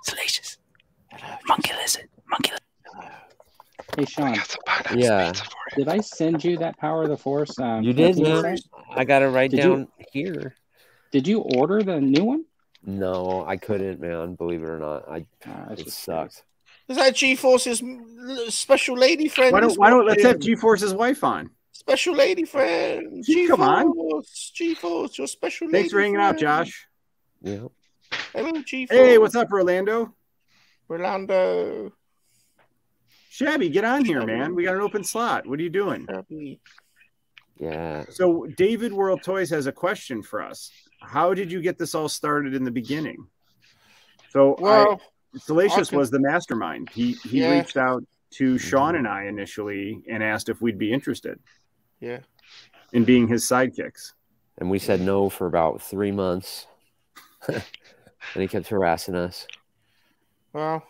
D: Salacious.
B: Monkey lizard. Monkey Hey, Sean.
A: Yeah.
B: Did I send you that Power of the Force? Um,
A: You did,
B: canteen
A: man.
B: set?
A: I got it right
B: Did you-
A: down here.
B: Did you order the new one?
A: No, I couldn't, man. Believe it or not, I it sucked.
D: Is that G Force's special lady friend?
E: Why don't Why don't let's have
D: G.
E: G Force's wife on?
D: Special lady friend.
E: Gee, come on.
D: G Force, your special lady.
E: Thanks for hanging out,
D: friend.
E: Josh.
A: Yeah.
D: Hello, G Force.
E: Hey, what's up, Orlando?
D: Rolando?
E: Shabby, get on here, man. We got an open slot. What are you doing?
A: Yeah.
E: So David World Toys has a question for us. How did you get this all started in the beginning? So
D: Well,
E: I, Salacious
D: I can-
E: was the mastermind. He he
D: Yeah.
E: reached out to Sean and I initially and asked if we'd be interested
D: Yeah.
E: in being his sidekicks.
A: and we said no for about three months. and he kept harassing us.
D: Well,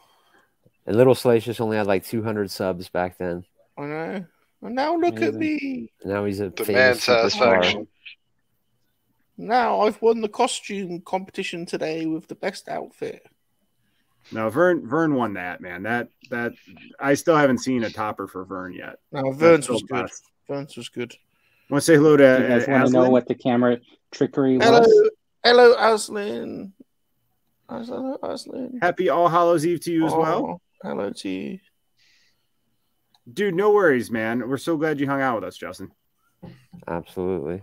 A: And Little Salacious only had like 200 subs back then.
D: I know. And now look at me.
A: And now he's a
G: Demand
A: famous
G: satisfaction.
A: satisfaction.
D: Now I've won the costume competition today with the best outfit.
E: No, Vern Vern won that man. That that I still haven't seen a topper for Vern yet.
D: No,
E: That's
D: Vern's
E: still
D: was good.
E: best.
D: Vern's was good.
E: Want to say hello to
B: You guys
E: uh,
B: want to know
E: Aslan?
B: what the camera trickery
D: Hello,
B: was?
D: hello, Aslan. Hello, Aslan.
E: Happy All Hallows Eve to you as well.
D: Oh, Hello to you,
E: dude. No worries, man. We're so glad you hung out with us, Justin.
A: Absolutely.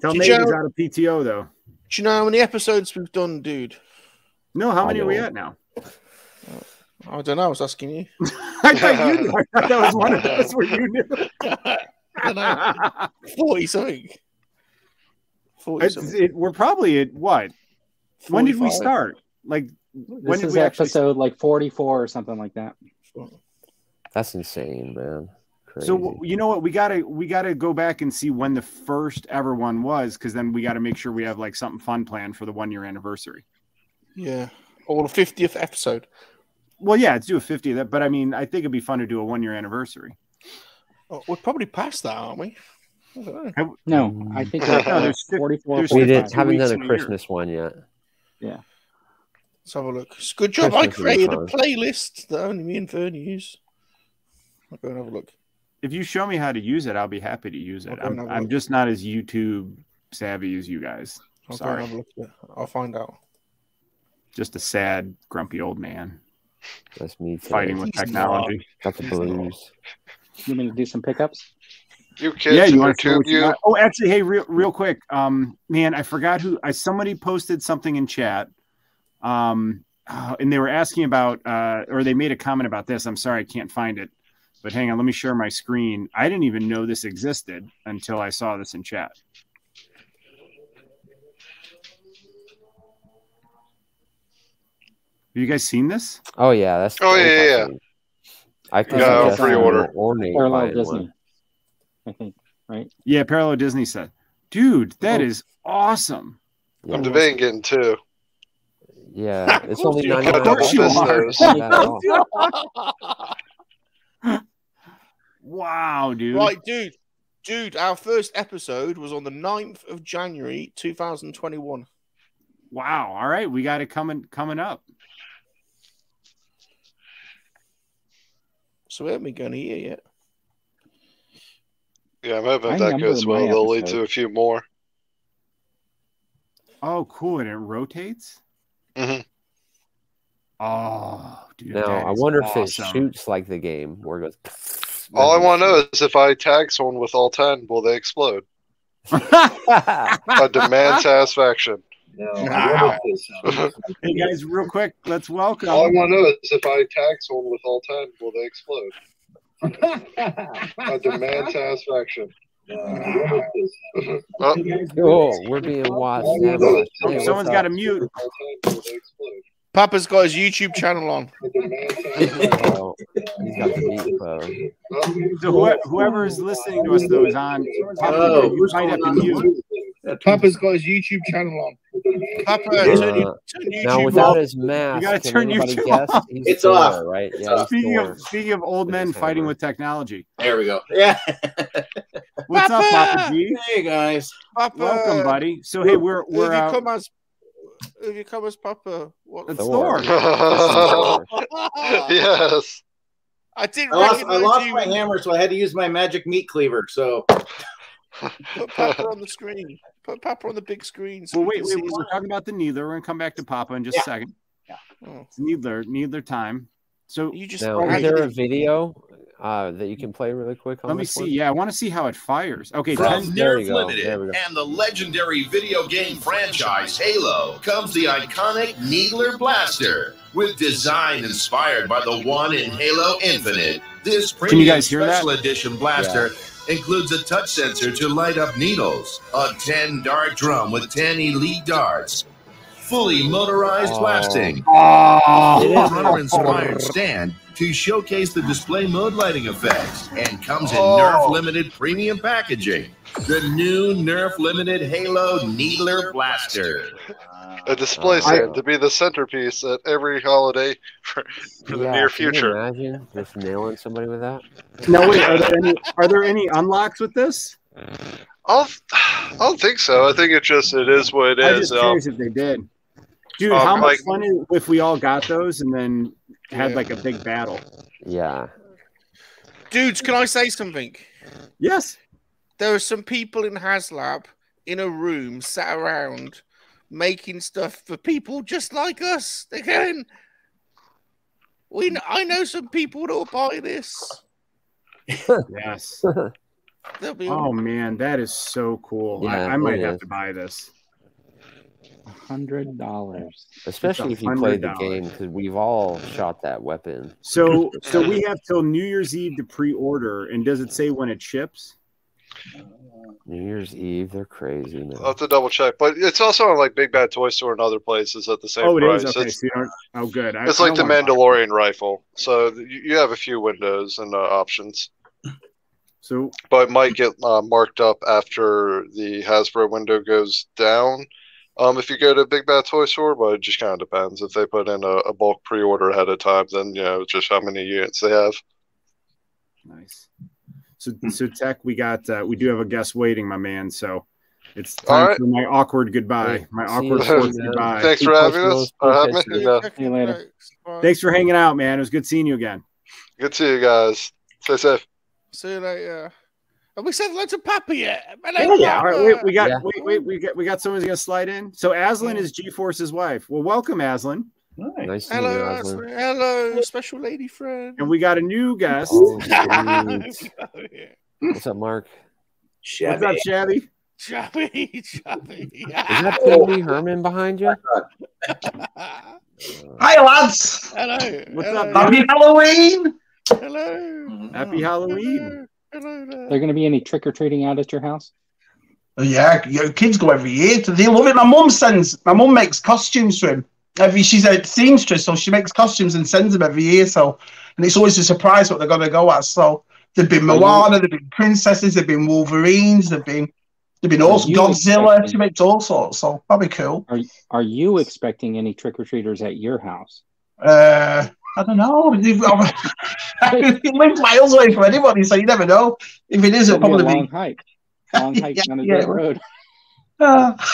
E: Tell
D: Did
E: me
D: you
E: he's
D: know-
E: out of PTO though.
D: Do you know how many episodes we've done, dude?
E: No, how many
D: I
E: are we
D: don't.
E: at now?
D: I don't know. I was asking you.
E: I thought you knew. I thought that was one of those where you knew.
D: Forty something. Forty
E: It's- it- we're probably at what? When did we
B: 45.
E: start? Like when
B: This
E: did
B: is
E: we actually?
B: episode like 44 or something like that.
A: That's insane, man. Crazy.
E: So w- you know what? We gotta we gotta go back and see when the first ever one was, because then we gotta make sure we have like something fun planned for the one year anniversary.
D: Yeah. Or the fiftieth episode.
E: Well, yeah, it's due a 50 that, but I mean, I think it'd be fun to do a one year anniversary.
D: Oh, we're probably past that, aren't we? I don't know.
B: No,
A: Mm.
B: I think
E: No,
B: like,
E: there's fif-
B: 44.
E: there's
A: we
B: 45.
A: didn't haven't
E: weeks
A: done
E: in a
A: a
E: year.
A: Christmas one yet.
B: Yeah.
D: Let's have a look. It's a good job. I
A: Christmas would be
D: created
A: fun.
D: a playlist that only me and Vern use. I'll go and have a look.
E: If you show me how to use it, I'll be happy to use it.
D: Okay,
E: I'm,
D: no
E: I'm
D: worries.
E: just not as YouTube savvy as you guys.
D: I'll go
E: Sorry,
D: and have a look. at it. I'll find out.
E: just a sad, grumpy old man
A: That's me today.
E: fighting with technology.
A: Got the blues.
B: You mean to do some pickups?
G: You kids
E: Yeah, you
G: and
E: want
G: your
E: to
G: tube you.
E: Oh, actually, hey, real real quick, um, man, I forgot who. I somebody posted something in chat, um, uh, and they were asking about, uh, or they made a comment about this. I'm sorry, I can't find it, but hang on, let me share my screen. I didn't even know this existed until I saw this in chat. Have you guys seen this?
A: Oh yeah, that's.
G: Oh, yeah, yeah, yeah.
A: I think
G: Yeah,
A: that's
G: pre-order.
A: Ornate
B: Parallel
A: buying
B: Disney,
A: one.
B: I think, right?
E: Yeah, Parallel Disney said, dude, that
B: Oh.
E: is awesome.
G: I'm debating getting two.
A: Yeah, it's only
G: you are.
A: nine.
G: Of course you are.
E: wow, dude.
D: Right, dude. Dude, our first episode was on the 9th of January 2021.
E: Wow. All right, we got it coming coming up.
D: So we haven't been going a year yet.
G: Yeah, I'm hoping
E: I
G: if that
E: number
G: goes
E: my
G: well, they'll lead to a
E: episodes.
G: few more.
E: Oh, cool. And it rotates.
G: Mhm.
E: Oh, dude.
A: Now
E: that
A: I
E: is
A: wonder if it
E: awesome.
A: shoots like the game, where it goes.
G: All I want to know is if I tag someone with all 10, will they explode? I demand satisfaction.
E: Wow. Hey guys, um, real quick, let's welcome.
G: All I want to know is if I tag someone with all 10, will they explode? I demand satisfaction. Oh,
A: Oh, we're being watched.
E: Oh, someone's got to mute.
D: Papa's got his YouTube channel on.
A: Oh, he's got the meat pro.
E: So whoever, whoever is listening to us though is on. Papa, you might have to mute.
D: Papa's got his YouTube channel on. Papa, turn, your-
A: Uh,
D: turn YouTube
A: now without
D: off.
A: his mask,
E: gotta
A: can
E: turn
A: anybody
E: YouTube
A: guess?
E: off.
A: He's
E: It's
A: still
E: off.
A: there, right? Yeah, he's
E: Speaking
A: still
E: of
A: there.
E: speaking of old men fighting with technology,
R: There we go. Yeah.
E: what's up, Papa
D: Papa!
E: G?
R: Hey guys.
D: Papa,
E: Welcome, buddy. So hey, we're
D: If you
E: we're out.
D: come as, if you come as Papa, what?
E: It's
A: Thor.
E: Thor.
G: yes.
D: I didn't
R: I lost, I
D: recognize
R: lost
D: you
R: my
D: when you
R: hammer, so I had to use my magic meat cleaver. So
D: put Papa on the screen. Put Papa on the big screen. so
E: Well,
D: we
E: wait,
D: can
E: wait.
D: see his-
E: We're talking about the Needler. We're gonna come back to Papa in just a second.
D: Oh,
E: It's Needler, Needler time. So
D: you just.
A: Now, is there a video uh, that you can play really quick on
E: let me
A: this
E: see.
A: one?
E: Yeah, I want to see how it fires. Okay,
A: From
E: 10
A: There you go. There we go.
M: and the legendary video game franchise Halo comes the iconic Needler Blaster with design inspired by the one in Halo Infinite. This
E: Can you guys
M: premium
E: hear that?
M: special edition blaster includes a touch sensor to light up needles, a 10 dart drum with 10 elite darts, fully motorized
A: Oh.
M: blasting,
E: Oh,
M: runner inspired stand,
L: to showcase the display mode lighting effects and comes in
T: Oh.
L: Nerf Limited premium packaging. The new Nerf Limited Halo Needler Blaster.
S: A display
L: I-
E: Oh,
S: stand to be the centerpiece at every holiday for, for the
A: Yeah,
S: near
A: can you
S: future.
A: imagine just nailing somebody with that.
E: Now wait, are there any are there any unlocks with this?
S: I'll, I don't think so. I think it just it is what it
E: I'm
S: is.
E: just
S: um,
E: curious if they did. Dude,
S: um,
E: how much
S: like-
E: fun is, if we all got those and then had like a big battle?
A: Yeah.
D: Dudes, can I say something?
E: Yes.
D: There are some people in HasLab in a room sat around making stuff for people just like us. They're going, we, kn- I know some people that will buy this.
E: yes.
D: They'll be
E: Oh man, that is so cool.
A: Yeah,
E: I, I
A: it
E: might
A: really
E: have
A: is.
E: to buy this.
B: Hundred dollars.
A: Especially if you played the game, because we've all shot that weapon.
E: So so we have till New Year's Eve to pre-order, and does it say when it ships?
A: New Year's Eve, they're crazy.
S: I'll
A: Man.
S: have to double check, but it's also on like Big Bad Toy Store and other places at the same
E: oh, it
S: price.
E: is okay.
S: It's-
E: so you don't- oh, good. I-
S: it's
E: I
S: like the
E: don't wanna buy it.
S: Mandalorian rifle, so th- you you have a few windows and uh, options.
E: So,
S: but it might get uh, marked up after the Hasbro window goes down. Um, if you go to Big Bad Toy Store, but it just kind of depends. If they put in a, a bulk pre-order ahead of time, then you know just how many units they have.
E: Nice. So, so tech, we got uh, we do have a guest waiting, my man. So it's
S: All
E: time
S: right.
E: for my awkward goodbye. My
S: See
E: awkward
S: you
E: forced
S: soon, man.
E: goodbye.
S: Thanks
E: Keep
S: for having
E: pushing
S: us,
E: those
S: or having
E: push-ups,
S: me,
E: dude.
S: yeah.
B: See you later.
E: Thanks for hanging out, man. It was good seeing you again.
S: Good to see you guys. Stay safe.
D: See you later. Have we said hello to Papa yet? Hello,
E: Yeah, yeah. All
D: Papa.
E: right, wait, we got
A: Yeah.
E: wait, wait, we got we got someone's gonna slide in. So Aslan is G Force's wife. Well, welcome, Aslan.
A: Nice to meet
D: Hello,
A: you,
D: Aslan.
A: Aslan.
D: hello, special lady friend.
E: And we got a new guest.
A: Oh, What's up, Mark?
E: What's up, Shabby?
D: Chubby, chubby.
A: Is that Pee Wee Herman behind
U: Oh
A: you?
U: Hi, lads.
D: Hello.
E: What's
D: hello.
E: up,
U: Happy Halloween.
D: Hello.
E: Happy Halloween.
D: Hello there.
B: Are there going to be any trick or treating out at your house?
U: Yeah, your kids go every year. So they love it. My mum sends. My mum makes costumes for him. Every she's a seamstress, so she makes costumes and sends them every year. So, and it's always a surprise what they're gonna go at. So there've been
B: Are you-
U: Moana, there've been princesses, there've been Wolverines, there've been there've been
B: Are
U: all
B: you
U: Godzilla. She makes all sorts. So that'd be cool.
B: Are Are you expecting any trick or treaters at your house?
U: Uh, I don't know. It lives miles away from anybody, so you never know. If it is, it'll
B: It'll be
U: probably
B: a long
U: be.
B: hike. Long hike down a
U: yeah. Uh,
B: dirt road.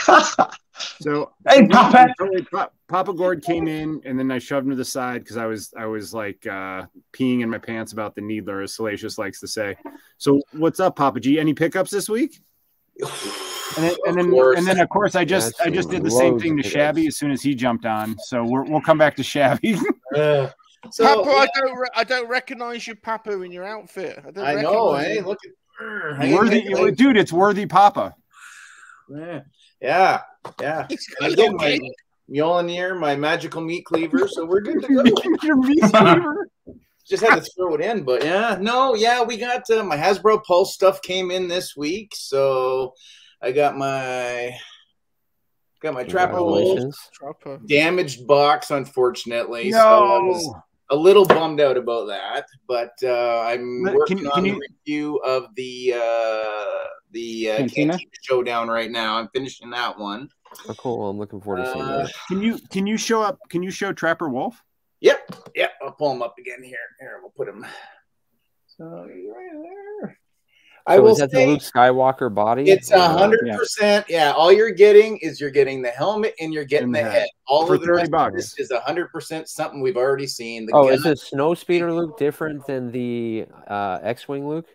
E: So
U: Hey, Papa.
E: Pa- Papa Gord came in, and then I shoved him to the side because I was I was like uh, peeing in my pants about the needler, as Salacious likes to say. So what's up, Papa G? Any pickups this week? And then, and then,
U: course.
E: and then, of course, I just I just did the same
U: Loads
E: thing
U: of
E: to
U: pickups.
E: Shabby as soon as he jumped on. So we're, we'll come back to Shabby.
U: Uh, So,
D: Papa, I
U: yeah.
D: don't, re- I don't recognize your Papa in your outfit. I, don't
U: I know,
D: recognize
U: eh?
D: you.
U: Look
D: I ain't
E: worthy,
D: taking-
E: dude, it's worthy, Papa.
U: Yeah, eh, yeah, yeah.
D: got
U: I did
D: a
U: my
D: cake.
U: Mjolnir, my magical meat cleaver, so we're good to go.
E: Your meat cleaver.
U: Just had to throw it in, but yeah, no, yeah, we got uh, my Hasbro Pulse stuff came in this week, so I got my got my Trapper Wolf
A: Congratulations.
D: Trapper.
U: damaged box, unfortunately. So I was
E: No.
U: a little bummed out about that, but uh, I'm
E: Let-
U: working
E: can-
U: on
E: can
U: the
E: you-
U: review of the uh, the uh,
A: Cantina?
U: Cantina Showdown right now. I'm finishing that one.
A: Oh, cool. I'm looking forward to seeing
U: Uh,
A: that.
E: Can you can you show up? Can you show Trapper Wolf?
U: Yep, yep. I'll pull him up again here. Here, we'll put him. So he's right there. I
A: So
U: will
A: is that
U: say
A: the Luke Skywalker body?
U: it's a
A: Or-
U: hundred percent. Yeah, all you're getting is you're getting the helmet and you're getting the head. All
A: For
U: of the
A: 30
U: rest of
A: bucks.
U: this is a hundred percent something we've already seen. The
A: Oh,
U: gun-
A: is the snow speeder Luke different than the uh, X-wing Luke?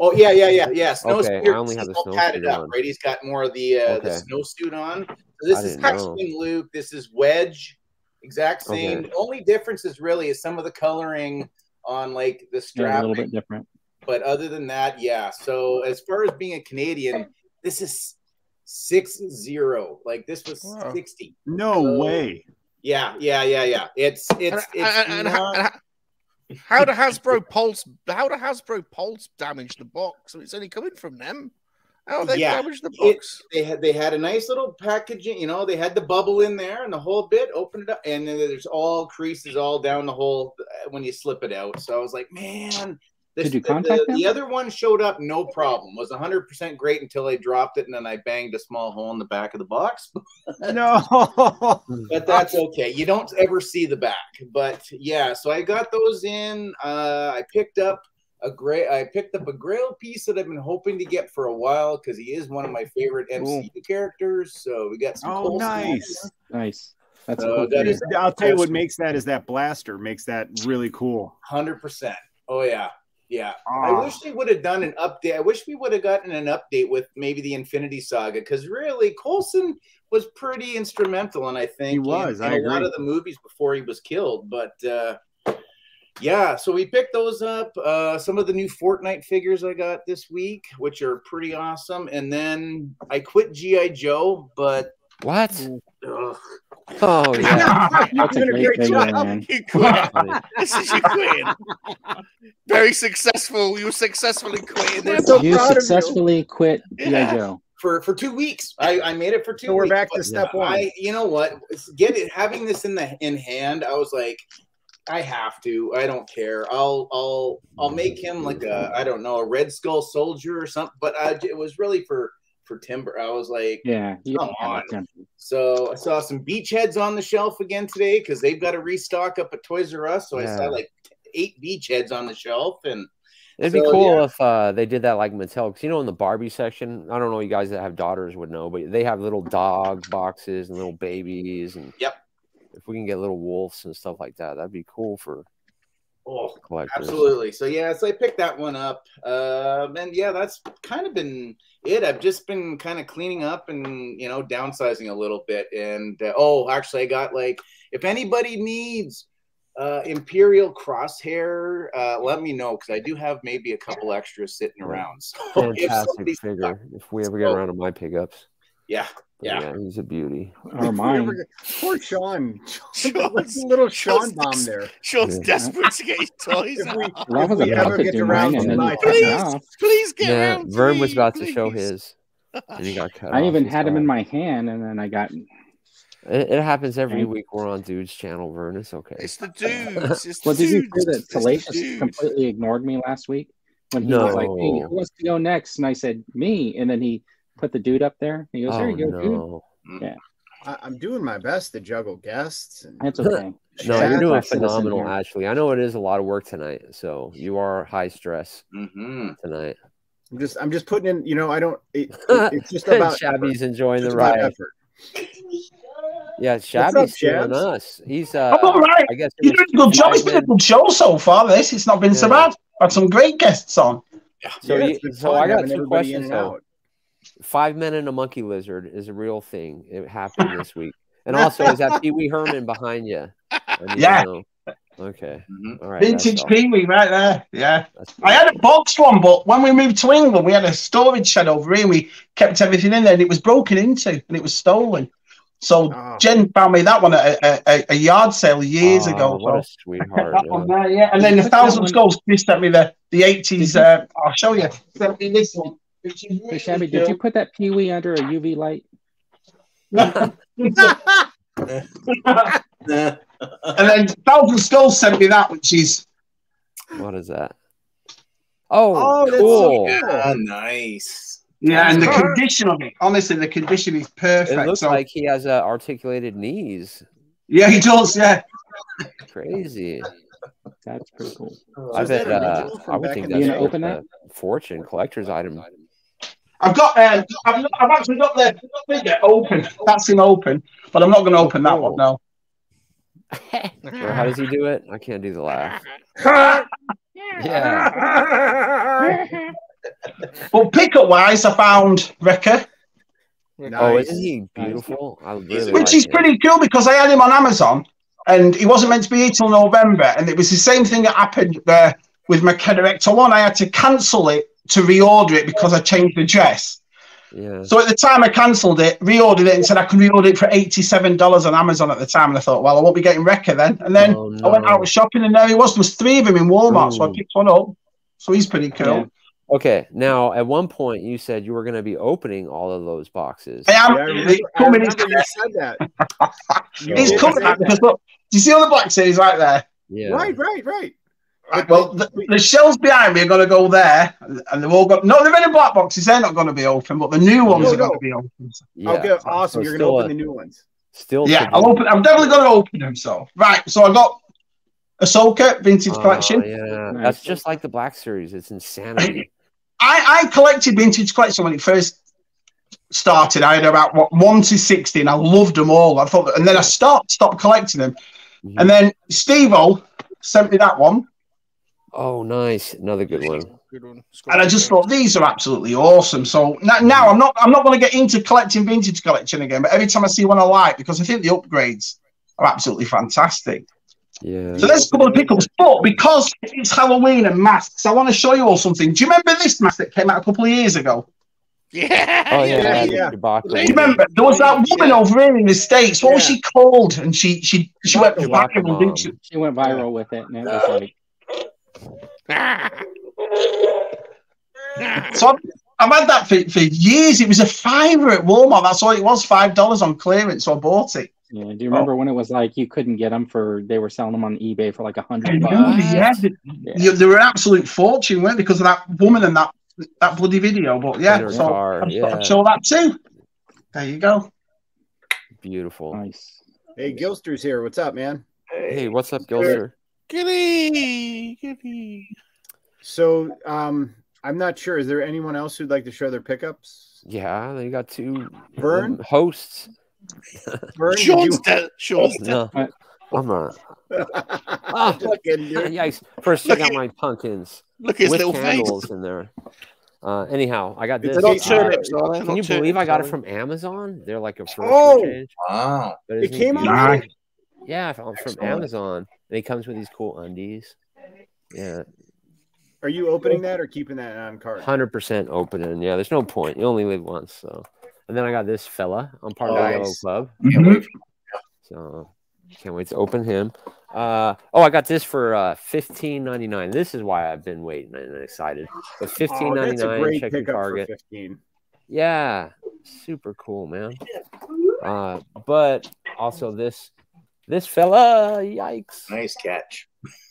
U: oh yeah, yeah, yeah, yeah. Snow
A: Okay, I
U: spear,
A: only have
U: this is
A: the
U: all
A: snow
U: padded
A: speeder
U: up.
A: on.
U: Brady's got more of the uh, the
A: Okay.
U: snowsuit on. So this
A: I
U: is
A: didn't
U: Hex
A: know.
U: Wing Luke. This is Wedge. Exact same.
B: Okay.
U: The only difference is really is some of the coloring on like the
B: They're a
U: strap
B: little bit different.
U: but other than that, yeah. So as far as being a Canadian, this is six zero. Like this was sixty.
E: No
U: Uh,
E: way.
U: Yeah, yeah, yeah, yeah. It's it's
D: And-
U: it's
D: and- and-
U: not-
D: and- How do Hasbro Pulse? How do Hasbro Pulse damage the box? It's only coming from them.
O: How they damaged the
U: It- they had they had a nice little packaging. You know, they had the bubble in there and the whole bit. Open it up, and then there's all creases all down the hole uh, when you slip it out. So I was like, man. This,
B: Did you
U: the-
B: contact
U: the,
B: them?
U: the other one showed up no problem. Was 100% great until I dropped it and then I banged a small hole in the back of the box.
E: No.
U: but that's okay. You don't ever see the back. But yeah, so I got those in. Uh, I picked up a gray. I picked up a Grail piece that I've been hoping to get for a while because he is one of my favorite MCU characters. So we got some.
E: Oh,
U: cool stuff.
E: nice.
B: Nice. That's
O: Uh,
U: a cool that is-
E: I'll tell you what makes that is that blaster makes that really cool.
U: Hundred percent. Oh yeah, yeah.
E: Ah.
U: I wish they would have done an update. I wish we would have gotten an update with maybe the Infinity Saga because really Colson was pretty instrumental, and I think in-
E: was,
U: in,
E: I
U: a lot
E: agree.
U: of the movies before he was killed. But uh, yeah, so we picked those up. Uh, some of the new Fortnite figures I got this week, which are pretty awesome. And then I quit GI Joe, but
A: What?
U: ugh,
A: Oh yeah.
U: That's a great thing, man.
O: You quit. this is you quitting. Very successful. You successfully quitting. They're so
B: you
O: proud of
B: successfully quit
U: Yeah.
B: G.I. Joe.
U: for for two weeks. I, I made it for two.
B: So we're
U: weeks,
B: back to
U: but
B: step one.
U: I, you know what? It's- Get it. Having this in the in hand, I was like, I have to. I don't care. I'll I'll I'll make him like a I don't know a Red Skull soldier or something. But I, it was really for for Timber. I was like,
B: Yeah. you
U: Come
B: have
U: on.
B: it done.
U: So I saw some beachheads on the shelf again today because they've got to restock up at Toys R Us. So I saw
A: Yeah.
U: like eight beachheads on the shelf, and
A: It'd be
U: so,
A: cool
U: yeah.
A: if uh, they did that like Mattel, because you know in the Barbie section, I don't know you guys that have daughters would know, but they have little dog boxes and little babies, and
U: yep.
A: If we can get little wolves and stuff like that, that'd be cool for
U: Oh,
A: collectors.
U: Absolutely. So yeah, so I picked that one up, um, and yeah, that's kind of been it. I've just been kind of cleaning up and you know downsizing a little bit. And uh, oh, actually, I got like if anybody needs uh, Imperial crosshair, uh, let me know because I do have maybe a couple extras sitting around. So if
A: Fantastic
U: somebody's
A: figure. If we ever get around to my pickups,
U: yeah,
A: But yeah, he's a beauty.
E: If we ever get- Poor Sean. little Sean bomb there.
O: Sean's
A: Yeah.
O: desperate to get his toys. out.
A: That was
E: If
A: a
E: we ever
A: puppet
E: get
A: doing
E: around
A: mine and
E: to
A: then
E: my
A: you cut it
E: technology-
B: off.
O: Please get
A: yeah,
O: around.
A: Vern was about to show his, and he got cut.
B: I
A: off.
B: even
A: It's
B: had him in
A: fine.
B: my hand, and then I got.
A: It, it happens every
B: Right.
A: week. We're on Dude's channel, Vern. It's okay.
O: It's the dudes. It's
B: Well,
O: the
B: did you
O: dudes.
B: hear that Salacious completely ignored me last week when he was like, "Hey,
A: No.
B: who wants to go next?" And I said, "Me," and then he put the dude up there. He
A: Oh,
B: goes, "There you go,
E: Mm.
B: dude." Yeah,
E: I, I'm doing my best to juggle guests. And
B: that's okay.
A: No,
E: Yeah.
A: you're doing
E: Black Citizen
A: phenomenal,
E: here.
A: Ashley. I know it is a lot of work tonight, so you are high stress
Q: Mm-hmm.
A: tonight.
E: I'm just I'm just putting in. You know, I don't. It, it- it's just about
A: Shabby's
E: effort.
A: enjoying the
E: It's about
A: ride.
E: effort.
A: Yeah,
E: up,
A: Shabby's cheering
E: Shabs?
A: us. He's uh,
Q: I'm all right.
A: I guess
Q: You're doing a good job. It's been a good show so far. This it's not been so bad. Had some great guests on.
A: So,
Q: Yeah,
A: you-
Q: it's been
A: so
Q: fun
A: I got
Q: having
A: two
Q: everybody in
A: questions.
Q: and
A: though.
Q: out.
A: Five men and a monkey lizard is a real thing. It happened this week. And also, is that Pee Wee Herman behind you? I need to
Q: Yeah. Mm-hmm.
A: know. Okay. All right. that's
Q: Vintage
A: all.
Q: Pee Wee right there. Yeah. I had a boxed one, but when we moved to England, we had a storage shed over here. We kept everything in there and it was broken into and it was stolen. So Jen found me that one at a, a, a yard sale years
A: Oh,
Q: ago.
A: What a
Q: so
A: sweetheart.
Q: that
A: yeah.
Q: one there, yeah. And then the Thousand Skulls just sent me the, the 80s. Uh, I'll show you. Sent me this one. which is
B: Hey,
Q: really
B: Shabby, did you
Q: cool.
B: put that Pee Wee under a UV light?
Q: and then Thousand Skulls sent me that, which is
A: What is that? Oh,
Q: Oh, that's so
A: cool.
Q: cool. Yeah,
U: nice.
Q: yeah, and the
A: Huh.
Q: condition of it. Honestly, the condition is perfect.
A: It looks
Q: so
A: like he has uh, articulated knees.
Q: yeah, he does. Yeah,
A: Crazy.
B: That's pretty cool.
A: I
Q: is
A: bet.
Q: that
A: Uh,
Q: original from
A: I would
Q: back
A: think
Q: in the
A: that's
Q: day?
A: open
Q: Open
A: a fortune collector's item.
Q: I've got. Um, I've, I've actually got the figure open. That's him open, but I'm not going to open that
A: Oh,
Q: one now.
A: Or how does he do it? I can't do the laugh. Yeah.
Q: Yeah. but pickup wise, I found Wrecker,
A: Oh,
Q: Nice.
A: isn't he beautiful? I really
Q: which
A: like
Q: is
A: him.
Q: pretty cool because I had him on Amazon, and he wasn't meant to be here till November, and it was the same thing that happened there with my Director One. I had to cancel it to reorder it because I changed the dress.
A: Yeah.
Q: So at the time I cancelled it, reordered it, and said I could reorder it for eighty-seven dollars on Amazon at the time. And I thought, well, I won't be getting Wrecker then. And then
A: Oh,
Q: I went out shopping, and there he was. There was three of them in Walmart, so I picked one up. So he's pretty cool.
A: Okay, now at one point you said you were going to be opening all of those boxes.
Q: Hey, I'm, I remember you said that. He's coming out because look, do you see all the black series right there?
A: Yeah.
E: Right, right, right.
Q: Right, well, the, the shells behind me are going to go there, and they're all going. No, they're in the black boxes. They're not going to be open, but the new ones
E: No,
Q: are going
E: no.
Q: to be open.
E: okay,
Q: Yeah.
E: awesome.
Q: So
E: You're
Q: still
E: gonna open
Q: a-
E: the new ones.
A: Still,
Q: yeah, I'll open. I'm definitely going to open them. So right, so I got Ahsoka Vintage
A: Oh,
Q: Collection.
A: yeah, that's just like the Black Series. It's insanity.
Q: I, I collected Vintage Collection when it first started. I had about what one to sixty, and I loved them all. I thought, and then I stopped stopped collecting them, and then Steve-O sent me that one.
A: Oh, nice! Another good one.
Q: and I just thought these are absolutely awesome. So now, now I'm not I'm not going to get into collecting vintage collection again, but every time I see one I like because I think the upgrades are absolutely fantastic.
A: Yeah.
Q: So there's a couple of pickups, but because it's Halloween and masks, I want to show you all something. Do you remember this mask that came out a couple of years ago?
O: Yeah.
A: Oh yeah,
Q: yeah. Do you
A: Chewbacca.
Q: remember there was that woman over here in the states? What was she called? And she she she went viral, didn't she?
B: She went viral with it, and it was like,
Q: So I've, I've had that for, for years. It was a fiver at Walmart. That's all it was, five dollars on clearance. So I bought it.
B: you know, do you
A: Oh.
B: remember when it was like you couldn't get them for? They were selling them on eBay for like a
Q: I
B: hundred
Q: know,
B: bucks.
Q: yeah. They, you- they were an absolute fortune, weren't they? Because of that woman and that that bloody video. But yeah,
A: her
Q: so
A: car,
Q: I've,
A: yeah.
Q: I've sold that too. There you go.
A: Beautiful.
B: Nice.
E: Hey, Gilster's here. What's up, man?
A: Hey, what's up, Gilster?
E: Giddy, giddy. So, um, I'm not sure. Is there anyone else who'd like to show their pickups?
A: Yeah, they got two um,
E: Vern?
A: hosts. Oh,
E: Vern, did you- Sean's dead. Sean's
A: No,
E: dead.
A: I'm not.
E: I'm just kidding, dude.
A: Yikes! First, I got my pumpkins
E: look at his
A: with
E: little face.
A: candles in there. Uh, anyhow, I got
E: It's
A: this.
E: not
A: uh,
E: turnips, darling,
A: can
E: not
A: you believe I got it
E: turnips,
A: from Amazon? They're like a first
E: Oh,
A: change.
E: wow.
A: But
E: It
A: isn't
E: came out
A: beautiful?
E: already?
A: Yeah, I found it from
E: Excellent.
A: Amazon, and it comes with these cool undies. Yeah,
E: Are you opening that or keeping that on card?
A: hundred percent open and yeah. There's no point. You only live once, so. And then I got this fella. I'm part of the Yellow
E: Nice.
A: Club.
E: Can't wait
A: So can't wait to open him. Uh, oh, I got this for uh, fifteen ninety nine. This is why I've been waiting and excited. But fifteen ninety
E: Oh, that's a
A: nine.
E: great
A: Check your
E: pickup
A: target.
E: for 15.
A: Yeah, super cool, man. Uh, but also this this fella, yikes!
U: Nice catch.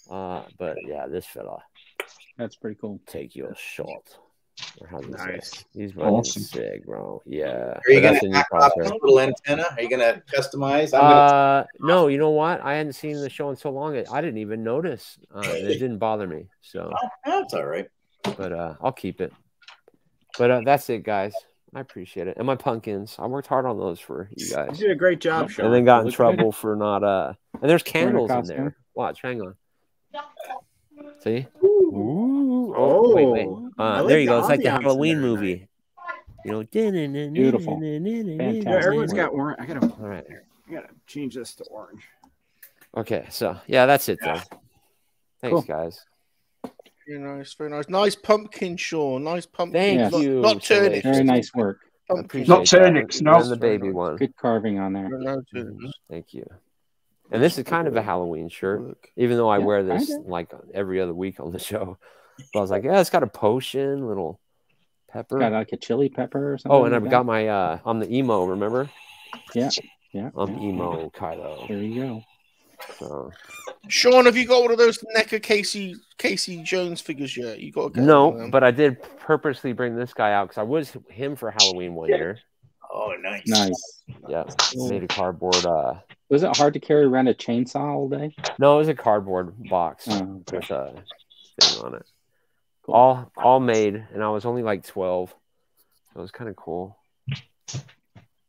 A: Uh, but yeah, this fella.
B: That's pretty cool.
A: Take your shot. Or how do you say it?
U: Nice.
A: He's running
U: Awesome.
A: sick, bro. Yeah.
U: Are you
A: But that's
U: gonna
A: a new
U: hack off
A: processor.
U: this little antenna? Are you gonna customize? I'm gonna
A: Uh, no, you know what? I hadn't seen the show in so long. it- I didn't even notice. Uh, and it didn't bother me. So
U: Oh, that's all right.
A: But uh, I'll keep it. But uh, that's it, guys. I appreciate it. And my pumpkins. I worked hard on those for you
E: You
A: guys.
E: did a great job, Sean.
A: And then got in
E: Look at
A: trouble for not. uh And there's candles in
E: costume.
A: there. Watch. Hang on. See?
E: Ooh. Oh,
A: wait, wait. Uh,
E: I like
A: there you go. It's like the
E: ambiance in there.
A: Halloween movie. You know, beautiful.
E: Fantastic. Yeah, everyone's got orange. I gotta,
A: All right.
E: I gotta change this to orange.
A: Okay. So yeah, that's it though. Thanks,
E: Cool.
A: guys.
D: Very nice, very nice. Nice pumpkin, Sean. Nice pumpkin.
A: Thank
D: Not-
A: you.
D: Not turnips.
B: Very nice work.
D: Pumpkin.
A: Not turnips, no. And the baby one.
B: Good carving on there.
D: No turnips.
A: Thank you. And this is kind of a Halloween shirt, even though I
B: Yeah,
A: wear this
B: kinda.
A: like every other week on the show. But I was like, yeah, it's got a potion, little pepper.
B: Got like a chili pepper or something.
A: oh, and
B: like
A: I've
B: that?
A: got my uh I'm the emo, remember?
B: Yeah. Yeah.
A: I'm emo Kylo.
B: There you go.
A: So
D: Sean, have you got one of those Necker Casey Casey Jones figures yet? You got to get one
A: no,
B: um,
D: of them.
A: but I did purposely bring this guy out because I was him for Halloween one year.
U: Oh, nice.
B: Nice.
A: Yeah, made a cardboard. Uh,
B: Was it hard to carry around a chainsaw all day?
A: no, it was a cardboard box
B: Oh,
A: with a thing on it. All all made, and I was only like twelve. So it was kind of cool.
E: Oh,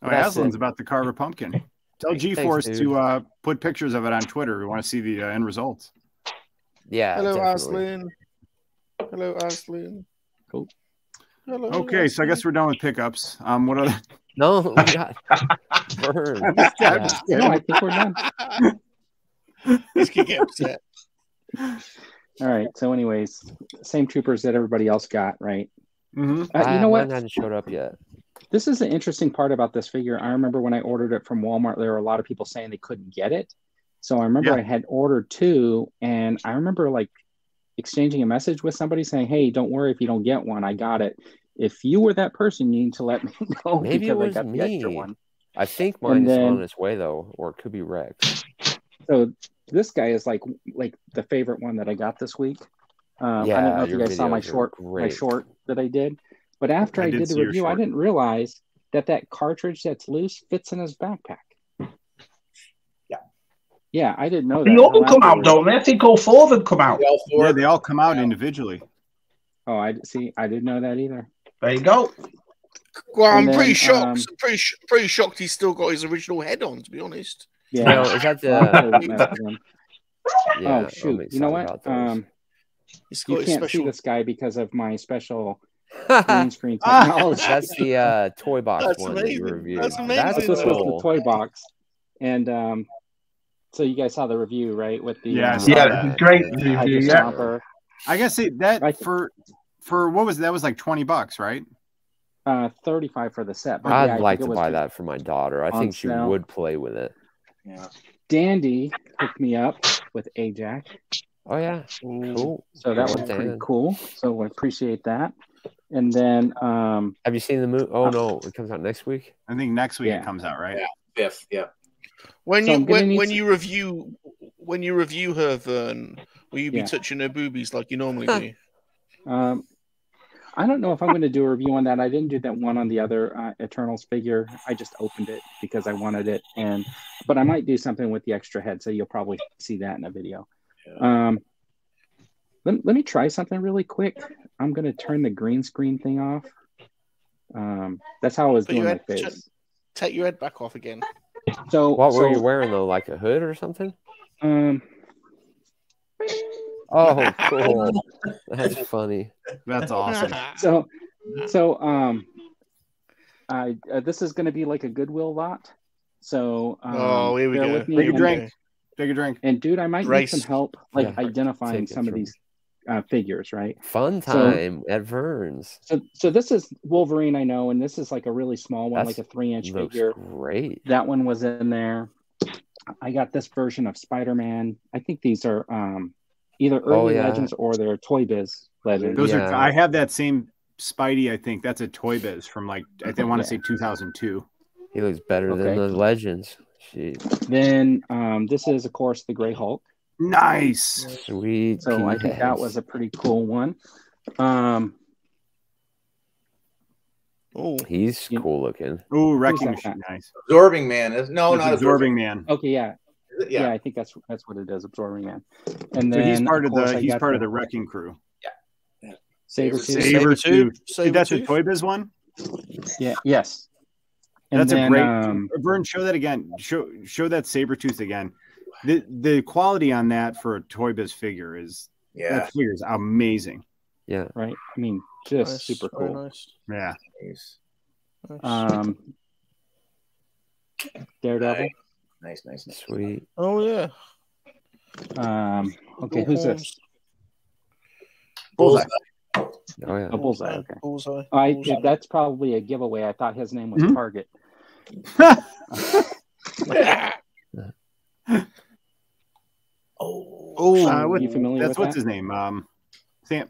A: That's
E: Aslan's
A: it.
E: about to carve a pumpkin. Tell
A: Thanks,
E: G Force
A: dude.
E: to uh, put pictures of it on Twitter. We want to see the uh, end results.
A: Yeah.
D: Hello,
A: uh, definitely.
D: Aslan. Hello, Aslan.
B: Cool.
D: Hello.
E: Okay, so I guess we're done with pickups. Um, what other?
A: No, we got Vern.
E: I'm just- I'm just kidding.
D: This could get upset.
B: All right. So, anyways, same troopers that everybody else got, right?
E: Mm-hmm.
B: Uh, you know what?
A: Mine hasn't showed up yet.
B: This is the interesting part about this figure. I remember when I ordered it from Walmart, there were a lot of people saying they couldn't get it. So I remember
E: Yeah.
B: I had ordered two, and I remember like exchanging a message with somebody saying, "Hey, don't worry if you don't get one. I got it." If you were that person, you need to let me know
A: Maybe it
B: because
A: was
B: I got the
A: me.
B: extra one.
A: I think
B: And
A: mine is
B: then-
A: on its way though, or it could be Rex.
B: So this guy is like like the favorite one that I got this week. Um, I don't
A: Yeah,
B: know if you
A: your
B: guys saw my
A: videos are
B: short my
A: great.
B: short that I did, but after
A: I
B: I,
A: did
B: did,
A: see
B: the
A: your
B: review, I
A: short.
B: didn't realize that that cartridge that's loose fits in his backpack. Yeah, I didn't know that.
Q: They all
B: until
Q: come out,
B: afterwards.
Q: don't they? I think all four of them come out.
B: Yeah,
E: they all come out individually.
B: Oh, I see. I didn't know that either.
Q: There you go.
D: Well, I'm
B: And then,
D: pretty shocked.
B: um,
D: I'm pretty, sh- pretty shocked he's still got his original head on. To be honest.
B: Yeah.
A: No, is that the-
B: I'll totally mess with him.
A: Yeah, I'm
B: oh shoot! You know
A: excited about
B: what?
A: those.
B: Um,
D: He's got
B: you can't
D: his
B: see
D: special-
B: this guy because of my special green screen technology.
A: That's the uh, toy box
B: That's
A: one that
B: amazing.
A: you reviewed.
B: That's
A: That's
B: this was
A: cool.
B: the toy box, and um, so you guys saw the review, right? With the
E: Yeah, I
B: um,
E: saw Yeah, that. great
B: Hydro
E: review, yeah.
B: Stomper.
E: I gotta say that for for what was that was like twenty bucks, right?
B: Uh, thirty-five for the set.
A: I'd like to buy that for my daughter. I
B: on
A: think she
B: sale.
A: would play with it.
B: Dandy hooked me up with Ajax.
A: Oh yeah,
E: Mm.
A: cool.
B: So that
A: Cool,
B: was pretty
A: Dan.
B: cool. So I appreciate that. And then, um,
A: have you seen the movie? Oh no, it comes out next week.
E: I think next week it comes out, right?
U: Fifth, yeah.
D: When
A: So
D: you
A: I'm gonna
D: when,
A: need
D: when
A: to-
D: you review when you review her, Vern, will you be
B: Yeah.
D: touching her boobies like you normally do?
B: um, I don't know if I'm going to do a review on that. I didn't do that one on the other uh, Eternals figure. I just opened it because I wanted it, and but I might do something with the extra head. So you'll probably see that in a video. Um, let, let me try something really quick. I'm going to turn the green screen thing off. Um, that's how I was
D: Put your
B: doing my
D: head-
B: face.
D: Take your head back off again.
B: So
A: what were
B: so-
A: you wearing though? Like a hood or something?
B: Um.
A: Oh, cool. That's funny.
E: That's
B: So, so um, I uh, this is going to be like a Goodwill lot. So, um,
E: Oh, here we
B: bear
E: go.
B: With me
E: Take a
B: and-
E: drink. Take a drink.
B: And dude, I might
E: Race.
B: need some help, like
E: Yeah.
B: identifying
A: Take it
B: some of
A: from-
B: these uh, figures, right?
A: Fun
B: So-
A: time at Vern's.
B: So, so this is Wolverine, I know, and this is like a really small one,
A: That's-
B: like a three-inch
A: looks
B: figure.
A: Great.
B: That one was in there. I got this version of Spider-Man. I think these are um, either early
E: Oh, yeah.
B: legends or they're Toy Biz legends.
E: Those are I have that same Spidey, I think. That's a toy biz from like I think I want
B: Yeah.
E: to say two thousand two.
A: He looks better
B: Okay.
A: than the legends. Shit.
B: Then um, this is, of course, the Gray Hulk.
E: Nice.
A: Sweet.
B: So I think that
A: peas.
B: was a pretty cool one. Um,
D: oh,
A: He's cool looking.
E: Ooh,
B: Wrecking
E: Wrecking Machine, nice.
U: Absorbing Man is no,
E: That's
U: not
E: Absorbing Man.
B: Okay, yeah.
U: Yeah.
B: yeah, I think that's that's what it is, Absorbing Man. And
E: So
B: then
E: he's part of
B: course,
E: the
B: I
E: he's
B: got
E: part of the wrecking crew.
B: Saber
E: Saber
B: Tooth.
E: That's a toy biz one.
B: Yeah. Yes. And
E: That's
B: then,
E: a great.
B: um,
E: Vern, show that again. Show show that saber tooth again. The the quality on that for a toy biz figure is
U: Yeah.
E: that figure is amazing.
A: Yeah.
B: Right. I mean, just super cool.
E: Yeah.
U: Nice.
B: Um, Daredevil.
U: Nice, nice, nice.
A: Sweet.
D: Oh yeah.
B: Um, okay, who's this?
D: Bullseye.
A: Oh yeah.
B: A bullseye. Okay.
D: Bullseye.
B: I
D: Bullseye.
B: that's probably a giveaway. I thought his name was
E: Mm-hmm.
D: Mhm.
B: Target.
E: Oh,
B: Are you familiar
E: that's
B: with
E: what's
B: that?
E: his name. Um, Sam.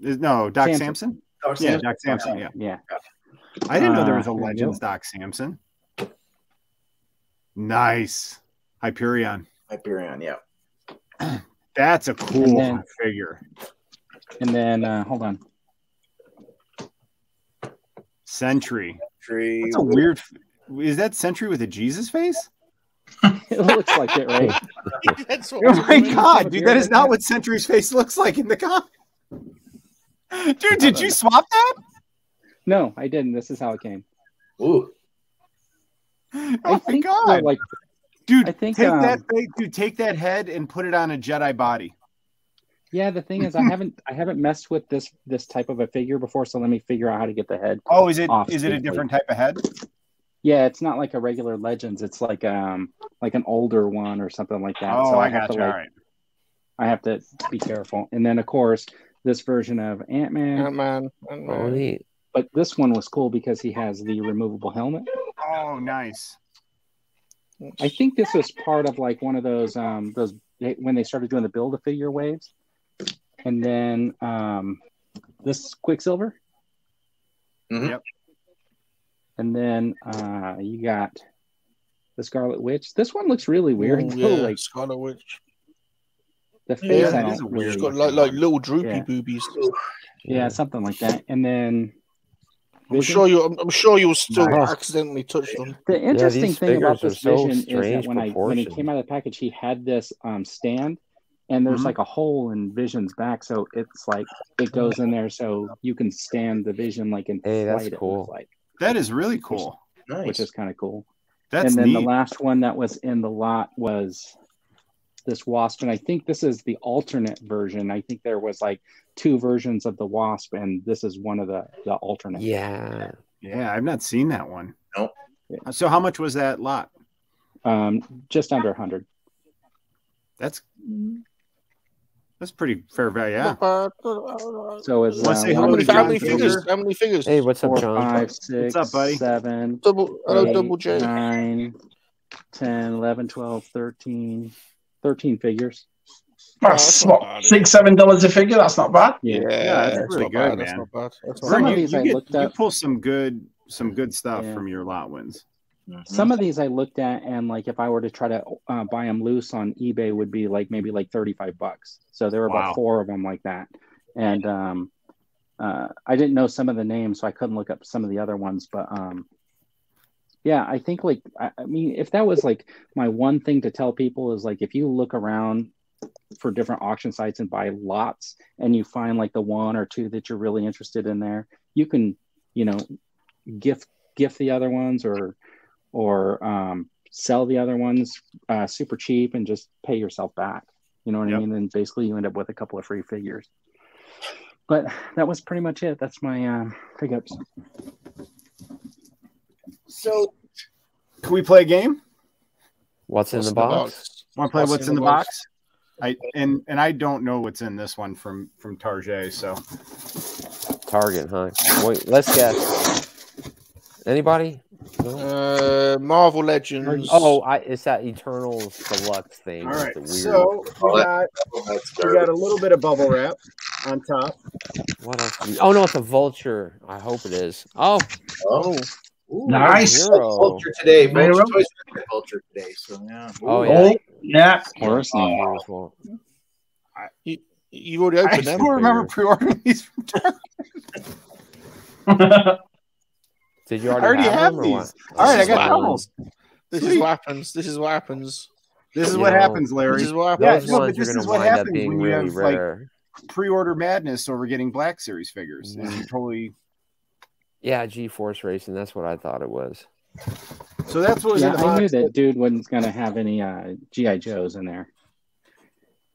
E: is- No, Doc
B: Samson.
E: Sampson.
B: Doc
E: yeah,
B: Samson.
E: Doc Sampson.
B: Doc
E: Yeah.
B: Samson, yeah.
E: I didn't know there
B: Uh,
E: was a
B: there you
E: Legends
B: go.
E: Doc Sampson. Nice. Hyperion.
U: Hyperion, yeah.
E: That's a cool
B: then-
E: figure.
B: And then uh, hold on.
E: Sentry.
U: Tree.
E: That's a weird. f- Is that Sentry with a Jesus face?
B: it looks like it, right?
D: That's what
E: Oh my god, dude, that is not what Sentry's face looks like in the comic. Dude, did
B: Uh,
E: you swap that?
B: No, I didn't. This is how it came.
U: Ooh.
E: Oh my god.
B: Like,
E: dude,
B: I think
E: take
B: um,
E: that face, dude, take that head and put it on a Jedi body.
B: Yeah, the thing is, I haven't I haven't messed with this this type of a figure before, so let me figure out how to get the head.
E: Oh, is it is
B: off
E: it a
B: safely.
E: different type of head?
B: Yeah, it's not like a regular Legends. It's like um like an older one or something like that.
E: Oh,
B: so
E: I
B: have
E: gotcha.
B: to like
E: All right.
B: I have to be careful. And then of course this version of Ant Man.
D: Ant Man. Oh,
A: neat.
B: But this one was cool because he has the removable helmet.
E: Oh, nice.
B: I think this was part of like one of those um those when they started doing the build a figure waves. and then um, this Quicksilver.
A: Uh,
U: mm-hmm.
E: Yep.
B: And then uh, you got the Scarlet Witch. This one looks really weird.
D: Ooh,
B: though,
D: Oh, yeah,
B: like
D: Scarlet Witch.
B: the face.
D: Yeah,
B: I
D: it is
B: don't
D: a weird-
B: really
D: She's
B: like
D: got like,
B: that
D: like
B: one.
D: little droopy
B: Yeah.
D: boobies.
B: Yeah, something like that. And then
D: I'm
B: Vision?
D: sure you. I'm, I'm sure you will still
B: Nice.
D: accidentally touch them.
B: The interesting thing about this vision is that when I when it came out of the package, he had this um, stand, and there's
A: Mm-hmm.
E: Mhm.
B: like a hole in Vision's back, so it's like it goes in there, so you can stand the Vision like in
A: Hey, that's
B: flight, it looks
A: cool.
B: like,
E: That is really cool.
B: which is kind of cool.
E: That's
B: and then the
E: neat.
B: last one that was in the lot was this wasp, and I think this is the alternate version. I think there was like two versions of the wasp, and this is one of the the alternate.
A: Yeah.
E: Yeah, I've not seen that one. Uh,
U: Nope.
E: So how much was that lot?
B: Um, just under hundred.
E: That's that's pretty fair value. Yeah.
B: So is
E: Let's
B: uh,
E: see, how
B: one
E: many-
B: John
E: how many
B: Finger.
E: fingers-
D: How many fingers?
A: Hey, what's up,
B: Four,
A: John? uh,
B: five, six,
A: What's up, buddy?
B: seven,
D: Double- hello,
B: eight,
D: double J.
B: nine, 10, 11, 12, 13, 13 figures.
Q: Oh, That's what six, seven dollars a figure. That's not bad.
B: Yeah,
E: that's
B: that's
E: really
B: not
E: good,
B: bad,
E: man.
B: that's not bad, that's not
E: Vern,
B: bad.
E: you,
B: Some of these
E: you
B: I
E: get-
B: looked
E: you
B: up.
E: pull some good some good stuff from your lot wins.
B: Some of these I looked at, and like if I were to try to uh, buy them loose on eBay, would be like maybe like 35 bucks. So there were
E: Wow.
B: about four of them like that. And um, uh, I didn't know some of the names, so I couldn't look up some of the other ones. But um, yeah, I think like, I, I mean, if that was like my one thing to tell people is like if you look around for different auction sites and buy lots and you find like the one or two that you're really interested in there, you can, you know, gift gift the other ones or or um, sell the other ones uh, super cheap and just pay yourself back. You know what I mean? And basically, you end up with a couple of free figures. But that was pretty much it. That's my um, pickups.
U: So
E: Can we play a game?
A: What's in the box?
E: Want to play what's, in, the box? I and and I don't know what's in this one from from Tarjay. So
A: Target, huh? Wait, let's guess. Anybody?
D: Uh, Marvel Legends.
A: Oh, I, it's that Eternals deluxe thing.
E: all
A: with
E: right,
A: the weird- Oh,
E: so we got Uh, we got a little bit of bubble wrap on top.
A: What else? do we- Oh no, it's a vulture. I hope it is. Oh,
U: Oh.
A: Ooh,
U: nice
A: Hero.
U: culture today.
A: Hero.
U: Vulture Toys had culture today. So yeah.
A: Oh, yeah.
Q: yeah.
A: Horse oh.
D: You, you already opened them.
E: pre-ordering these
Q: from
A: Did you
D: I
A: already,
D: already
A: have,
D: have
A: them, or
D: these.
A: what?
D: All right, I
A: This is
D: got
A: wild.
D: doubles. This is what happens. This is what happens.
E: This is what happens, Larry.
D: This is what
E: Yeah,
D: happens.
E: no, but this is what
A: wind up
E: happens
A: being
E: when you
A: really
E: have like
A: rare.
E: pre-order madness over getting Black Series figures. Is
A: Mm.
E: you totally
A: Yeah, G-force racing. That's what I thought it was.
E: So that's what was
B: yeah,
E: in the
B: I
E: box.
B: knew that dude wasn't going to have any uh, GI Joes in there.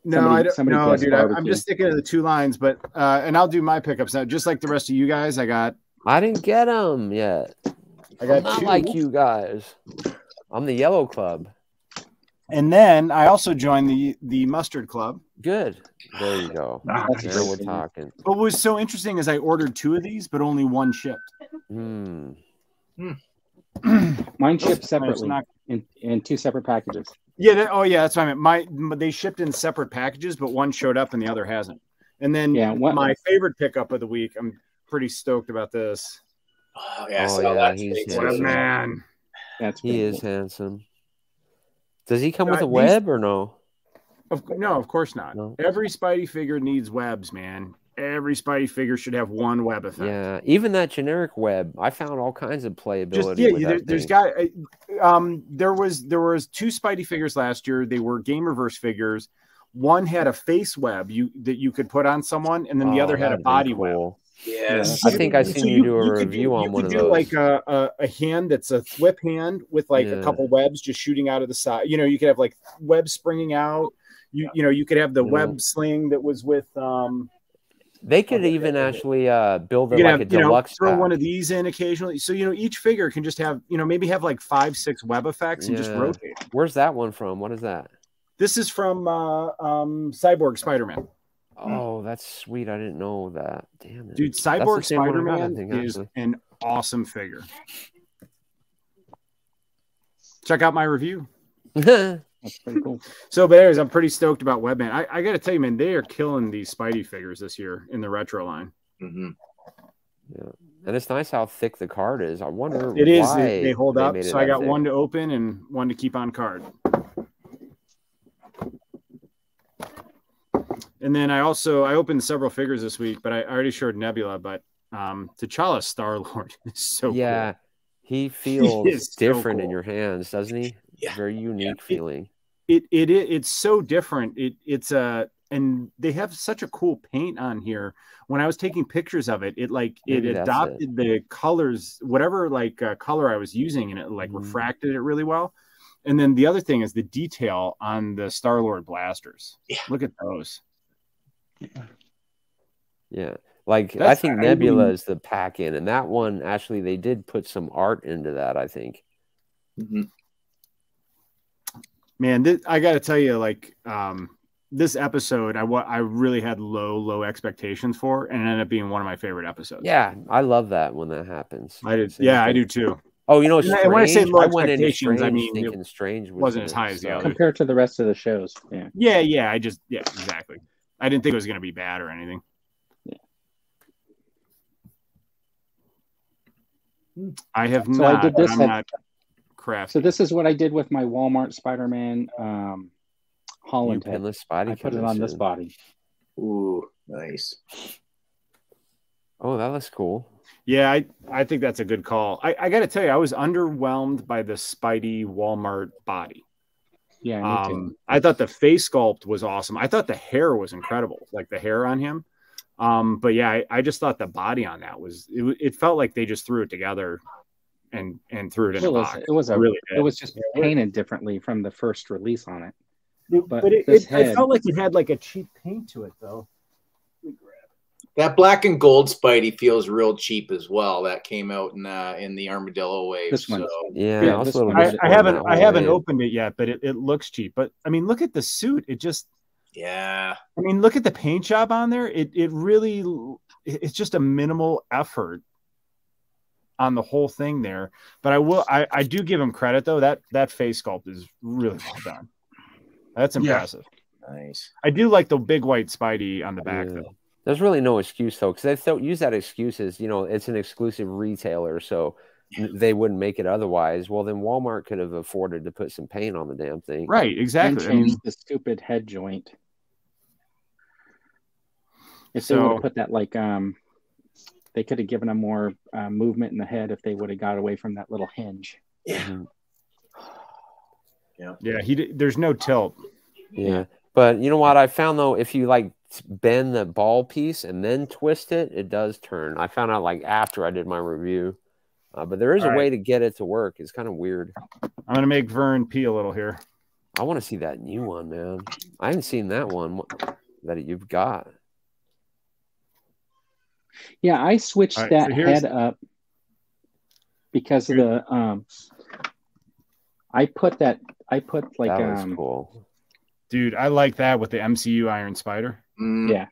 E: No,
B: Somebody-
E: I don't,
B: somebody
E: no,
B: does
E: dude. I, I'm
B: barbecue.
E: just sticking to the two lines, but uh, and I'll do my pickups now, just like the rest of you guys. I got.
A: I didn't get them yet.
E: I got
A: I'm not
E: two.
A: like you guys. I'm the Yellow Club.
E: And then I also joined the the mustard club.
A: Good. There you go.
E: Ah, that's
A: now
E: great.
A: we're talking.
E: What was so interesting is I ordered two of these, but only one shipped.
A: Hmm.
B: Mine shipped
E: It's
B: separately
E: not-
B: in, in two separate packages.
E: Yeah. That, oh, yeah. That's what I meant. My m- they shipped in separate packages, but one showed up and the other hasn't. And then
B: Yeah, what-
E: my favorite pickup of the week. I'm pretty stoked about this.
U: Oh
A: yeah, I Oh, saw yeah, that he's today. handsome.
E: man.
B: That's
A: he is handsome. Does he come
E: Uh,
A: with a
E: these-
A: web or no?
E: Of, no, of course not. Every Spidey figure needs webs, man. Every Spidey figure should have one web effect.
A: Yeah, even that generic web, I found all kinds of playability.
E: Just yeah,
A: with
E: you- there,
A: that
E: there's
A: thing.
E: got I- um there was there was two Spidey figures last year. They were game reverse figures. One had a face web you that you could put on someone, and then the
A: Oh,
E: other had a
A: that'd be
E: body
A: cool.
E: web.
A: I think I seen you do a
E: could
A: review on
E: you
A: one
E: could
A: of
E: do
A: those.
E: like a, a, a hand that's a flip hand with like
A: Yeah.
E: a couple webs just shooting out of the side. You know, you could have like webs springing out. You you know, you could have the
A: Yeah.
E: web sling that was with um
A: they could even actually uh, build
E: you
A: it
E: could
A: like
E: have,
A: a
E: you know,
A: deluxe.
E: throw
A: pack.
E: one of these in occasionally. So you know, each figure can just have, you know, maybe have like five, six web effects and just
A: Yeah.
E: rotate.
A: Where's that one from? What is that?
E: This is from uh, um, Cyborg Spider Man.
A: Oh, that's sweet. I didn't know that. Damn it,
E: Dude,
A: That's the
E: Cyborg
A: same one I got,
E: Spider
A: I
E: Man
A: think,
E: is
A: actually.
E: an awesome figure. Check out my review.
A: All
B: That's pretty cool.
E: So, but anyways, I'm pretty stoked about Webman. I, I got to tell you, man, they are killing these Spidey figures this year in the retro line.
A: Mm-hmm. Yeah. And it's nice how thick the card is. I wonder
E: It is.
A: why
E: They, they hold up.
A: made it
E: So I
A: that
E: got
A: thick.
E: one to open and one to keep on card. And then I also I opened several figures this week, but I already showed Nebula, but um T'Challa Star Lord is so cool.
A: yeah, he feels
E: is so
A: different in
E: cool.
A: your hands, doesn't he? Very unique feeling.
E: it it i- it's so different. It it's a and they have such a cool paint on here. When I was taking pictures of it, it like it
B: Maybe that's it.
E: adopted the colors, whatever like uh, color I was using, and it like
A: Mm-hmm.
E: refracted it really well. And then the other thing is the detail on the Star Lord blasters. Look at those.
A: Yeah. Like I
E: That's-
A: think
E: I
A: Nebula
E: mean-
A: is the pack in, and that one actually they did put some art into that. I think.
E: man this, i gotta tell you like um this episode i what i really had low low expectations for and it ended up being one of my favorite episodes
A: Yeah, I love that when that happens.
E: I did.
A: Same
E: yeah
A: thing.
E: i do too
A: Oh, you know,
E: And
A: strange,
E: I- when i say low
A: went into
E: expectations i
A: Strange
E: mean it
A: thinking strange was
E: wasn't
A: in
E: as
A: it,
E: high as the
A: so-
E: other
B: compared to the rest of the shows. Yeah.
E: yeah yeah i just yeah exactly i didn't think it was going to be bad or anything i have
B: So I
E: not
B: did this
E: i'm
B: at-
E: not crafty
B: So this is what I did with my Walmart Spider-Man um, Holland
A: You
B: head.
A: pinless body
B: I put it
A: coming
B: on this
A: soon.
B: body.
U: Ooh, nice.
A: Oh, that looks cool.
E: Yeah, I, I think that's a good call. I, I got to tell you, I was underwhelmed by the Spidey Walmart body.
B: Yeah, me too.
E: Um, I thought the face sculpt was awesome. I thought the hair was incredible, like the hair on him. Um, but yeah, I, I just thought the body on that was it, w- it felt like they just threw it together and and threw it in
B: It
E: a
B: was,
E: box.
B: it was a
E: really
B: it was just painted differently from the first release on it. But, this head,
E: like it had like a cheap paint to it though.
U: That black and gold Spidey feels real cheap as well. That came out in uh, in the Armadillo wave.
E: This one.
U: so.
A: Yeah, I was a little
E: I, I
A: disappointed in
E: haven't
A: that
E: I
A: one,
E: haven't
A: man.
E: opened it yet, but it, it looks cheap. But I mean, look at the suit. It just
U: Yeah.
E: I mean, look at the paint job on there. It it really it- it's just a minimal effort on the whole thing there. But I will I, I do give him credit though. That that face sculpt is really well done. That's
A: Yeah.
E: impressive.
U: Nice.
E: I do like the big white Spidey on the back though.
A: There's really no excuse though, because they don't use that excuse as you know it's an exclusive retailer, so n- they wouldn't make it otherwise. Well, then Walmart could have afforded to put some paint on the damn thing,
B: And changed the stupid head joint. If they would
A: So-
B: have put that like um, they could have given him more uh, movement in the head if they would have got away from that little hinge.
U: Yeah.
E: Yeah, he di- there's no tilt.
A: Yeah, but you know what I found though, if you like t- bend the ball piece and then twist it, it does turn. I found out like after I did my review, uh, but there is
E: All
A: a
E: right.
A: way to get it to work. It's kind of weird.
E: I'm gonna make Vern pee a little here.
A: I want to see that new one, man. I haven't seen that one wh- that you've got.
B: Yeah, I switched
A: All right,
B: that
A: so here's-
B: head up because of the um. I put that. I put like
E: That was
B: um.
A: Cool.
E: Dude, I like that with the MCU Iron Spider.
A: Mm.
B: Yeah.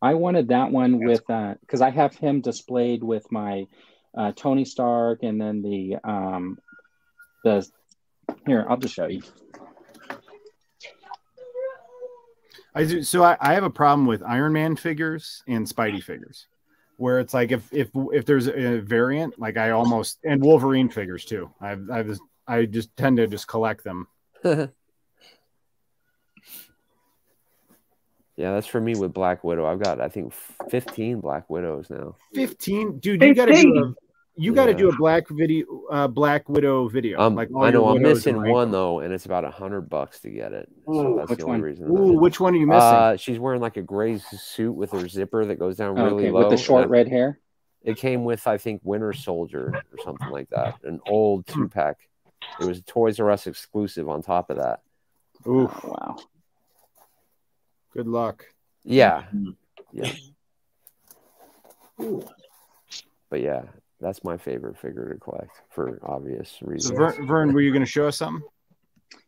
B: I wanted that one with uh because I have him displayed with my uh, Tony Stark and then the um the here I'll just show you.
E: I do. So I, I have a problem with Iron Man figures and Spidey figures, where it's like if if if there's a variant, like I almost and Wolverine figures too. I've I was I just tend to just collect them.
A: Yeah, that's for me with Black Widow. I've got I think 15 Black Widows now.
E: Fifteen, dude. You gotta do a,
A: 15.
E: you gotta
A: Yeah.
E: do a black video, uh, Black Widow video.
A: Um,
E: all
A: I
E: your
A: know I'm
E: widows
A: missing
E: and rank
A: one
E: them.
A: though, and it's about a hundred bucks to get it.
E: Ooh,
A: so that's
E: which
A: the only
E: one?
A: reason.
E: Ooh, which one are you missing?
A: Uh, she's wearing like a gray suit with her zipper that goes down
B: Oh,
A: really
B: okay,
A: low.
B: with the short
A: and
B: red hair.
A: It came with I think Winter Soldier or something like that, an old
E: Hmm.
A: two pack. It was a Toys R Us exclusive. On top of that,
E: Ooh,
B: wow.
E: Good luck.
A: yeah,
E: Mm-hmm.
A: yeah.
U: Ooh.
A: But yeah, that's my favorite figure to collect for obvious
E: So
A: reasons.
E: Vern, Vern, were you gonna show us something?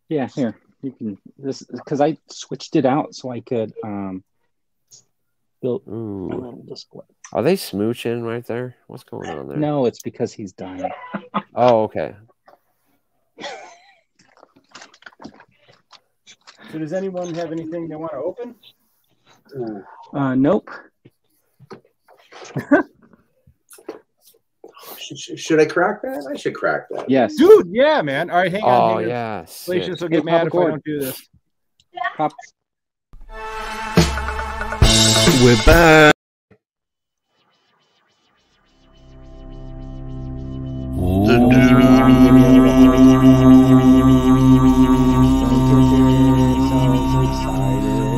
B: Yeah, here you can this because I switched it out so I could um build. I want a display.
A: Are they smooching right there? What's going on there?
B: No, it's because he's dying.
A: Oh, okay.
E: So does anyone have anything they want to open?
B: Uh, nope.
U: Should, should I crack that? I should crack that.
B: Yes.
E: Dude, yeah, man. All right, hang on.
U: Oh,
E: hang on.
U: yeah, sick.
E: Glacius will get
B: Hey,
E: mad if
B: Papa
E: I
B: Gordon.
E: don't do this.
B: Pop-
C: We're back.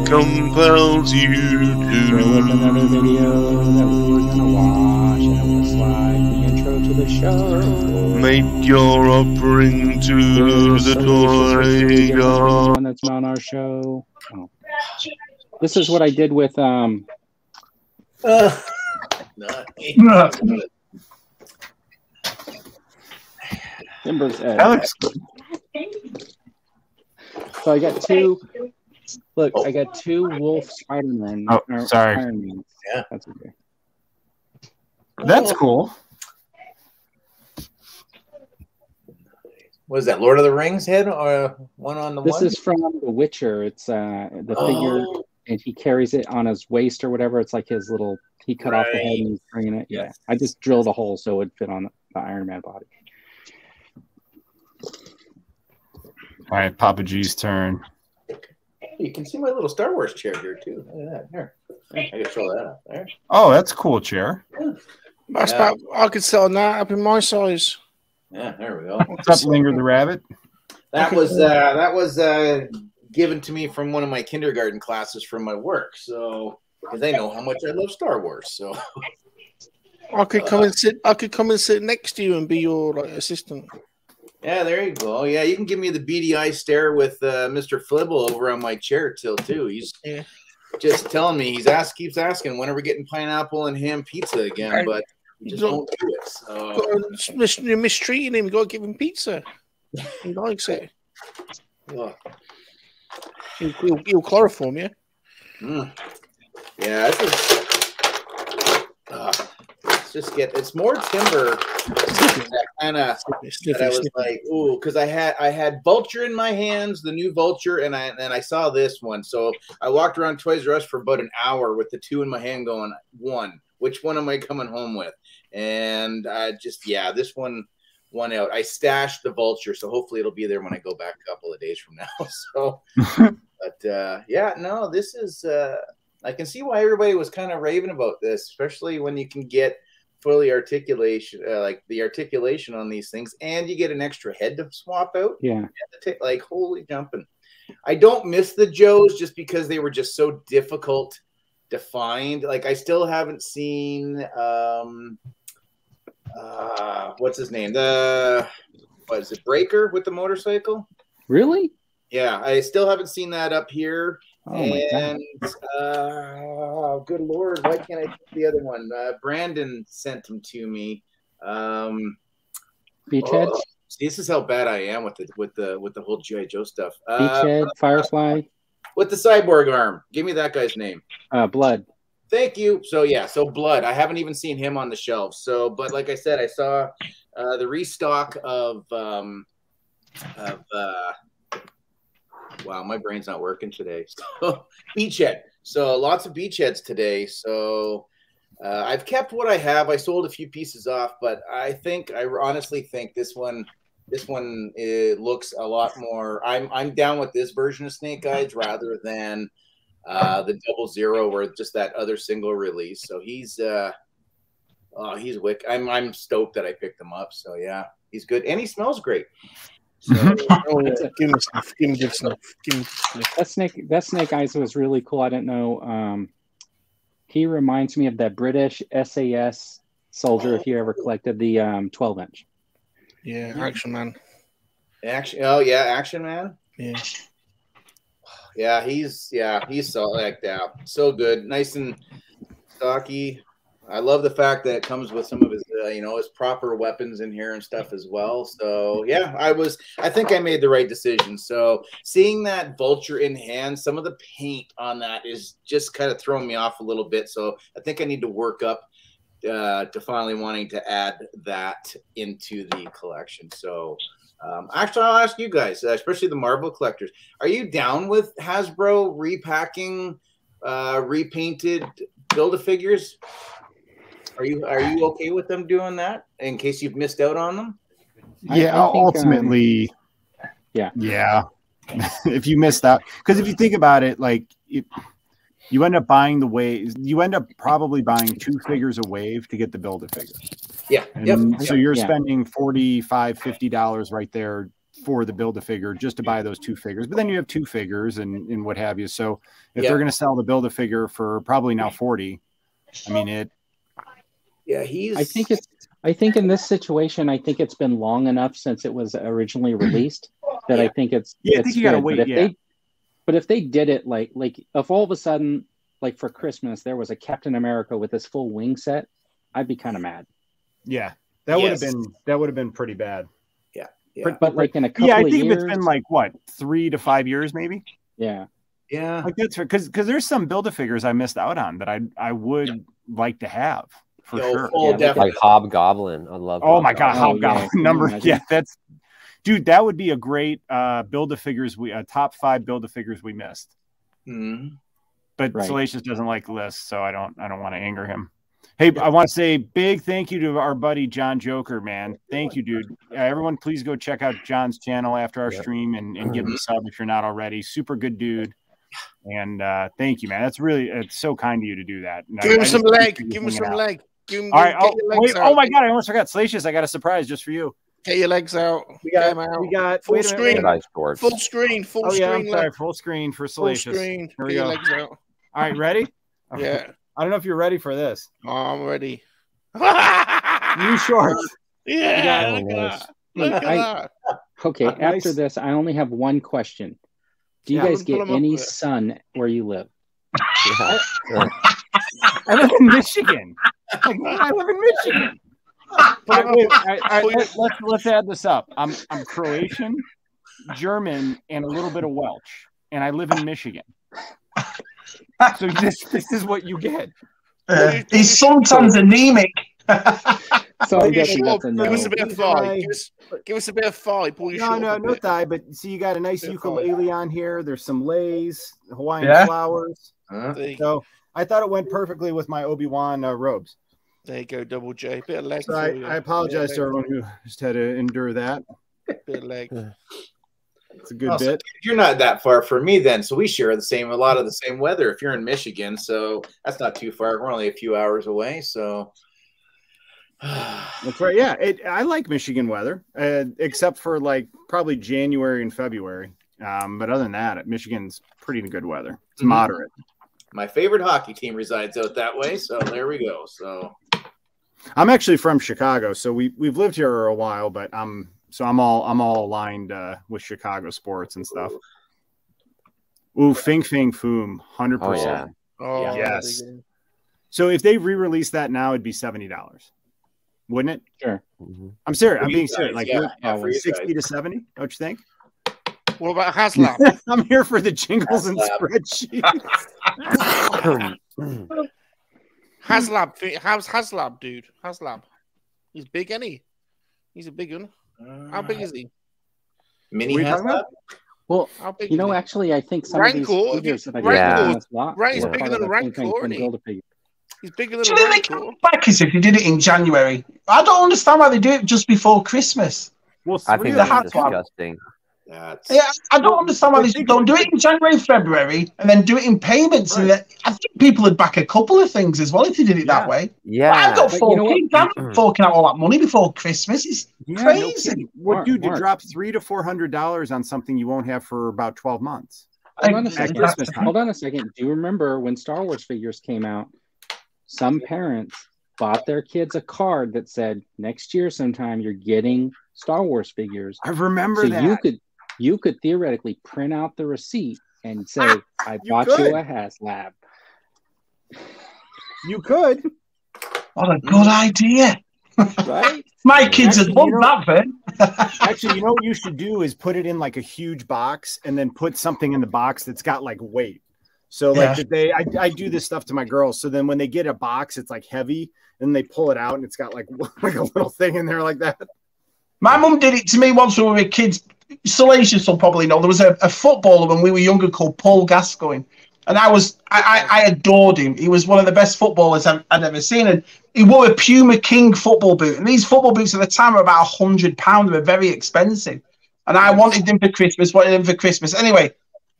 C: Compels you to. There was another video that we were gonna watch, and it was like the intro to the show. Make your offering to the toy god.
B: one that's on our show. Oh. This is what I did with um. Timber's Edge. So I got two. Look, I
U: Oh.
B: got two Wolf Spider Men.
E: Oh, sorry.
B: Yeah, that's okay.
E: That's
U: Oh,
E: cool.
U: What is that? Lord of the Rings head or one on the
B: This
U: one? Oh.
B: is from The Witcher. It's uh the figure, and he carries it on his waist or whatever. It's like his little. He cut off the head and he's bringing it. Yeah, I just drilled a hole so it would fit on the Iron Man body.
E: All right, Papa G's turn.
U: you can see my little Star Wars chair here too. Look at that. Here, I can show that up there.
E: Oh, that's a cool chair.
U: That's
E: Yeah.
U: about-
O: I could sell on that up in my size.
U: Yeah, there we go.
E: What's up, Linger the Rabbit?
U: That was uh, that was uh, given to me from one of my kindergarten classes from my work. So because they know how much I love Star Wars. So
O: I could
A: Uh.
O: come and sit. I could come and sit next to you and be your like, assistant.
U: yeah, there you go. Yeah, you can give me the beady eye stare with uh, Mr. Flibble over on my chair till too. He's just telling me he's asked keeps asking when are we getting pineapple and ham pizza again, but we just won't do it. So
O: Got- mis- You're mistreating him. You got to give him pizza. He likes it.
U: Ugh.
O: He'll, he'll, he'll chloroform you.
U: Mm. Yeah, this is. Ugh. Let's just get. It's more timber. That kind of. That I was
O: sniffing.
U: like, ooh, because I had I had Vulture in my hands, the new Vulture, and I and I saw this one. So I walked around Toys R Us for about an hour with the two in my hand, going, one, which one am I coming home with? And I just, yeah, this one one out. I stashed the Vulture, so hopefully it'll be there when I go back a couple of days from now. So. But uh, yeah, no, this is. Uh, I can see why everybody was kind of raving about this, especially when you can get fully articulation, uh, like the articulation on these things, and you get an extra head to swap out.
B: Yeah.
U: And the ta- like holy jumping! I don't miss the Joes just because they were just so difficult to find. Like I still haven't seen. Um, uh, what's his name? The what is it? Breaker with the motorcycle.
B: Really?
U: Yeah, I still haven't seen that up here.
B: Oh my God.
U: and uh, good lord, why can't I think of the other one? Uh, Brandon sent him to me. Um,
B: Beachhead,
U: oh, this is how bad I am with the with the with the whole GI Joe stuff. Uh,
B: Beachhead, Firefly,
U: with the cyborg arm, give me that guy's name.
B: uh, Blood.
U: Thank you. So yeah, so blood. I haven't even seen him on the shelf. So, but like I said, I saw uh, the restock of um, of uh, wow, my brain's not working today. So beachhead. So lots of beachheads today. So uh, I've kept what I have. I sold a few pieces off, but I think I honestly think this one this one it looks a lot more. I'm I'm down with this version of Snake Eyes rather than uh, the double zero or just that other single release. So he's uh, oh, he's wick. I'm I'm stoked that I picked him up. So yeah, he's good and he smells great.
O: Oh, yeah. Give him stuff. Give him good stuff. Give him good stuff.
B: That snake, that snake eyes was really cool. I didn't know. Um, he reminds me of that British SAS soldier. If you ever collected the um, twelve inch,
O: Yeah, action man.
U: Action. Oh yeah, Action Man.
O: Yeah.
U: Yeah, he's yeah he's so like that. So good, nice and stocky. I love the fact that it comes with some of his, uh, you know, his proper weapons in here and stuff as well. So yeah, I was, I think I made the right decision. So seeing that vulture in hand, some of the paint on that is just kind of throwing me off a little bit. So I think I need to work up uh, to finally wanting to add that into the collection. So, um, actually, I'll ask you guys, uh, especially the Marvel collectors, are you down with Hasbro repacking, uh, repainted Build a Figures? Are you are you okay with them doing that in case you've missed out on them?
B: I-
E: Yeah,
B: I think, um,
E: ultimately.
B: yeah.
E: Yeah. if you miss that, because if you think about it, like it, you end up buying the wave, you end up probably buying two figures a wave to get the build a figure.
U: Yeah.
E: And
U: Yep.
E: So you're
U: Yeah.
E: spending 45 dollars right there for the build a figure just to buy those two figures. But then you have two figures and, and what have you. So if
U: Yeah.
E: they're going to sell the build a figure for probably now 40, I mean it.
U: Yeah, he's.
B: I think it's. I think in this situation, I think it's been long enough since it was originally released that I think it's.
E: Yeah, I
B: it's
E: think you gotta
B: good.
E: wait,
B: But if
E: yeah.
B: they, but if they did it like like if all of a sudden like for Christmas there was a Captain America with his full wing set, I'd be kind of mad.
E: Yeah. That would have
B: Yes.
E: been that would have been pretty bad.
U: Yeah.
B: But- but, like, in a
E: yeah, I
B: couple of
E: think if it's
B: years-
E: been like what three to five years, maybe.
B: Yeah.
U: Yeah.
E: Like that's because because there's some build a figures I missed out on that I I would like to have for sure.
A: like Hobgoblin. I love.
E: Oh my god,
A: Hobgoblin.
E: Hobgoblin number. Yeah, that's dude. That would be a great uh build a figures we uh, top five build a figures we missed.
O: Mm-hmm.
E: But
B: Right.
E: Salacious doesn't like lists, so I don't I don't want to anger him. Hey, I want to say big thank you to our buddy John Joker, man. Thank you, dude. Uh, everyone, please go check out John's channel after our
B: Yep.
E: stream and, and give him a
B: Mhm.
O: Mm-hmm.
E: sub if you're not already. Super good dude. And uh, thank you, man. That's really it's so kind of you to do that. And I-
O: Give him
E: I
O: some
E: just
O: leg.
E: appreciate you
O: Give him
E: hanging
O: some
E: out.
O: leg. Give him.
E: All right.
O: get
E: Oh,
O: your legs
E: wait, oh
O: out.
E: my god, I almost forgot. Salacious, I got a surprise just for you.
O: Get your legs out.
E: We got.
O: We
E: got
O: full
E: wait a minute, wait a
O: screen.
E: minute.
O: Full screen. Full
E: oh,
O: screen.
E: yeah, I'm sorry.
O: leg.
E: Full screen for
O: Full
E: Salacious.
O: screen. Get
E: Here we
O: your
E: go.
O: legs out.
E: All right, ready?
O: Yeah.
E: I don't know if you're ready for this.
O: I'm ready.
E: New shorts.
O: Yeah.
B: Oh,
O: look at
B: Lord.
O: that. Look at
B: I-
O: that.
B: Okay,
O: Nice.
B: after this, I only have one question. Do you
O: Yeah.
B: guys
O: Pull
B: get
O: 'em up
B: any
O: there.
B: sun where you live?
E: I live in Michigan. I live in Michigan. All right, wait, all right, all right, let, us let's add this up. I'm I'm Croatian, German, and a little bit of Welsh, and I live in Michigan. So this this is what you get.
Q: Uh, he's sometimes anemic.
B: So
E: I'm
O: Pull your
E: guessing
O: short-
E: that's a
O: Give
E: no.
O: us a bit of
E: These
O: thigh.
E: are my-
O: Give us, give us a bit of thigh. Pull your
E: No,
O: short
E: no,
O: up a
E: no
O: bit.
E: thigh. But see, you got a nice ukulele on here. There's some lays, Hawaiian
O: Yeah.
E: flowers. So I thought it went perfectly with my Obi Wan uh, robes.
O: There you go, double J. Bit of leg.
E: So I,
O: for you.
E: I apologize to
O: Bit of
E: everyone
O: leg.
E: who just had to endure that.
O: Bit of leg.
E: It's a good
U: Oh, so
E: bit.
U: you're not that far from me then, so we share the same a lot of the same weather. If you're in Michigan, so that's not too far. We're only a few hours away, so
E: That's right. Yeah, it, I like Michigan weather, uh, except for like probably January and February. Um, but other than that, Michigan's pretty good weather. It's
U: Mhm.
E: moderate.
U: my favorite hockey team resides out that way. So there we go. So
E: I'm actually from Chicago, so we we've lived here a while, but I'm so I'm all I'm all aligned uh, with Chicago sports and stuff. Ooh, Fing Fing Foom, hundred
A: Oh, yeah.
E: percent.
O: Oh, there they
E: Yes.
O: go.
E: So if they re-release that now, it'd be seventy dollars, wouldn't it?
B: Sure.
A: Mm-hmm.
E: I'm serious.
O: For
E: I'm
O: you
E: being
O: guys,
E: serious. Like
O: yeah,
E: we're-
O: yeah, for you
E: sixty to
O: guys.
E: seventy. Don't you think?
O: What about Haslam?
E: I'm here for the jingles and
O: Haslab.
E: spreadsheets.
O: Haslab. thi- How's Haslab, dude? Haslab. He's big, ain't he? He's a big one. How big is he?
U: mini
B: We
U: has
B: talking about- Well,
O: How big
B: you know,
O: is
B: actually, I think some of
O: Rancor,
B: these
O: if
B: figures
O: you-
B: that I
O: Rancor-
B: got on this lot
O: Right, he's
B: were
O: bigger
B: part
O: than
B: of the
O: a
B: Think Tank
O: Rancor, isn't he?
B: Build-A-Figure.
O: he? He's bigger
Q: Do
O: than
Q: you
O: a
Q: think they
O: Rancor.
Q: Back is if you did it in January. I don't understand why they do it just before Christmas.
E: Well,
A: I think
Q: the
A: that's
Q: hot one.
A: disgusting.
Q: Yeah, I don't understand why they don't do it in January, February, and then do it in payments. And then, I think people would back a couple of things as well if they did it that way.
A: Yeah.
Q: I've got
A: But you
Q: four
A: know what?
Q: kids. I'm forking out all that money before Christmas. It's
E: no
Q: crazy.
E: kidding. What
B: Mark,
E: dude to
B: Mark.
E: drop three to four hundred dollars on something you won't have for about twelve months?
B: Hold on a
E: At
B: second.
E: Christmas time.
B: Hold on a second. Do you remember when Star Wars figures came out? Some parents bought their kids a card that said, "Next year, sometime you're getting Star Wars figures."
E: I remember
B: so
E: that.
B: You could, you could theoretically print out the receipt and say, "I
E: Ah, You
B: bought
E: could.
B: you a HasLab."
E: You could.
Q: What a good idea.
B: Right?
Q: My kids would love that, Ben.
E: Actually, you know what you should do is put it in like a huge box and then put something in the box that's got like weight. So like
Q: Yeah.
E: they, I, I do this stuff to my girls. So then when they get a box, it's like heavy, and they pull it out, and it's got like like a little thing in there like that.
Q: My mum did it to me once when we were kids. Salacious will probably know. There was a, a footballer when we were younger called Paul Gascoigne. And I was I, I, I adored him. He was one of the best footballers I've, I'd ever seen. And he wore a Puma King football boot. And these football boots at the time were about hundred pounds. They were very expensive. And I wanted them for Christmas, wanted them for Christmas. Anyway,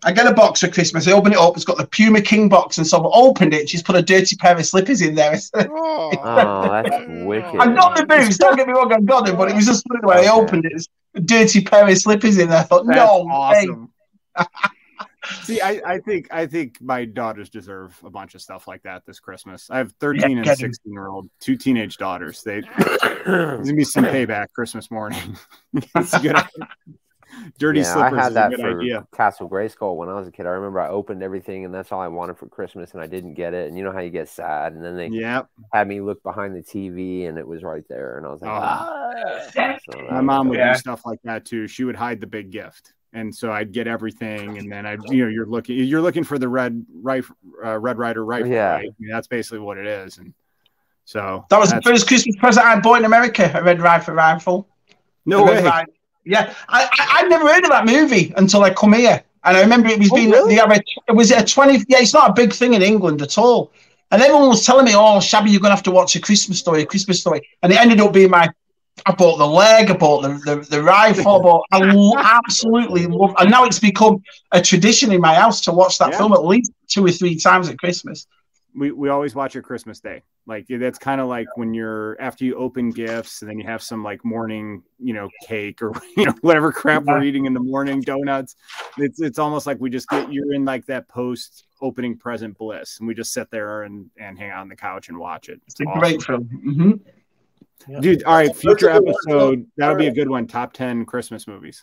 Q: I get a box for Christmas. I open it up. It's got the Puma King box. And so I opened it. She's put a dirty pair of slippers in there.
A: Oh, that's wicked.
Q: I'm not the boots. Don't get me wrong, I got them, but it was just funny when I opened it. It's a dirty pair of slippers in there. I thought,
E: That's
Q: no, way.
E: awesome. See, I, I think I think my daughters deserve a bunch of stuff like that this Christmas. I have 13
Q: Yeah,
E: and
Q: get 'em.
E: 16 year old, two teenage daughters. They there's gonna be some payback Christmas morning. it's a good. Dirty
A: Yeah,
E: slippers
A: I had
E: is
A: that
E: a good
A: for
E: idea.
A: Castle Grayskull when I was a kid. I remember I opened everything, and that's all I wanted for Christmas, and I didn't get it. And you know how you get sad, and then they
E: Yep.
A: had me look behind the TV, and it was right there, and I was like,
E: Oh.
A: ah. So that
E: My mom
A: was-
E: would do stuff like that too. She would hide the big gift, and so I'd get everything, and then I, would you know, you're looking, you're looking for the red rifle, uh, red rider rifle.
A: Yeah.
E: right? I mean, that's basically what it is, and so
Q: That was the
E: that's-
Q: first Christmas present I bought in America, a Red Rifle rifle.
E: No
Q: The Red
E: way.
Q: Ri- Yeah, I, I, I'd never heard of that movie until I come here. And I remember it was
E: Oh,
Q: being, they have a, it was a 20, yeah, it's not a big thing in England at all. And everyone was telling me, oh, Shabby, you're going to have to watch a Christmas story, a Christmas story. And it ended up being my, I bought the leg, I bought the, the, the rifle, I bought, I lo- absolutely love, and now it's become a tradition in my house to watch that film at least two or three times at Christmas.
E: we, we always watch it Christmas Day. Like that's kind of like when you're after you open gifts and then you have some like morning, you know, cake or you know whatever crap we're eating in the morning, donuts. It's it's almost like we just get you're in like that post opening present bliss, and we just sit there and and hang out on the couch and watch it. It's
Q: a
E: awesome.
Q: great film. hmm
E: Mm-hmm. dude. All right, future
Q: That's a good one.
E: episode that would be a good one. Top ten Christmas movies.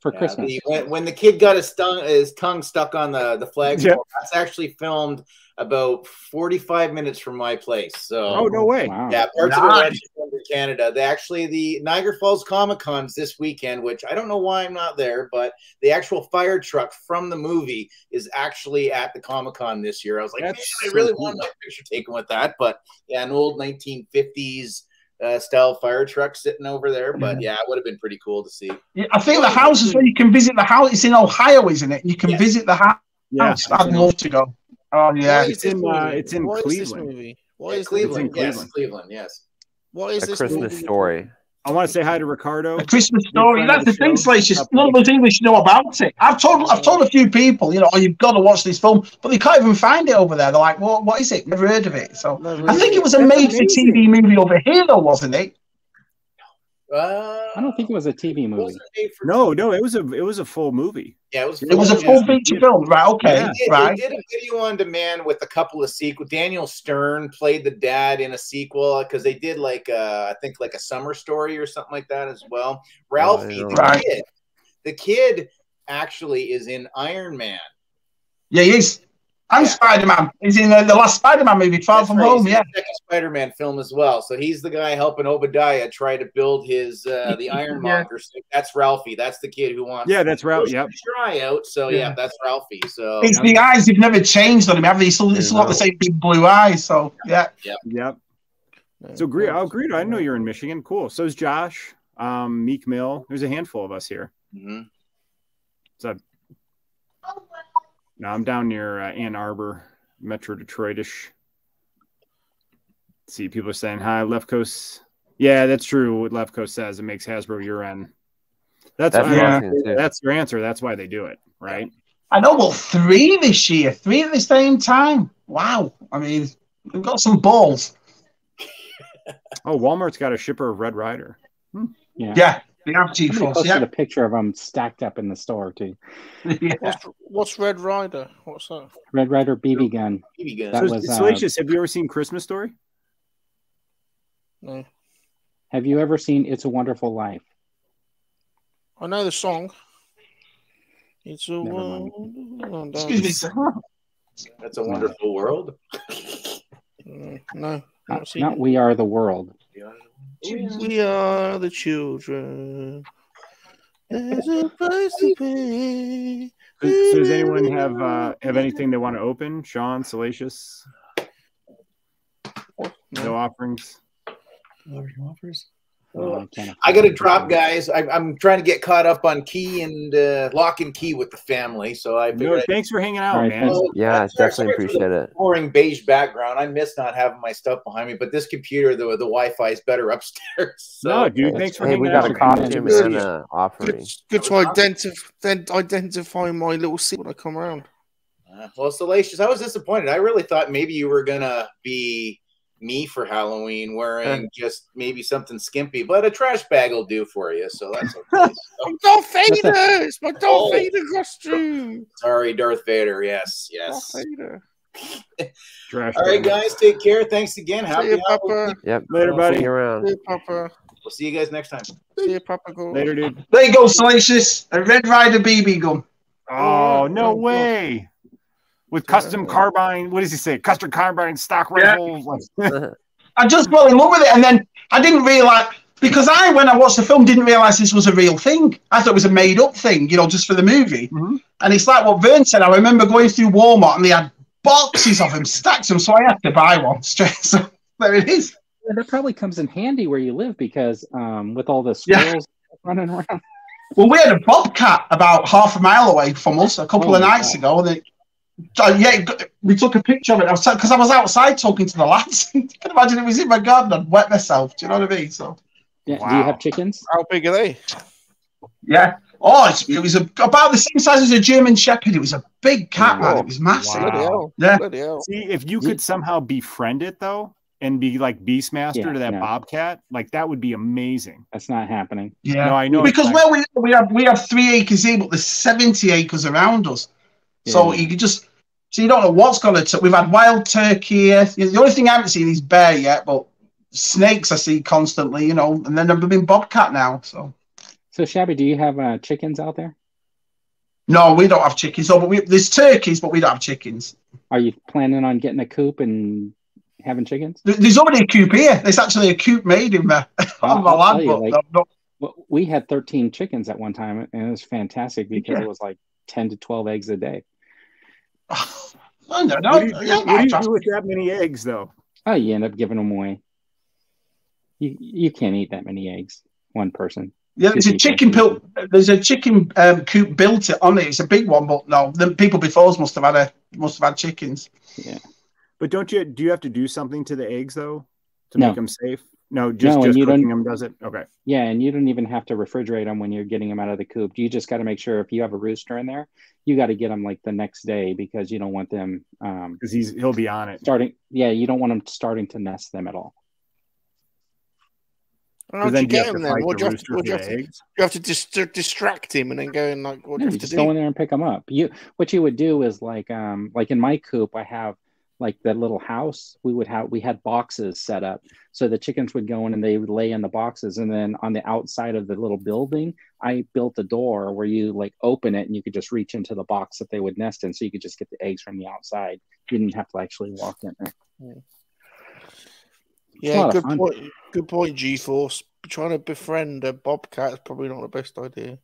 E: For
U: Yeah,
E: Christmas.
U: the- when, when the kid got his tongue, his tongue stuck on the, the flagpole,
E: Yeah.
U: that's actually filmed about 45 minutes from my place. So,
E: Oh, no way. Wow.
U: Yeah, parts of the
E: Nice.
U: Red filmed in Canada. They actually, the Niagara Falls Comic Con's this weekend, which I don't know why I'm not there, but the actual fire truck from the movie is actually at the Comic Con this year. I was like, man, I really want my picture taken with that. But yeah, an old 1950s uh, style fire truck sitting over there. But yeah, it would have been pretty cool to see.
Q: Yeah, I think the house is where you can visit the house. It's in Ohio, isn't it? You can visit the hou- house.
E: Yeah.
Q: I'd love to go. Oh yeah,
E: It's in, uh, it's in
Q: Why is this
E: Cleveland.
U: movie?
Q: Why
U: Yeah,
Q: is this
U: Cleveland?
E: movie-
U: Yes, Cleveland. Yes.
Q: What
E: is A this Christmas movie?
A: story.
E: I want to say hi to Ricardo. A
Q: Christmas story. That's the thing, Salacious. None of us English know about it. I've told I've told a few people, you know, oh, you've got to watch this film, but they can't even find it over there. They're like, well, what is it? Never heard of it. So I think it was a
B: That's
Q: made-for-TV movie over here, though, wasn't it?
U: I
B: don't think it was a TV movie.
E: No, no, it was a it was a full movie.
U: Yeah, it was.
Q: It was a full feature film, right? Okay,
U: They did,
Q: right.
U: they did a video on demand with a couple of sequel. Daniel Stern played the dad in a sequel because they did like uh, I think like a summer story or something like that as well. Ralphie, the
Q: Right.
U: kid, the kid actually is in Iron Man.
Q: Yeah, he is. I'm Spider-Man. He's in uh, the last Spider-Man movie, Far From Home.
U: He's in
Q: Yeah.
U: the second Spider-Man film as well. So he's the guy helping Obadiah try to build his uh, the Ironmonger. suit. That's Ralphie. That's the kid who wants.
E: Yeah, that's Ralph-
U: to
E: yep.
U: Try out. So yeah,
Q: Yeah.
U: that's Ralphie. So
E: Oh,
Q: It's the eyes. They've never changed on him, have they? It's still, it's still got the same big blue eyes. So yeah.
U: Yep.
E: Yep. So Gre- oh, Greedo, I know you're in Michigan. Cool. So is Josh, um, Meek Mill. There's a handful of us here.
U: Mhm.
E: So no, I'm down near uh, Ann Arbor, Metro Detroitish. See, people are saying hi. Left Coast. Yeah, that's true. What Left Coast says it makes Hasbro year end. That's
Q: That's
E: why-
Q: what I was gonna say.
E: that's your answer. That's why they do it, right?
Q: I know, well, three this year, three at the same time. Wow. I mean, we've got some balls.
E: Oh, Walmart's got a shipper of Red Rider.
B: Yeah.
Q: Yeah, they have G
B: Somebody
E: Force, yeah.
B: posted a picture of them stacked up in the store too.
Q: What's,
D: what's Red Rider? What's that?
B: Red Rider BB gun.
U: BB gun.
B: That
E: so,
B: was. Uh,
E: Salacious, have you ever seen Christmas Story?
D: No.
B: have you ever seen It's a Wonderful Life?
D: I know the song. It's a
B: mind.
D: wonderful.
B: Excuse me, sir.
U: That's a wonderful world.
D: Mm, No,
B: Not,
D: not, seen
B: Uh, not We Are the World.
D: it. We are the children. There's a place to be.
E: Does, does anyone have uh, have anything they want to open? Sean, Salacious. No offerings.
U: offers.
E: Oh, I can't
U: I got to drop, guys. I, I'm trying to get caught up on key and uh, lock and key with the family. So I
E: No,
U: figured I'd- Oh,
E: thanks for hanging out,
A: All right,
E: man.
A: thanks. Yeah, I definitely
U: sorry for the
A: appreciate it.
U: Boring beige background. I miss not having my stuff behind me, but this computer, the the Wi-Fi is better upstairs. So.
E: No, dude, thanks for
A: Hey, we
E: hanging out.
A: got a costume and an offering.
D: Good to identif- then identify my little seat when I come around.
U: Uh, well, Salacious, I was disappointed. I really thought maybe you were gonna be me for Halloween, wearing just maybe something skimpy, but a trash bag will do for you. So that's okay.
O: I'm Darth Vader.
U: That's
O: It's my Darth
U: Oh.
O: Vader costume.
U: Sorry, Darth Vader. Yes, yes.
O: Darth Vader.
U: All right, guys, take care. Thanks again. Happy
O: ya, Papa.
U: Halloween.
A: Yep.
U: Later, buddy.
A: See you around.
U: Yeah.
O: Papa.
U: We'll see you guys next time.
O: See you, Papa. Go.
E: Later, dude.
Q: There you go, Salacious. A Red Rider BB gun.
E: Oh, no way. With custom carbine, what does he say? Custom carbine stock rifles.
Q: I just fell in love with it, and then I didn't realize because I, when I watched the film, didn't realize this was a real thing. I thought it was a made up thing, you know, just for the movie.
E: Mm-hmm.
Q: And it's like what Vern said. I remember going through Walmart and they had boxes of them, stacks of them, so I had to buy one straight. So there it is.
B: Yeah, that probably comes in handy where you live because um, with all the
Q: Yeah.
B: squirrels running around.
Q: Well, we had a bobcat about half a mile away from us a couple
B: Oh,
Q: of nights ago, and it, uh, yeah, it got- we took a picture of it. I was because I was outside talking to the lads. you can imagine it was in my garden. I'd wet myself. Do you know what I mean? So.
B: Yeah, Do you have chickens?
D: How big are they?
Q: Yeah. Oh, it's, it was a, about the same size as a German Shepherd. It was a big cat,
D: Oh,
Q: man. It was massive. Yeah.
E: See, if you could somehow befriend it though, and be like Beastmaster
B: Yeah,
E: to that
B: no.
E: bobcat, like that would be amazing.
B: That's not happening.
Q: Yeah.
E: No, I know.
Q: Because
E: it's
Q: where we we have we have three acres here, but there's seventy acres around us. So
E: Yeah.
Q: you could just so you don't know what's gonna. T- we've had wild turkey. Here. The only thing I haven't seen is bear yet, but snakes I see constantly. You know, and then there've been bobcat now. So
B: So, Shabby, do you have uh, chickens out there?
Q: no, we don't have chickens. So but we, there's turkeys, but we don't have chickens.
B: Are you planning on getting a coop and having chickens?
Q: There- There's already a coop here. There's actually a coop made in there.
B: I'll-
Q: on my
B: I'll
Q: land,
B: tell you,
Q: but
B: like,
Q: no- no-
B: w- We had 13 chickens at one time, and it was fantastic because it was like 10 to 12 eggs a day.
Q: Oh, no,
E: no, What do you- yeah, what do you do with that many eggs, though?
B: Oh, you end up giving them away. You, you can't eat that many eggs, one person.
Q: Yeah, there's a
B: Two people.
Q: chicken pil- There's a chicken um, coop built it on it. It's a big one, but no, the people before us must have had a must have had chickens.
B: Yeah,
E: But don't you do you have to do something to the eggs though to
B: No.
E: make them safe? No, just
B: No, and
E: just
B: you don't-
E: cooking them does it. Okay.
B: Yeah, and you don't even have to refrigerate them when you're getting them out of the coop. You just got to make sure if you have a rooster in there, you got to get them like the next day because you don't want them um
E: because he's he'll be on it
B: starting. Yeah, you don't want them starting to nest them at all.
D: How'd
B: then
D: you
B: do you
D: get
B: have
D: him
B: to
D: then?
B: fight
D: What do
B: the
D: you have to,
B: rooster
D: what do you
B: for
D: have
B: the
D: to,
B: eggs?
D: you have to dis- to distract him and then go and like what
B: No,
D: do you
B: you
D: have to
B: just
D: do?
B: go in there and pick them up. You what you would do is like um like in my coop, I have like the little house. We would have we had boxes set up so the chickens would go in and they would lay in the boxes. And then on the outside of the little building, I built a door where you like open it and you could just reach into the box that they would nest in, so you could just get the eggs from the outside. You didn't have to actually walk in there. a lot
D: Yeah,
B: of
D: good
B: fun.
D: point. Good point. G Force trying to befriend a bobcat is probably not the best idea.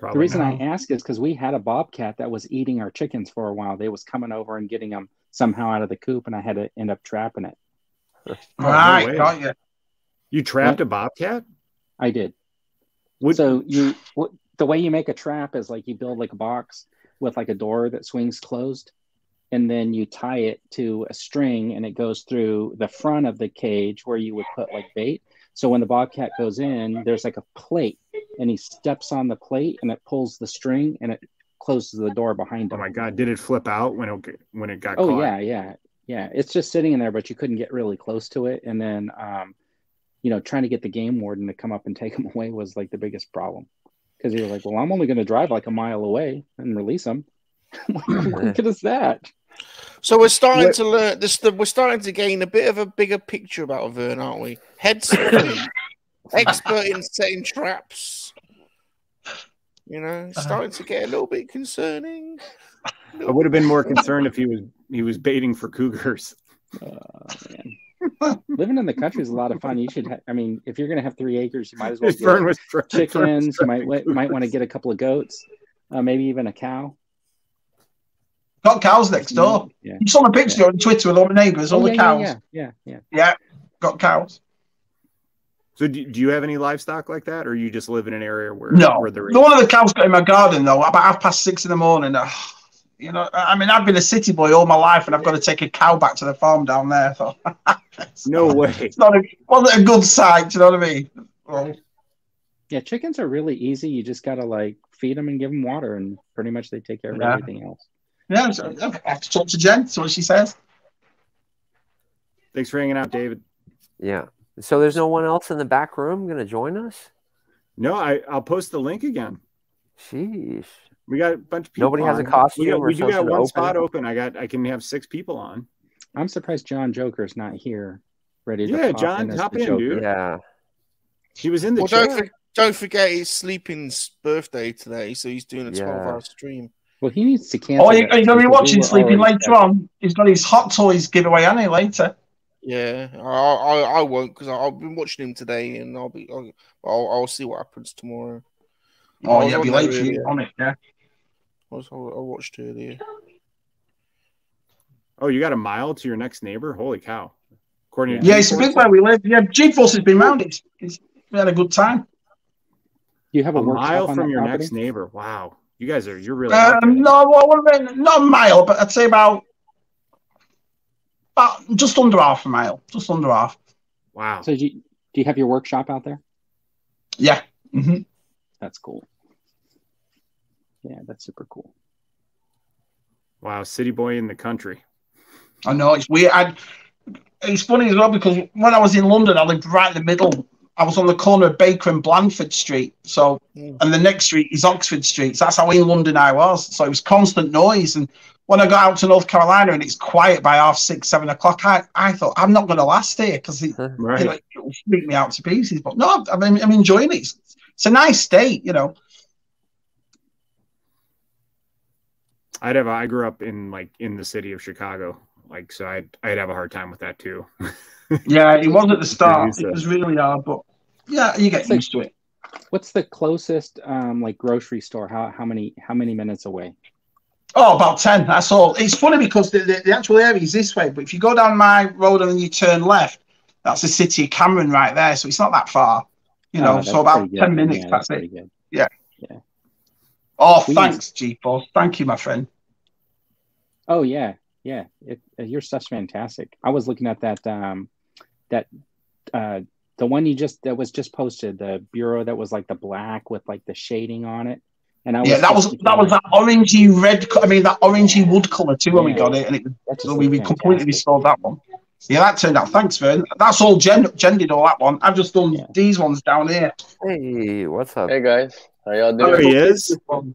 B: the reason I ask is because we had a bobcat that was eating our chickens for a while. They was coming over and getting them somehow out of the coop, and I had to end up trapping it.
Q: right,
B: way.
Q: got you.
E: You trapped a
B: Yeah.
E: bobcat?
B: I did. so you what, the way you make a trap is like you build like a box with like a door that swings closed, and then you tie it to a string, and it goes through the front of the cage where you would put like bait. So when the bobcat goes in, there's like a plate, and he steps on the plate, and it pulls the string, and it closes the door behind him.
E: Oh my god, did it flip out when it when it got
B: Oh
E: caught?
B: yeah, yeah, yeah. It's just sitting in there, but you couldn't get really close to it. And then, um, you know, trying to get the game warden to come up and take him away was like the biggest problem because he was like, "Well, I'm only going to drive like a mile away and release him." what is that?
D: So we're starting
B: What-
D: to learn this. The, we're starting to gain a bit of a bigger picture about Vern, aren't we? Head spinning, expert in setting traps. You know,
Q: Uh-huh.
D: it's starting to get a little bit concerning.
E: I would have been more concerned if he was he was baiting for cougars.
B: Oh, Living in the country is a lot of fun. You should, ha- I mean, if you're going to have three acres, you might as well
E: If Vern
B: get
E: was trying- Vern was
B: chickens. You might
E: trying
B: wa- might want to
E: cougars.
B: get a couple of goats, uh, maybe even a cow.
Q: Got cows next door.
B: Yeah.
Q: You saw a picture on Twitter with all the neighbours, all
B: Oh,
Q: the
B: yeah,
Q: cows.
B: Yeah, yeah, yeah.
Q: Yeah, got cows.
E: So, do, do you have any livestock like that, or you just live in an area where
Q: No,
E: where there
Q: the one of the cows got in my garden though. About half past six in the morning. Ugh, you know, I mean, I've been a city boy all my life, and I've got to take a cow back to the farm down there. So
E: no way.
Q: It's not a, wasn't a good sight. Do you know what I mean? Well,
B: Yeah, chickens are really easy. You just gotta like feed them and give them water, and pretty much they take care of
Q: Yeah.
B: everything else.
Q: yeah, so, okay, I have to talk to Jen. See what she says.
E: Thanks for hanging out, David.
A: Yeah. So there's no one else in the back room going to join us?
E: No, I, I'll post the link again.
A: Sheesh.
E: We got a bunch of people.
A: Nobody has a
E: on.
A: costume
E: We, got,
A: or
E: we do got
A: something to
E: one
A: open
E: spot
A: it?
E: open. I got. I can have six people on.
B: I'm surprised John Joker's not here, ready to
E: Yeah,
B: pop
E: John,
B: in as
E: hop
B: the
E: in,
B: Joker.
E: dude.
A: Yeah.
E: He was in the
D: Well, don't,
E: chat.
D: for, don't forget it's Sleeping's birthday today, so he's doing a 12 hour stream.
B: Well, he needs to cancel.
Q: Oh, you,
B: that
Q: are going to be
B: because
Q: watching
B: we were
Q: Sleeping
B: already-
Q: later on. He's got his hot toys giveaway, hasn't he? Later.
D: Yeah, I I, I won't because I've been watching him today, and I'll be I'll I'll, I'll see what happens tomorrow.
Q: Oh,
D: I was
Q: yeah,
D: on
Q: be
D: there
Q: late for you
D: earlier.
Q: on it. Yeah.
D: I, was, I watched earlier.
E: Oh, you got a mile to your next neighbor? Holy cow! According to
Q: Yeah, it's a big where we live. Yeah, G Force has been round. It's, it's we had a good time.
B: You have
E: a,
Q: workshop
E: mile
Q: on
E: from
Q: that
E: your
Q: property?
E: next neighbor. Wow, you guys are you're really. out
Q: Um, no, well, what have been, not a mile, but I'd say about about just under half a mile, just under half.
E: Wow.
B: So do you, do you have your workshop out there?
Q: Yeah. hmm
B: That's cool. Yeah, that's super cool.
E: there. Wow, city boy in the country.
Q: I know it's weird. I, it's funny as well because when I was in London, I lived right in the middle. I was on the corner of Baker and Blandford Street. So, and the next street is Oxford Street. So that's how in London I was. So it was constant noise. And when I got out to North Carolina and it's quiet by half six, seven o'clock, I, I thought I'm not going to last here because it,
E: Right.
Q: you know, it'll freak me out to pieces. But no, I'm, I'm enjoying it. It's, it's a nice state, you know.
E: I'd have. I grew up in like in the city of Chicago, like so. I'd I'd have a hard time with that too.
Q: Yeah, it was at the start.
E: used to
Q: It was really hard, but yeah, you get
B: It's like-
Q: used to it.
B: What's the closest um like grocery store? How how many how many minutes away?
Q: Oh, about 10. That's all. It's funny because the, the, the actual area is this way, but if you go down my road and then you turn left, that's the city of Cameron right there. So it's not that far, you
B: Oh,
Q: know.
B: that's
Q: so about
B: pretty good.
Q: 10 minutes,
B: Yeah,
Q: that's,
B: pretty
Q: it.
B: good.
Q: Yeah. Oh,
B: We-
Q: thanks, G Force. Thank you, my friend.
B: Oh yeah, yeah. It, uh, your stuff's fantastic. I was looking at that um that uh the one you just that was just posted the bureau that was like the black with like the shading on it. And I
Q: yeah, that was that was that orangey red. co- I mean, that orangey wood color too when we
B: Yeah.
Q: got it, and it
B: That's
Q: so we, we completely restored that one. Yeah, that turned out. Thanks, Vern. That's all Jen, Jen did all that one. I've just done these ones down here.
A: Hey, what's up?
V: Hey guys, how y'all doing?
Q: There he is.
V: I'm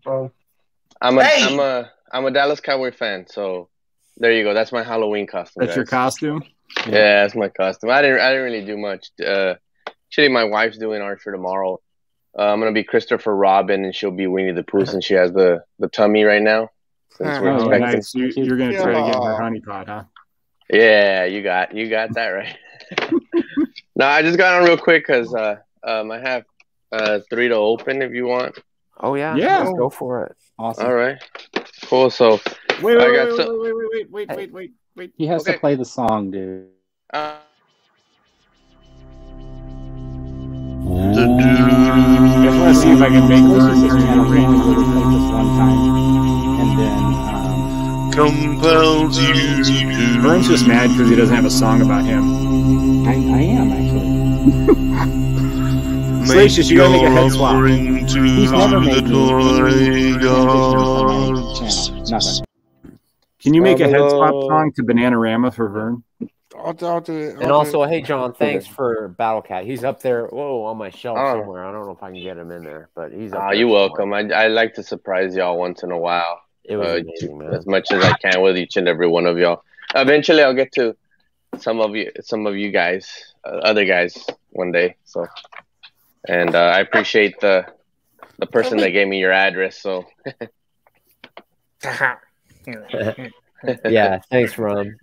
V: a,
Q: Hey!
V: am a, I'm a Dallas Cowboy fan, so there you go. That's my Halloween costume.
E: That's your
V: guys.
E: costume.
V: Yeah, that's my costume. I didn't, I didn't really do much. Uh, actually, my wife's doing Archer tomorrow. Uh, I'm gonna be Christopher Robin, and she'll be Winnie the Pooh, since she has the the tummy right now. Since we're
E: Oh,
V: expecting.
E: nice. You, you're gonna try to get in her honeypot, huh?
V: Yeah, you got you got that right. no, I just got on real quick because uh, um, I have uh, three to open if you want.
A: Oh yeah.
V: Yeah.
A: Let's go for it.
B: Awesome.
V: All right, cool. So
E: Wait,
V: I
E: wait,
V: got
E: wait,
V: so-
E: wait, wait, wait, wait, wait, wait, wait.
B: He has to play the song, dude.
V: Uh,
E: I just want to see if I can make Vern hear you read.
B: One time, and then um,
E: Compels you. Vern's just mad because he doesn't have a song about him.
B: I, I am actually.
E: Salacious, you gotta make a head swap.
B: he's never made
E: Nothing. Can you make a head swap song to Bananarama for Vern?
D: I'll, I'll do it. I'll
A: And
D: do
A: also,
D: it.
A: hey John, thanks for Battle Cat. He's up there. Whoa, on my shelf
V: Oh.
A: somewhere. I don't know if I can get him in there, but he's up
V: Ah,
A: there.
V: you're welcome. I, I like to surprise y'all once in a while.
A: It was amazing,
V: ju-
A: man.
V: As much as I can with each and every one of y'all. Eventually, I'll get to some of you, some of you guys, uh, other guys, one day. So, and uh, I appreciate the the person that gave me your address. So,
A: yeah, thanks, Ron.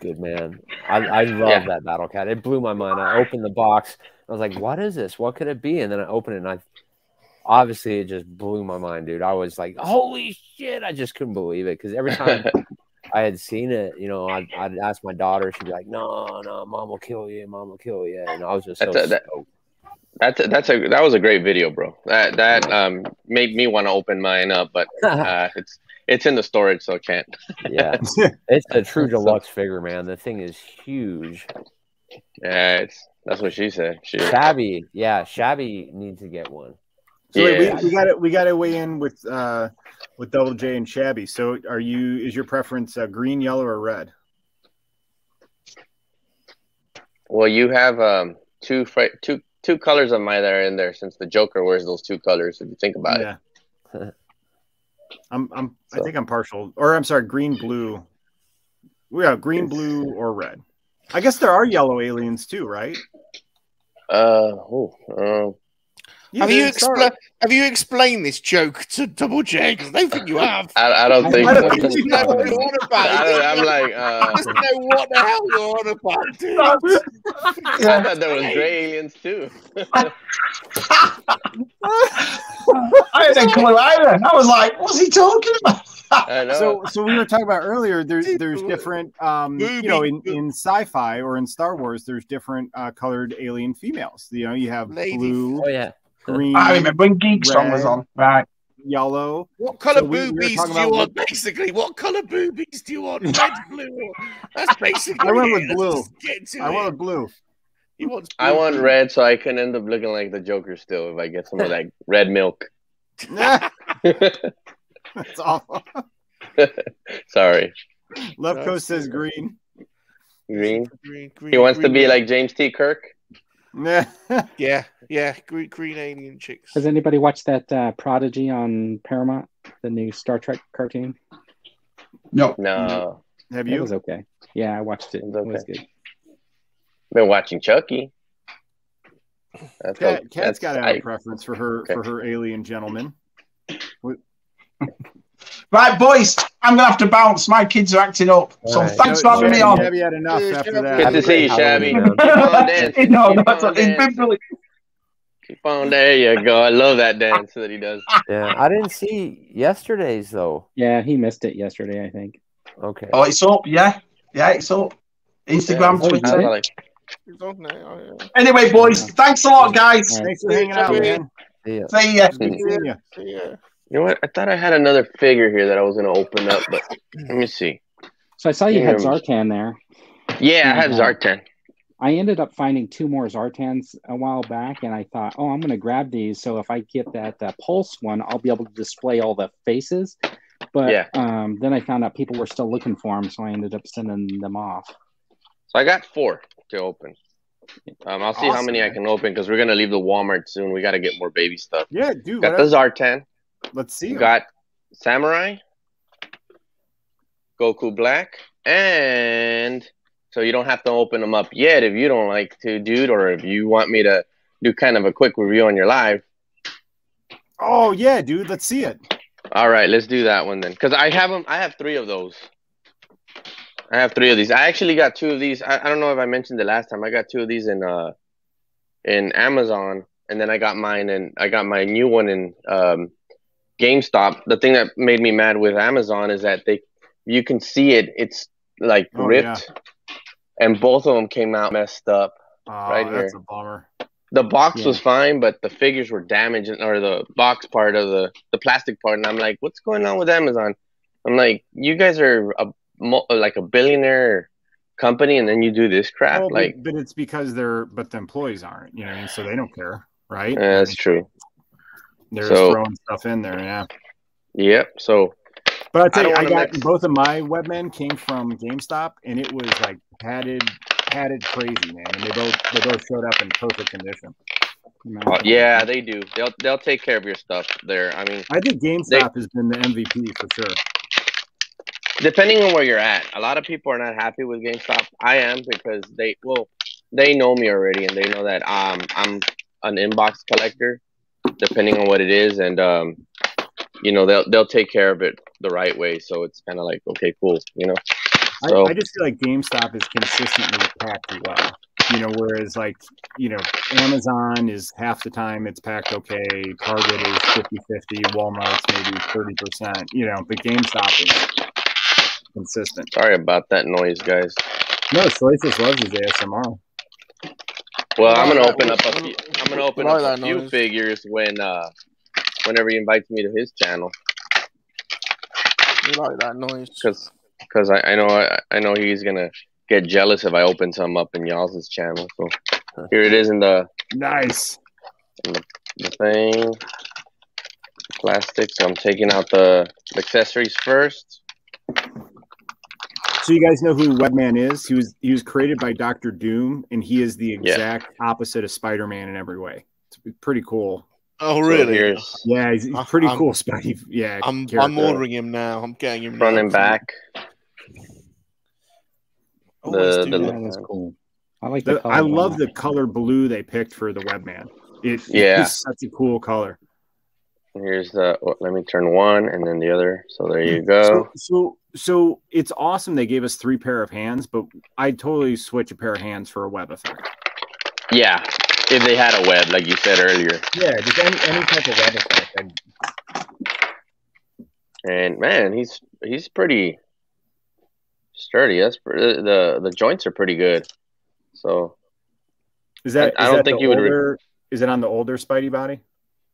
A: Good man. I, I love
V: Yeah.
A: that battle cat. It blew my mind. I opened the box. I was like, "What is this? What could it be?" And then I opened it, and I obviously it just blew my mind, dude. I was like, holy shit, I just couldn't believe it because every time I had seen it, you know, I'd, I'd ask my daughter, she'd be like, no, no, mom will kill you, mom will kill you, and I was just so
V: That's a- that-
A: stoked.
V: That's a, that's a that was a great video, bro. That that um made me want to open mine up, but uh, it's it's in the storage, so I can't.
A: yeah, it's a true deluxe figure, man. The thing is huge.
V: Yeah, it's that's what she said. She,
A: Shabby, yeah, Shabby needs to get one.
E: So wait,
V: Yeah.
E: we, we got to we got to weigh in with uh, with Double J and Shabby. So are you? Is your preference uh, green, yellow, or red?
V: well, you have um two fri- two two colors of mine that are in there since the Joker wears those two colors. If you think about
E: Yeah.
V: it,
E: I'm I'm I think I'm partial, or I'm sorry, green, blue. Yeah, green, blue, or red. I guess there are yellow aliens too, right?
V: Uh oh.
E: Yeah,
O: Have you,
E: it's all
O: expla-
E: right.
O: have you explained this joke to Double J? 'Cause I don't think you have.
V: I, I don't think.
O: I don't think you know what you're on about.
V: I don't- I'm like.
O: I
V: Uh,
O: just know what the hell you're on about, dude.
V: I thought there was gray aliens too.
Q: I had that clue either. I was like, what's he talking about?
V: I know.
E: So, so we were talking about earlier. There's there's different, um, you know, in, in sci-fi or in Star Wars, there's different uh, colored alien females. You know, you have blue,
A: oh yeah,
E: green.
Q: I remember when Geek Song was
E: red,
Q: on. Right.
E: Yellow.
O: What color
E: So we- we were
O: boobies
E: talking
O: do you
E: about
O: want, basically? What color boobies do you want? Red, blue. That's basically
E: I went
O: it.
E: with
O: Let's
E: blue.
O: just get to
E: I
O: it.
E: want a blue.
O: He wants
V: I
O: blue.
V: want red so I can end up looking like the Joker still if I get some of that red milk.
E: That's awful.
V: Sorry.
E: Lefko says green.
V: Green.
O: Green, green,
V: He wants to
O: green
V: be
O: milk.
V: like James T. Kirk.
O: yeah, yeah, green, green alien chicks.
B: Has anybody watched that uh, Prodigy on Paramount, the new Star Trek cartoon?
Q: No.
V: No.
E: Have
B: It was okay. Yeah, I watched it. It was good.
V: Been watching Chucky. That's
E: Kat,
V: what-
E: Kat's
V: that's-
E: got to have
V: I-
E: a preference for her for her alien gentleman.
Q: Right, boys, I'm going to have to bounce. My kids are acting up. So
E: All right.
Q: thanks for
E: No,
Q: having me
E: Shabby-
Q: on.
E: Shabby had enough Dude, after Shabby. that.
V: Good to see you, Shabby.
Q: No,
V: Keep on dancing.
Q: no, that's- it's been brilliant.
V: Keep on. There you go. I love that dance that he does.
A: Yeah, I didn't see yesterday's though.
B: Yeah, he missed it yesterday, I think.
A: Okay.
Q: Oh, it's up, yeah. Yeah, it's up. Instagram,
B: Yeah, it's up.
Q: Twitter.
O: Don't know.
Q: Anyway, boys, thanks a lot, guys.
E: Thanks for hanging out, man.
A: Yeah.
Q: See ya.
E: ya.
O: Yeah.
V: You Hmm. know what? I thought I had another figure here that I was going to open up, but let me see.
B: So I saw you had
V: Yeah.
B: Zartan there.
V: Yeah, I have
B: Mhm.
V: Zartan.
B: I ended up finding two more Zartans a while back, and I thought, oh, I'm going to grab these. So if I get that uh, Pulse one, I'll be able to display all the faces. But
V: Yeah.
B: um, then I found out people were still looking for them, so I ended up sending them off.
V: So I got four to open. Um, I'll see how
B: Awesome,
V: many I
B: man.
V: can open because we're gonna leave the Walmart soon. We got to get more baby stuff.
E: Yeah, dude.
V: Got the
E: whatever.
V: Zartan.
E: Let's see. 'em.
V: Got Samurai, Goku Black, and so you don't have to open them up yet if you don't like to, dude, or if you want me to do kind of a quick review on your live.
E: Oh yeah, dude. Let's see it.
V: All right, let's do that one then, because I have them. I have three of those. I have three of these. I actually got two of these. I, I don't know if I mentioned the last time. I got two of these in uh in Amazon, and then I got mine and I got my new one in um, GameStop. The thing that made me mad with Amazon is that they you can see it. It's like
E: Oh,
V: ripped, and both of them came out messed up.
E: Aw,
V: right here.
E: that's a bummer.
V: The box
E: Yeah.
V: was fine, but the figures were damaged, or the box part of the the plastic part. And I'm like, what's going on with Amazon? I'm like, you guys are a mo- like a billionaire company, and then you do this crap.
E: Well, but-
V: like
E: but, it's because they're but the employees aren't, you know, what I mean? so they don't care, right?
V: Yeah, that's true.
E: They're
V: So-
E: just throwing stuff in there, yeah.
V: Yep. So
E: But I tell you,
V: don't
E: I
V: wanna
E: got
V: mix-
E: both of my webmen came from GameStop, and it was like padded, padded crazy, man. And they both they both showed up in perfect condition.
V: Uh, yeah, they do. They'll they'll take care of your stuff there. I mean,
E: I think GameStop has been the MVP for sure.
V: depending on where you're at, a lot of people are not happy with GameStop. I am because they well, they know me already and they know that um I'm an inbox collector, depending on what it is, and um, you know they'll they'll take care of it the right way. So it's kind of like okay, cool, you know. So
E: I, I just feel like GameStop is consistently packed well. you know, whereas like, you know, Amazon is half the time it's packed okay, Target is 50 50, Walmart's maybe 30%, you know, but GameStop is consistent.
V: Sorry about that noise, guys.
E: No, Salacious loves his ASMR.
V: Well,
E: I
V: I'm gonna
E: like
V: open up
E: that
V: a few. I'm gonna
E: I
V: open
E: like
V: up a
E: that
V: few
E: noise.
V: figures when uh, whenever he invites me to his channel,
D: You like that noise?
V: because because I, I know I, I know he's gonna get jealous if I open some up in y'all's channel. So here it is in the
E: nice
V: in the, the thing plastic. So I'm taking out the, the accessories first.
E: So you guys know who Webman is? He was he was created by Doctor Doom, and he is the exact opposite of Spider Man in every way. It's pretty cool.
D: Oh, really?
E: yeah, he's, he's pretty
D: I'm-
E: cool, Spidey. Yeah,
D: I'm I'm
E: character.
D: ordering him now. I'm getting him
E: Front
D: now.
E: and back.
D: Always
V: The-
D: do
V: the-
D: that.
E: that's
B: cool. I like
E: The-
B: the color
E: I
B: on
E: love
B: that.
E: the color blue they picked for the Webman. It,
V: Yeah.
E: it's such a cool color.
V: Here's the. oh, Let me turn one and then the other. So there you go.
E: So, so so it's awesome they gave us three pair of hands, but I'd totally switch a pair of hands for a web effect.
V: Yeah, if they had a web, like you said earlier.
E: Yeah, just any, any type of web effect. I'd
V: And man, he's he's pretty sturdy. That's pr- the the joints are pretty good. So
E: Is that?
V: I- I
E: is
V: don't
E: that
V: think
E: the
V: you would re-
E: Older, is it on the older Spidey body,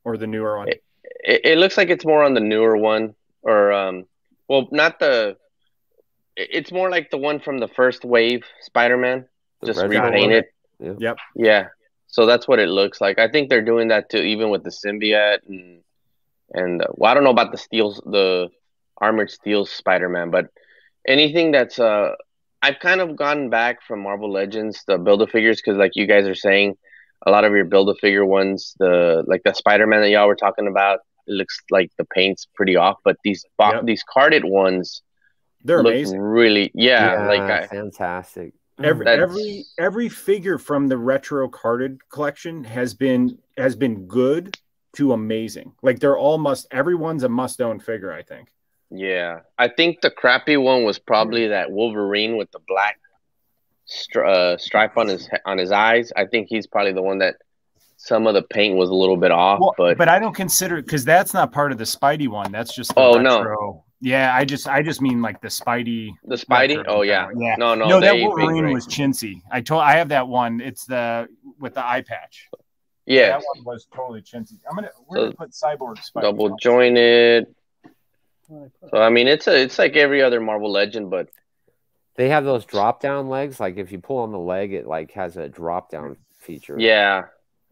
E: or the newer one?
V: it, it looks like it's more on the newer one, or um, well, not the. it- It's more like the one from the first wave Spider-Man, just
A: red one?
V: repainted.
E: Yep.
V: Yeah, so that's what it looks like. I think they're doing that too, even with the symbiote and and uh, well, I don't know about the steels, the armored steel Spider-Man, but anything that's uh, I've kind of gone back from Marvel Legends the build a figures because like you guys are saying, a lot of your build a figure ones, the like the Spider-Man that y'all were talking about, it looks like the paint's pretty off, but these bo- these carded ones,
E: They're
V: look
E: amazing.
V: Really, yeah,
A: Yeah,
V: like I,
A: fantastic.
E: Every
V: That's-
E: every every figure from the retro carded collection has been has been good to amazing. Like they're all must. Everyone's a must own figure. I think.
V: Yeah, I think the crappy one was probably that Wolverine with the black stri- uh, stripe on his he- on his eyes. I think he's probably the one that some of the paint was a little bit off, but
E: But I don't consider because that's not part of the Spidey one. That's just the
V: Oh, no.
E: retro. Yeah, I just I just mean like the Spidey.
V: the Spidey.
E: retro.
V: Oh yeah,
E: Yeah.
V: no, no,
E: no that
V: they- they
E: Wolverine
V: great.
E: was chintzy. I told I have that one. It's the with the eye patch.
V: yeah,
E: That one was totally chintzy. I'm gonna we're
V: So-
E: gonna put cyborg spider.
V: double jointed. So I mean, it's a it's like every other Marvel Legend, but
A: They have those drop down legs. Like if you pull on the leg, it like has a drop down feature.
V: yeah,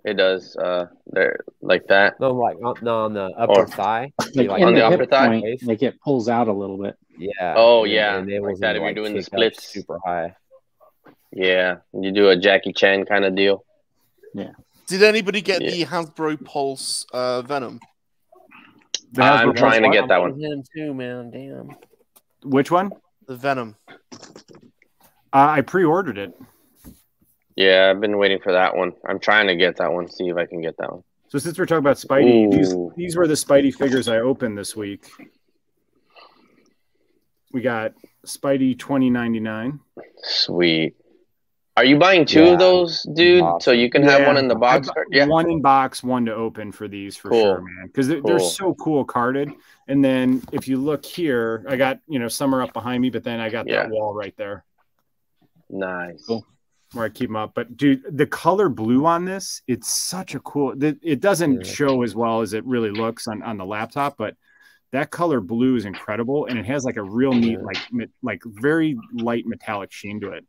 V: it does. Uh, they're like that.
A: No, like on, no, on the upper
V: Or-
A: thigh.
B: Like,
A: You, like,
B: in
A: on
B: the,
A: the upper
B: hip
A: thigh
B: point,
A: base.
B: like it pulls out a little bit.
A: Yeah.
V: Oh
A: and it
V: yeah,
A: enables
V: like that
A: them to,
V: if you're
A: like,
V: doing the
A: kick up
V: splits
A: super high.
V: Yeah, you do a Jackie Chan kind of deal.
B: Yeah.
D: Did anybody get
V: Yeah.
D: the Hasbro Pulse uh, Venom?
V: I'm trying to get that one.
D: Him too, man. Damn.
E: Which one?
D: The Venom.
E: Uh, I pre-ordered it.
V: Yeah, I've been waiting for that one. I'm trying to get that one. See if I can get that one.
E: So since we're talking about Spidey, these
V: Ooh.
E: these were the Spidey figures I opened this week. We got Spidey twenty ninety nine.
V: Sweet. Are you buying two
E: Yeah.
V: of those, dude? So you can have one in the box.
E: Yeah, one in box, one to open for these for
V: Cool.
E: sure, man. Because they're, they're
V: Cool.
E: so cool carded. And then if you look here, I got you know some are up behind me, but then I got
V: Yeah.
E: that wall right there.
V: Nice.
E: where I keep them up. But dude, the color blue on this, it's such a cool. th- It doesn't show as well as it really looks on on the laptop, but that color blue is incredible, and it has like a real neat, like me- like very light metallic sheen to it.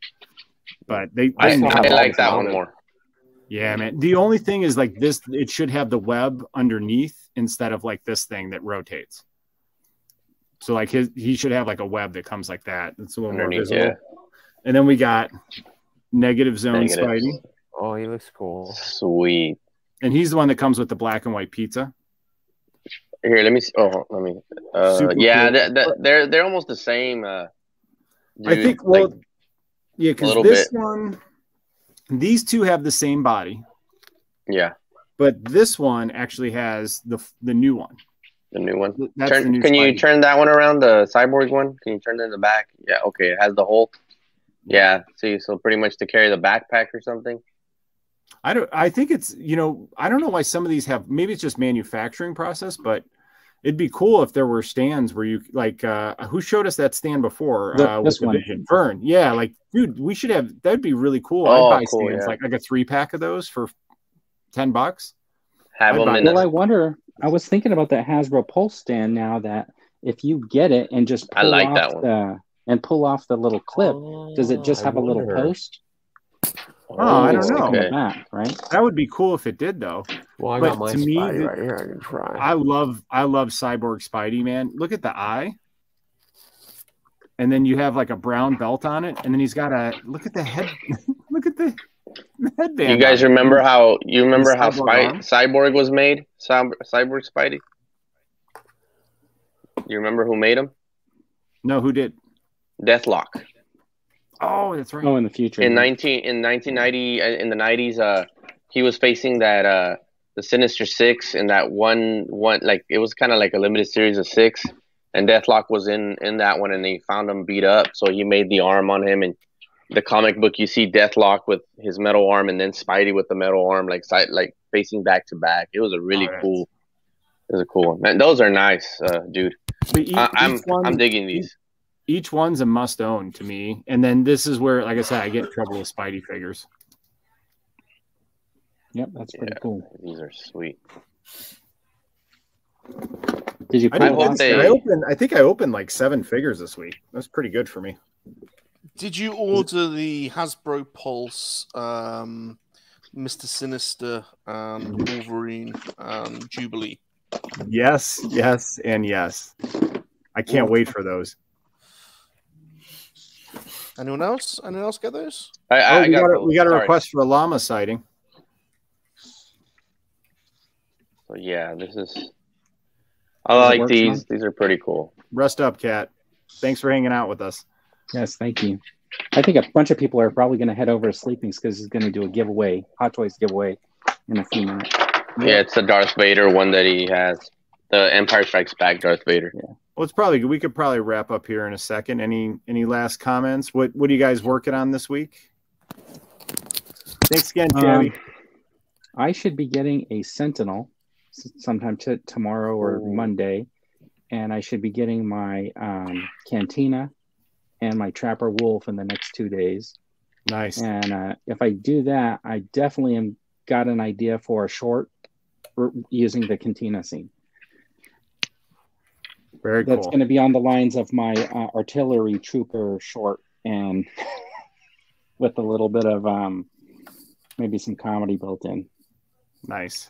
E: But they,
V: I,
E: they
V: I like that one more.
E: Yeah, man. The only thing is like this, it should have the web underneath instead of like this thing that rotates. So like his, he should have like a web that comes like that. It's a little more
A: Underneath,
E: visible.
A: yeah.
E: And then we got negative zone
A: Negative.
E: Spidey.
A: Oh, he looks cool.
V: Sweet.
E: And he's the one that comes with the black and white pizza.
V: Here, let me. See. Oh, let me. Uh,
E: Super
V: yeah,
E: cool.
V: that, that, they're they're almost the same. Uh,
E: I
V: dude.
E: think. Well, yeah,
V: a
E: because
V: little
E: this
V: bit.
E: one, these two have the same body,
V: Yeah,
E: but this one actually has the the new one.
V: the new one.
E: That's
V: Turn-
E: the new
V: can you
E: Spidey.
V: turn that one around? The cyborg one. Can you turn it in the back? Yeah. Okay. It has the hole. Yeah. See, so pretty much to carry the backpack or something.
E: I don't. I think it's you know I don't know why some of these have. Maybe it's just manufacturing process, but it'd be cool if there were stands where you like. uh Who showed us that stand before?
B: The-
E: uh,
B: this
E: the
B: one.
E: Vision? Vern. Yeah, like dude, we should have. That'd be really cool.
B: Oh,
E: I'd buy
B: cool,
E: stands
B: yeah.
E: like like a three pack of those for ten bucks. I'd buy
B: well, I wonder. I was thinking about that Hasbro Pulse stand now that if you get it and just
V: I
B: pull
V: like
B: off
V: that one.
B: the- and pull off the little clip, does it just
E: Oh, I
B: have a little
E: wonder.
B: post?
E: Oh, I don't know.
B: Thinking of that, right?
E: That would be cool if it did, though.
A: Well, I
E: But
A: got my
E: to me,
A: Spidey
E: the-
A: right here. I can try.
E: I love I love Cyborg Spidey, man. Look at the eye. And then you have like a brown belt on it, and then he's got a look at the head. look at the, the headband.
V: you guys remember how you remember how
E: Cyborg
V: Spy,
E: arm?
V: Cyborg was made? Cyborg, Cyborg Spidey. You remember who made him?
E: No, who did?
V: Deathlock.
E: Oh, that's right.
B: Oh, in the future.
V: in
B: yeah.
V: 19 in 1990 uh, in the 90s uh he was facing that uh the sinister six and that one one like it was kind of like a limited series of six and deathlock was in in that one and they found him beat up so he made the arm on him and the comic book you see deathlock with his metal arm and then spidey with the metal arm like side like facing back to back it was a really
E: Oh, that's-
V: cool it was a cool one Man, those are nice uh dude
E: But e, each-
V: I, i'm
E: each one-
V: i'm digging these
E: Each one's a must own to me. And then this is where, like I said, I get in trouble with Spidey figures.
B: Yep, that's pretty cool.
V: These are sweet.
B: Did you?
E: I,
B: pop
E: didn't-
B: off the-
E: I opened. I think I opened like seven figures this week. That's pretty good for me.
D: Did you order the Hasbro Pulse, um, Mr. Sinister, and Wolverine um, Jubilee?
E: Yes, yes, and yes. I can't wait for those.
D: Anyone else? Anyone else get those?
E: oh, we, got a, we got a request for a llama sighting.
V: so yeah this is i like
E: works,
V: these these are pretty cool
E: Rest up, cat. Thanks for hanging out with us.
B: Yes, thank you. I think a bunch of people are probably going to head over to Sleepings because he's going to do a giveaway, Hot Toys giveaway, in a few minutes.
V: Yeah, it's the Darth Vader one that he has. The Empire Strikes Back Darth Vader.
E: Well, it's probably we could probably wrap up here in a second. Any any last comments? What what are you guys working on this week? Thanks again, Jerry.
B: Um, I should be getting a Sentinel s- sometime t- tomorrow
E: Oh.
B: or Monday, and I should be getting my um, Cantina and my Trapper Wolf in the next two days.
E: Nice.
B: And uh, if I do that, I definitely am got an idea for a short r- using the Cantina scene.
E: Very
B: That's
E: cool.
B: going to be on the lines of my uh, artillery trooper short, and with a little bit of um, maybe some comedy built in.
E: Nice.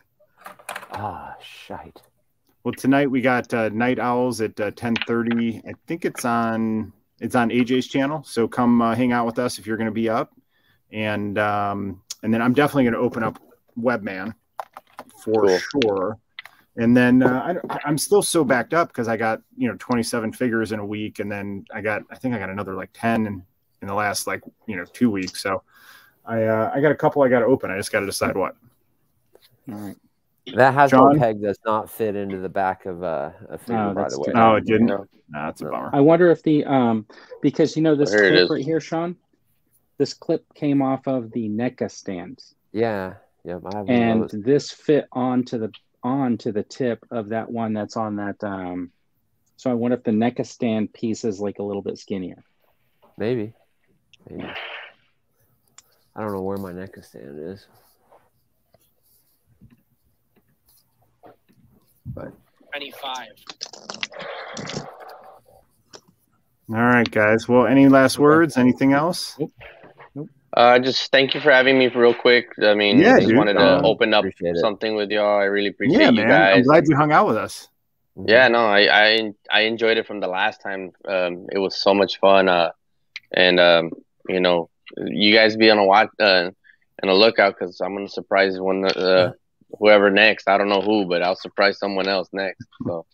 A: Ah, shite.
E: Well, tonight we got uh, Night Owls at uh, ten thirty. I think it's on it's on AJ's channel. So come uh, hang out with us if you're going to be up, and um, and then I'm definitely going to open up Webman for sure. And then uh, I, don't- I'm still so backed up because I got you know 27 figures in a week, and then I got I think I got another like 10 in, in the last like you know two weeks. So I uh, I got a couple I got to open. I just got to decide what.
B: All right.
A: That Hasbro
E: John?
A: peg does not fit into the back of uh, a figure, by
B: that's
A: the
B: too
A: way.
B: bad. No, it didn't?
A: No.
E: that's a bummer.
B: I wonder if the um because you know this
A: There it
B: clip
A: is.
B: right here, Sean. This clip came off of the NECA stand,
A: Yeah, yeah. I have one
B: and
A: of those.
B: this fit onto the onto the tip of that one that's on that. um So I wonder if the NECA stand piece is like a little bit skinnier.
A: Maybe. Maybe. I don't know where my NECA stand is. But
R: Twenty-five.
E: All right, guys. Well, any last words? Anything else?
V: Uh, just thank you for having me real quick. I mean,
E: Yeah,
V: I just
E: dude.
V: wanted to
E: Uh,
V: open up something with y'all. I really appreciate
E: yeah,
V: you
E: man.
V: guys.
E: I'm glad you hung out with us. Mm-hmm.
V: Yeah, no, I, I I enjoyed it from the last time. Um, it was so much fun. Uh, and um, you know, you guys be on a watch uh, and a lookout because I'm gonna surprise one uh, whoever next. I don't know who, but I'll surprise someone else next. So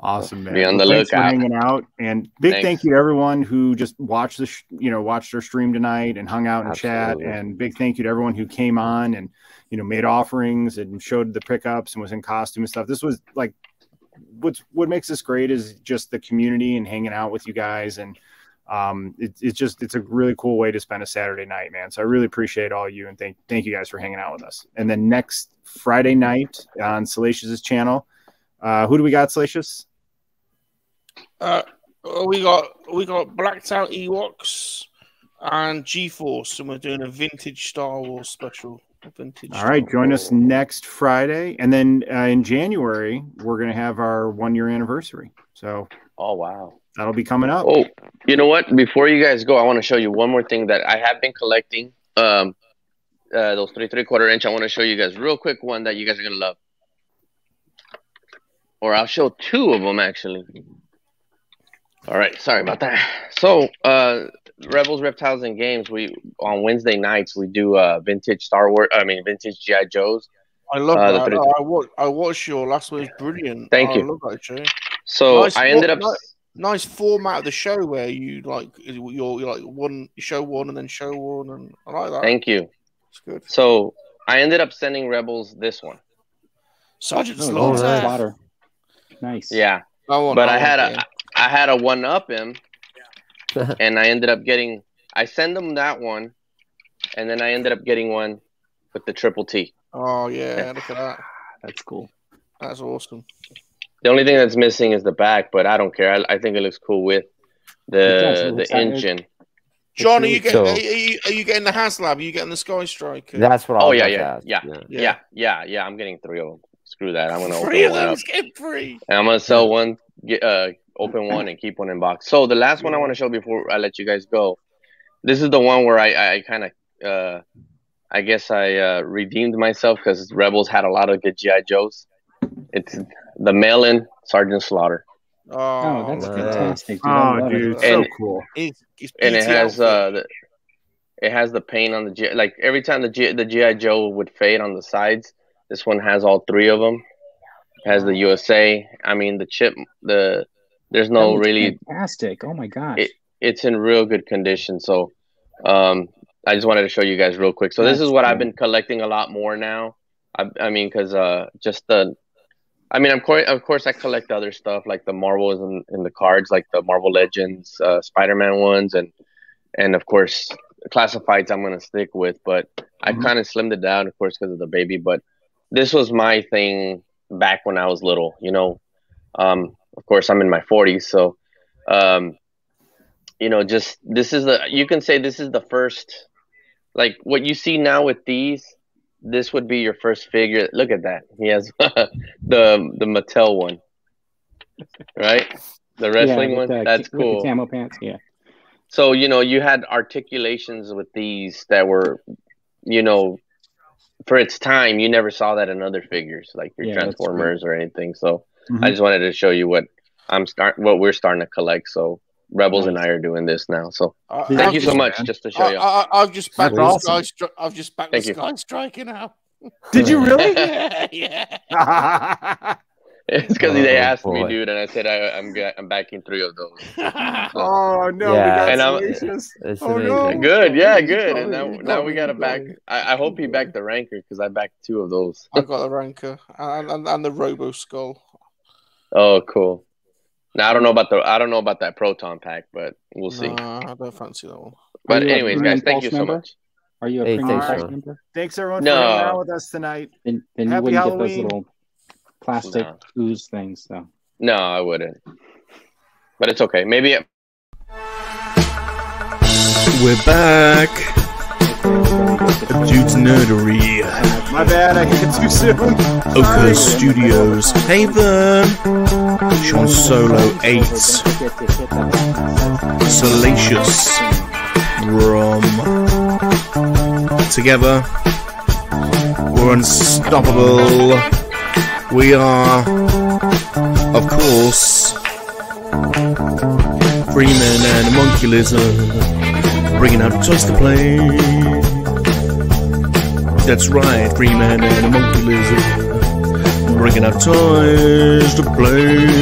E: Awesome, man.
V: Be on
E: Well,
V: the
E: thanks for
V: lookout.
E: hanging out, and big
V: Thanks.
E: thank you to everyone who just watched the, sh- you know, watched our stream tonight and hung out and chat.
A: Absolutely.
E: And big thank you to everyone who came on and you know made offerings and showed the pickups and was in costume and stuff. This was like what's what makes this great is just the community and hanging out with you guys and um, it, it's just it's a really cool way to spend a Saturday night, man. So I really appreciate all you and thank thank you guys for hanging out with us. And then next Friday night on Salacious's channel, uh, who do we got, Salacious?
D: Uh, we got we got blacked out Ewoks and G Force, and we're doing a vintage Star Wars special. A Vintage.
E: All right, join us next Friday, and then uh, in January we're gonna have our one year anniversary. So
V: oh wow,
E: that'll be coming up.
V: Oh, you know what? Before you guys go, I want to show you one more thing that I have been collecting. Um, uh, those three three quarter inch. I want to show you guys real quick one that you guys are gonna love. Or I'll show two of them actually. All right, sorry about that. So, uh, Rebels, Reptiles, and Games. We on Wednesday nights we do uh, vintage Star Wars. I mean, vintage GI Joes.
D: I love
V: Uh, the
D: that.
V: three-
D: I, I, watched, I watched your last one. It was brilliant.
V: Thank
D: I
V: you.
D: love that show.
V: So I ended up-
D: Nice, nice format of the show where you like you're, you're like one you show one and then show one and I like that.
V: Thank you.
D: good.
V: So I ended up sending Rebels this one.
D: Sergeant
V: Oh,
D: Slaughter.
V: nice.
B: Slaughter. Nice.
V: Yeah.
D: I want-
V: but
D: I
V: I,
D: want
V: had
D: him.
V: a I had a one up him, and I ended up getting I send them that one, and then I ended up getting one with the triple T.
D: Oh yeah, look at that.
V: That's cool.
D: That's awesome.
V: The only thing that's missing is the back, but I don't care. I, I think it looks cool with
D: It does, it
V: the
D: looks
V: the
D: like it.
V: engine.
D: John, are
V: really
D: you getting
V: cool.
D: are, you, are you getting the HasLab? Are you getting the Sky Striker?
A: That's what I
V: Oh
A: was
V: yeah, yeah,
A: about to
V: yeah,
A: ask,
V: yeah,
A: yeah.
V: yeah, yeah, I'm getting three of them. Screw that. I'm gonna open
D: Three of
V: one up.
D: those get free.
V: And I'm gonna sell one, get, uh, open one, and keep one in box. So the last one I want to show before I let you guys go, this is the one where I I kind of, uh, I guess I uh, redeemed myself because Rebels had a lot of good GI Joes. It's the mail-in Sergeant Slaughter,
D: Oh,
B: that's
V: nice.
B: fantastic. Dude. I
D: Oh,
B: love it.
V: dude, so And- cool.
D: It's, it's
V: and it
D: PTL.
V: has uh, the, it has the paint on the G, like every time the G, the GI Joe would fade on the sides, this one has all three of them. It has the USA. I mean the chip. The there's
B: That
V: no
B: looks
V: really
B: fantastic. Oh my gosh.
V: it, it's in real good condition. So, um, I just wanted to show you guys real quick. So this
B: That's
V: is what I've
B: cool.
V: been collecting a lot more now. I, I mean, because uh, just the, I mean, I'm cour- of course I collect other stuff like the Marvels and, and the cards, like the Marvel Legends, uh, Spider-Man ones, and and of course classifieds I'm gonna stick with. But I
B: Mm-hmm.
V: kind of slimmed it down, of course, because of the baby. But this was my thing back when I was little. You know, um, of course I'm in my 40s, so. Um, you know just this is the you can say this is the first like what you see now with these this would be your first figure look at that he has the the mattel one right the wrestling
B: yeah,
V: one
B: with the-
V: that's
B: with the
V: cool
B: camo pants. Yeah.
V: so you know you had articulations with these that were you know for its time you never saw that in other figures like your
B: Yeah, that's
V: transformers or anything so
B: Mhm.
V: i just wanted to show you what i'm start what we're starting to collect so rebels and i are doing this now so
E: Uh,
D: I-
V: thank
D: I've
V: you so
D: just-
V: much just to show
D: I,
V: you
D: I, I- I've just backed
V: That's
D: the
V: awesome.
D: Sky Stri- I've just backed
V: Thank
D: the
V: you.
D: Sky Striker now.
V: Did you really?
D: yeah, yeah.
V: it's because they
A: Oh,
V: asked me
A: boy.
V: dude and i said I, i'm ga- i'm backing three of those
E: Oh no, we
V: Yeah.
E: got
V: And I'm-
E: Salacious.
A: It's
E: Oh
A: amazing.
E: no.
V: good yeah
E: You
V: good
E: got
V: and
E: me,
V: now,
E: you got
V: now we
E: me,
V: gotta
E: you got
V: back
E: me.
V: I, I hope he backed the ranker because i backed two of those
D: I got the ranker and, and, and the Robo Skull.
V: oh cool now i don't know about the i don't know about that proton pack but we'll see
D: Nah, I don't fancy that one.
V: But
B: Are you a
V: anyways,
B: Premium
V: guys, thank
B: Pulse
V: you so
B: member?
V: much.
B: Are you a
V: Hey,
B: premium
V: thanks,
B: Pulse
V: Sean.
B: member?
E: Thanks everyone
V: No.
E: for hanging out with us tonight.
B: Then, then you
E: Happy
B: wouldn't get
E: Halloween.
B: those little plastic
V: No.
B: ooze things, though.
V: No, I wouldn't. But it's okay. Maybe it,
C: We're back. Dude's Nerdery.
E: My bad, I hit it too soon.
C: Oka Studios. Haven. Sean Solo 8. Salacious. Rum. Together. We're unstoppable. We are, of course, Freeman and Homunculism, bringing out toys to play. That's right, Freeman and Homunculism, bringing out toys to play.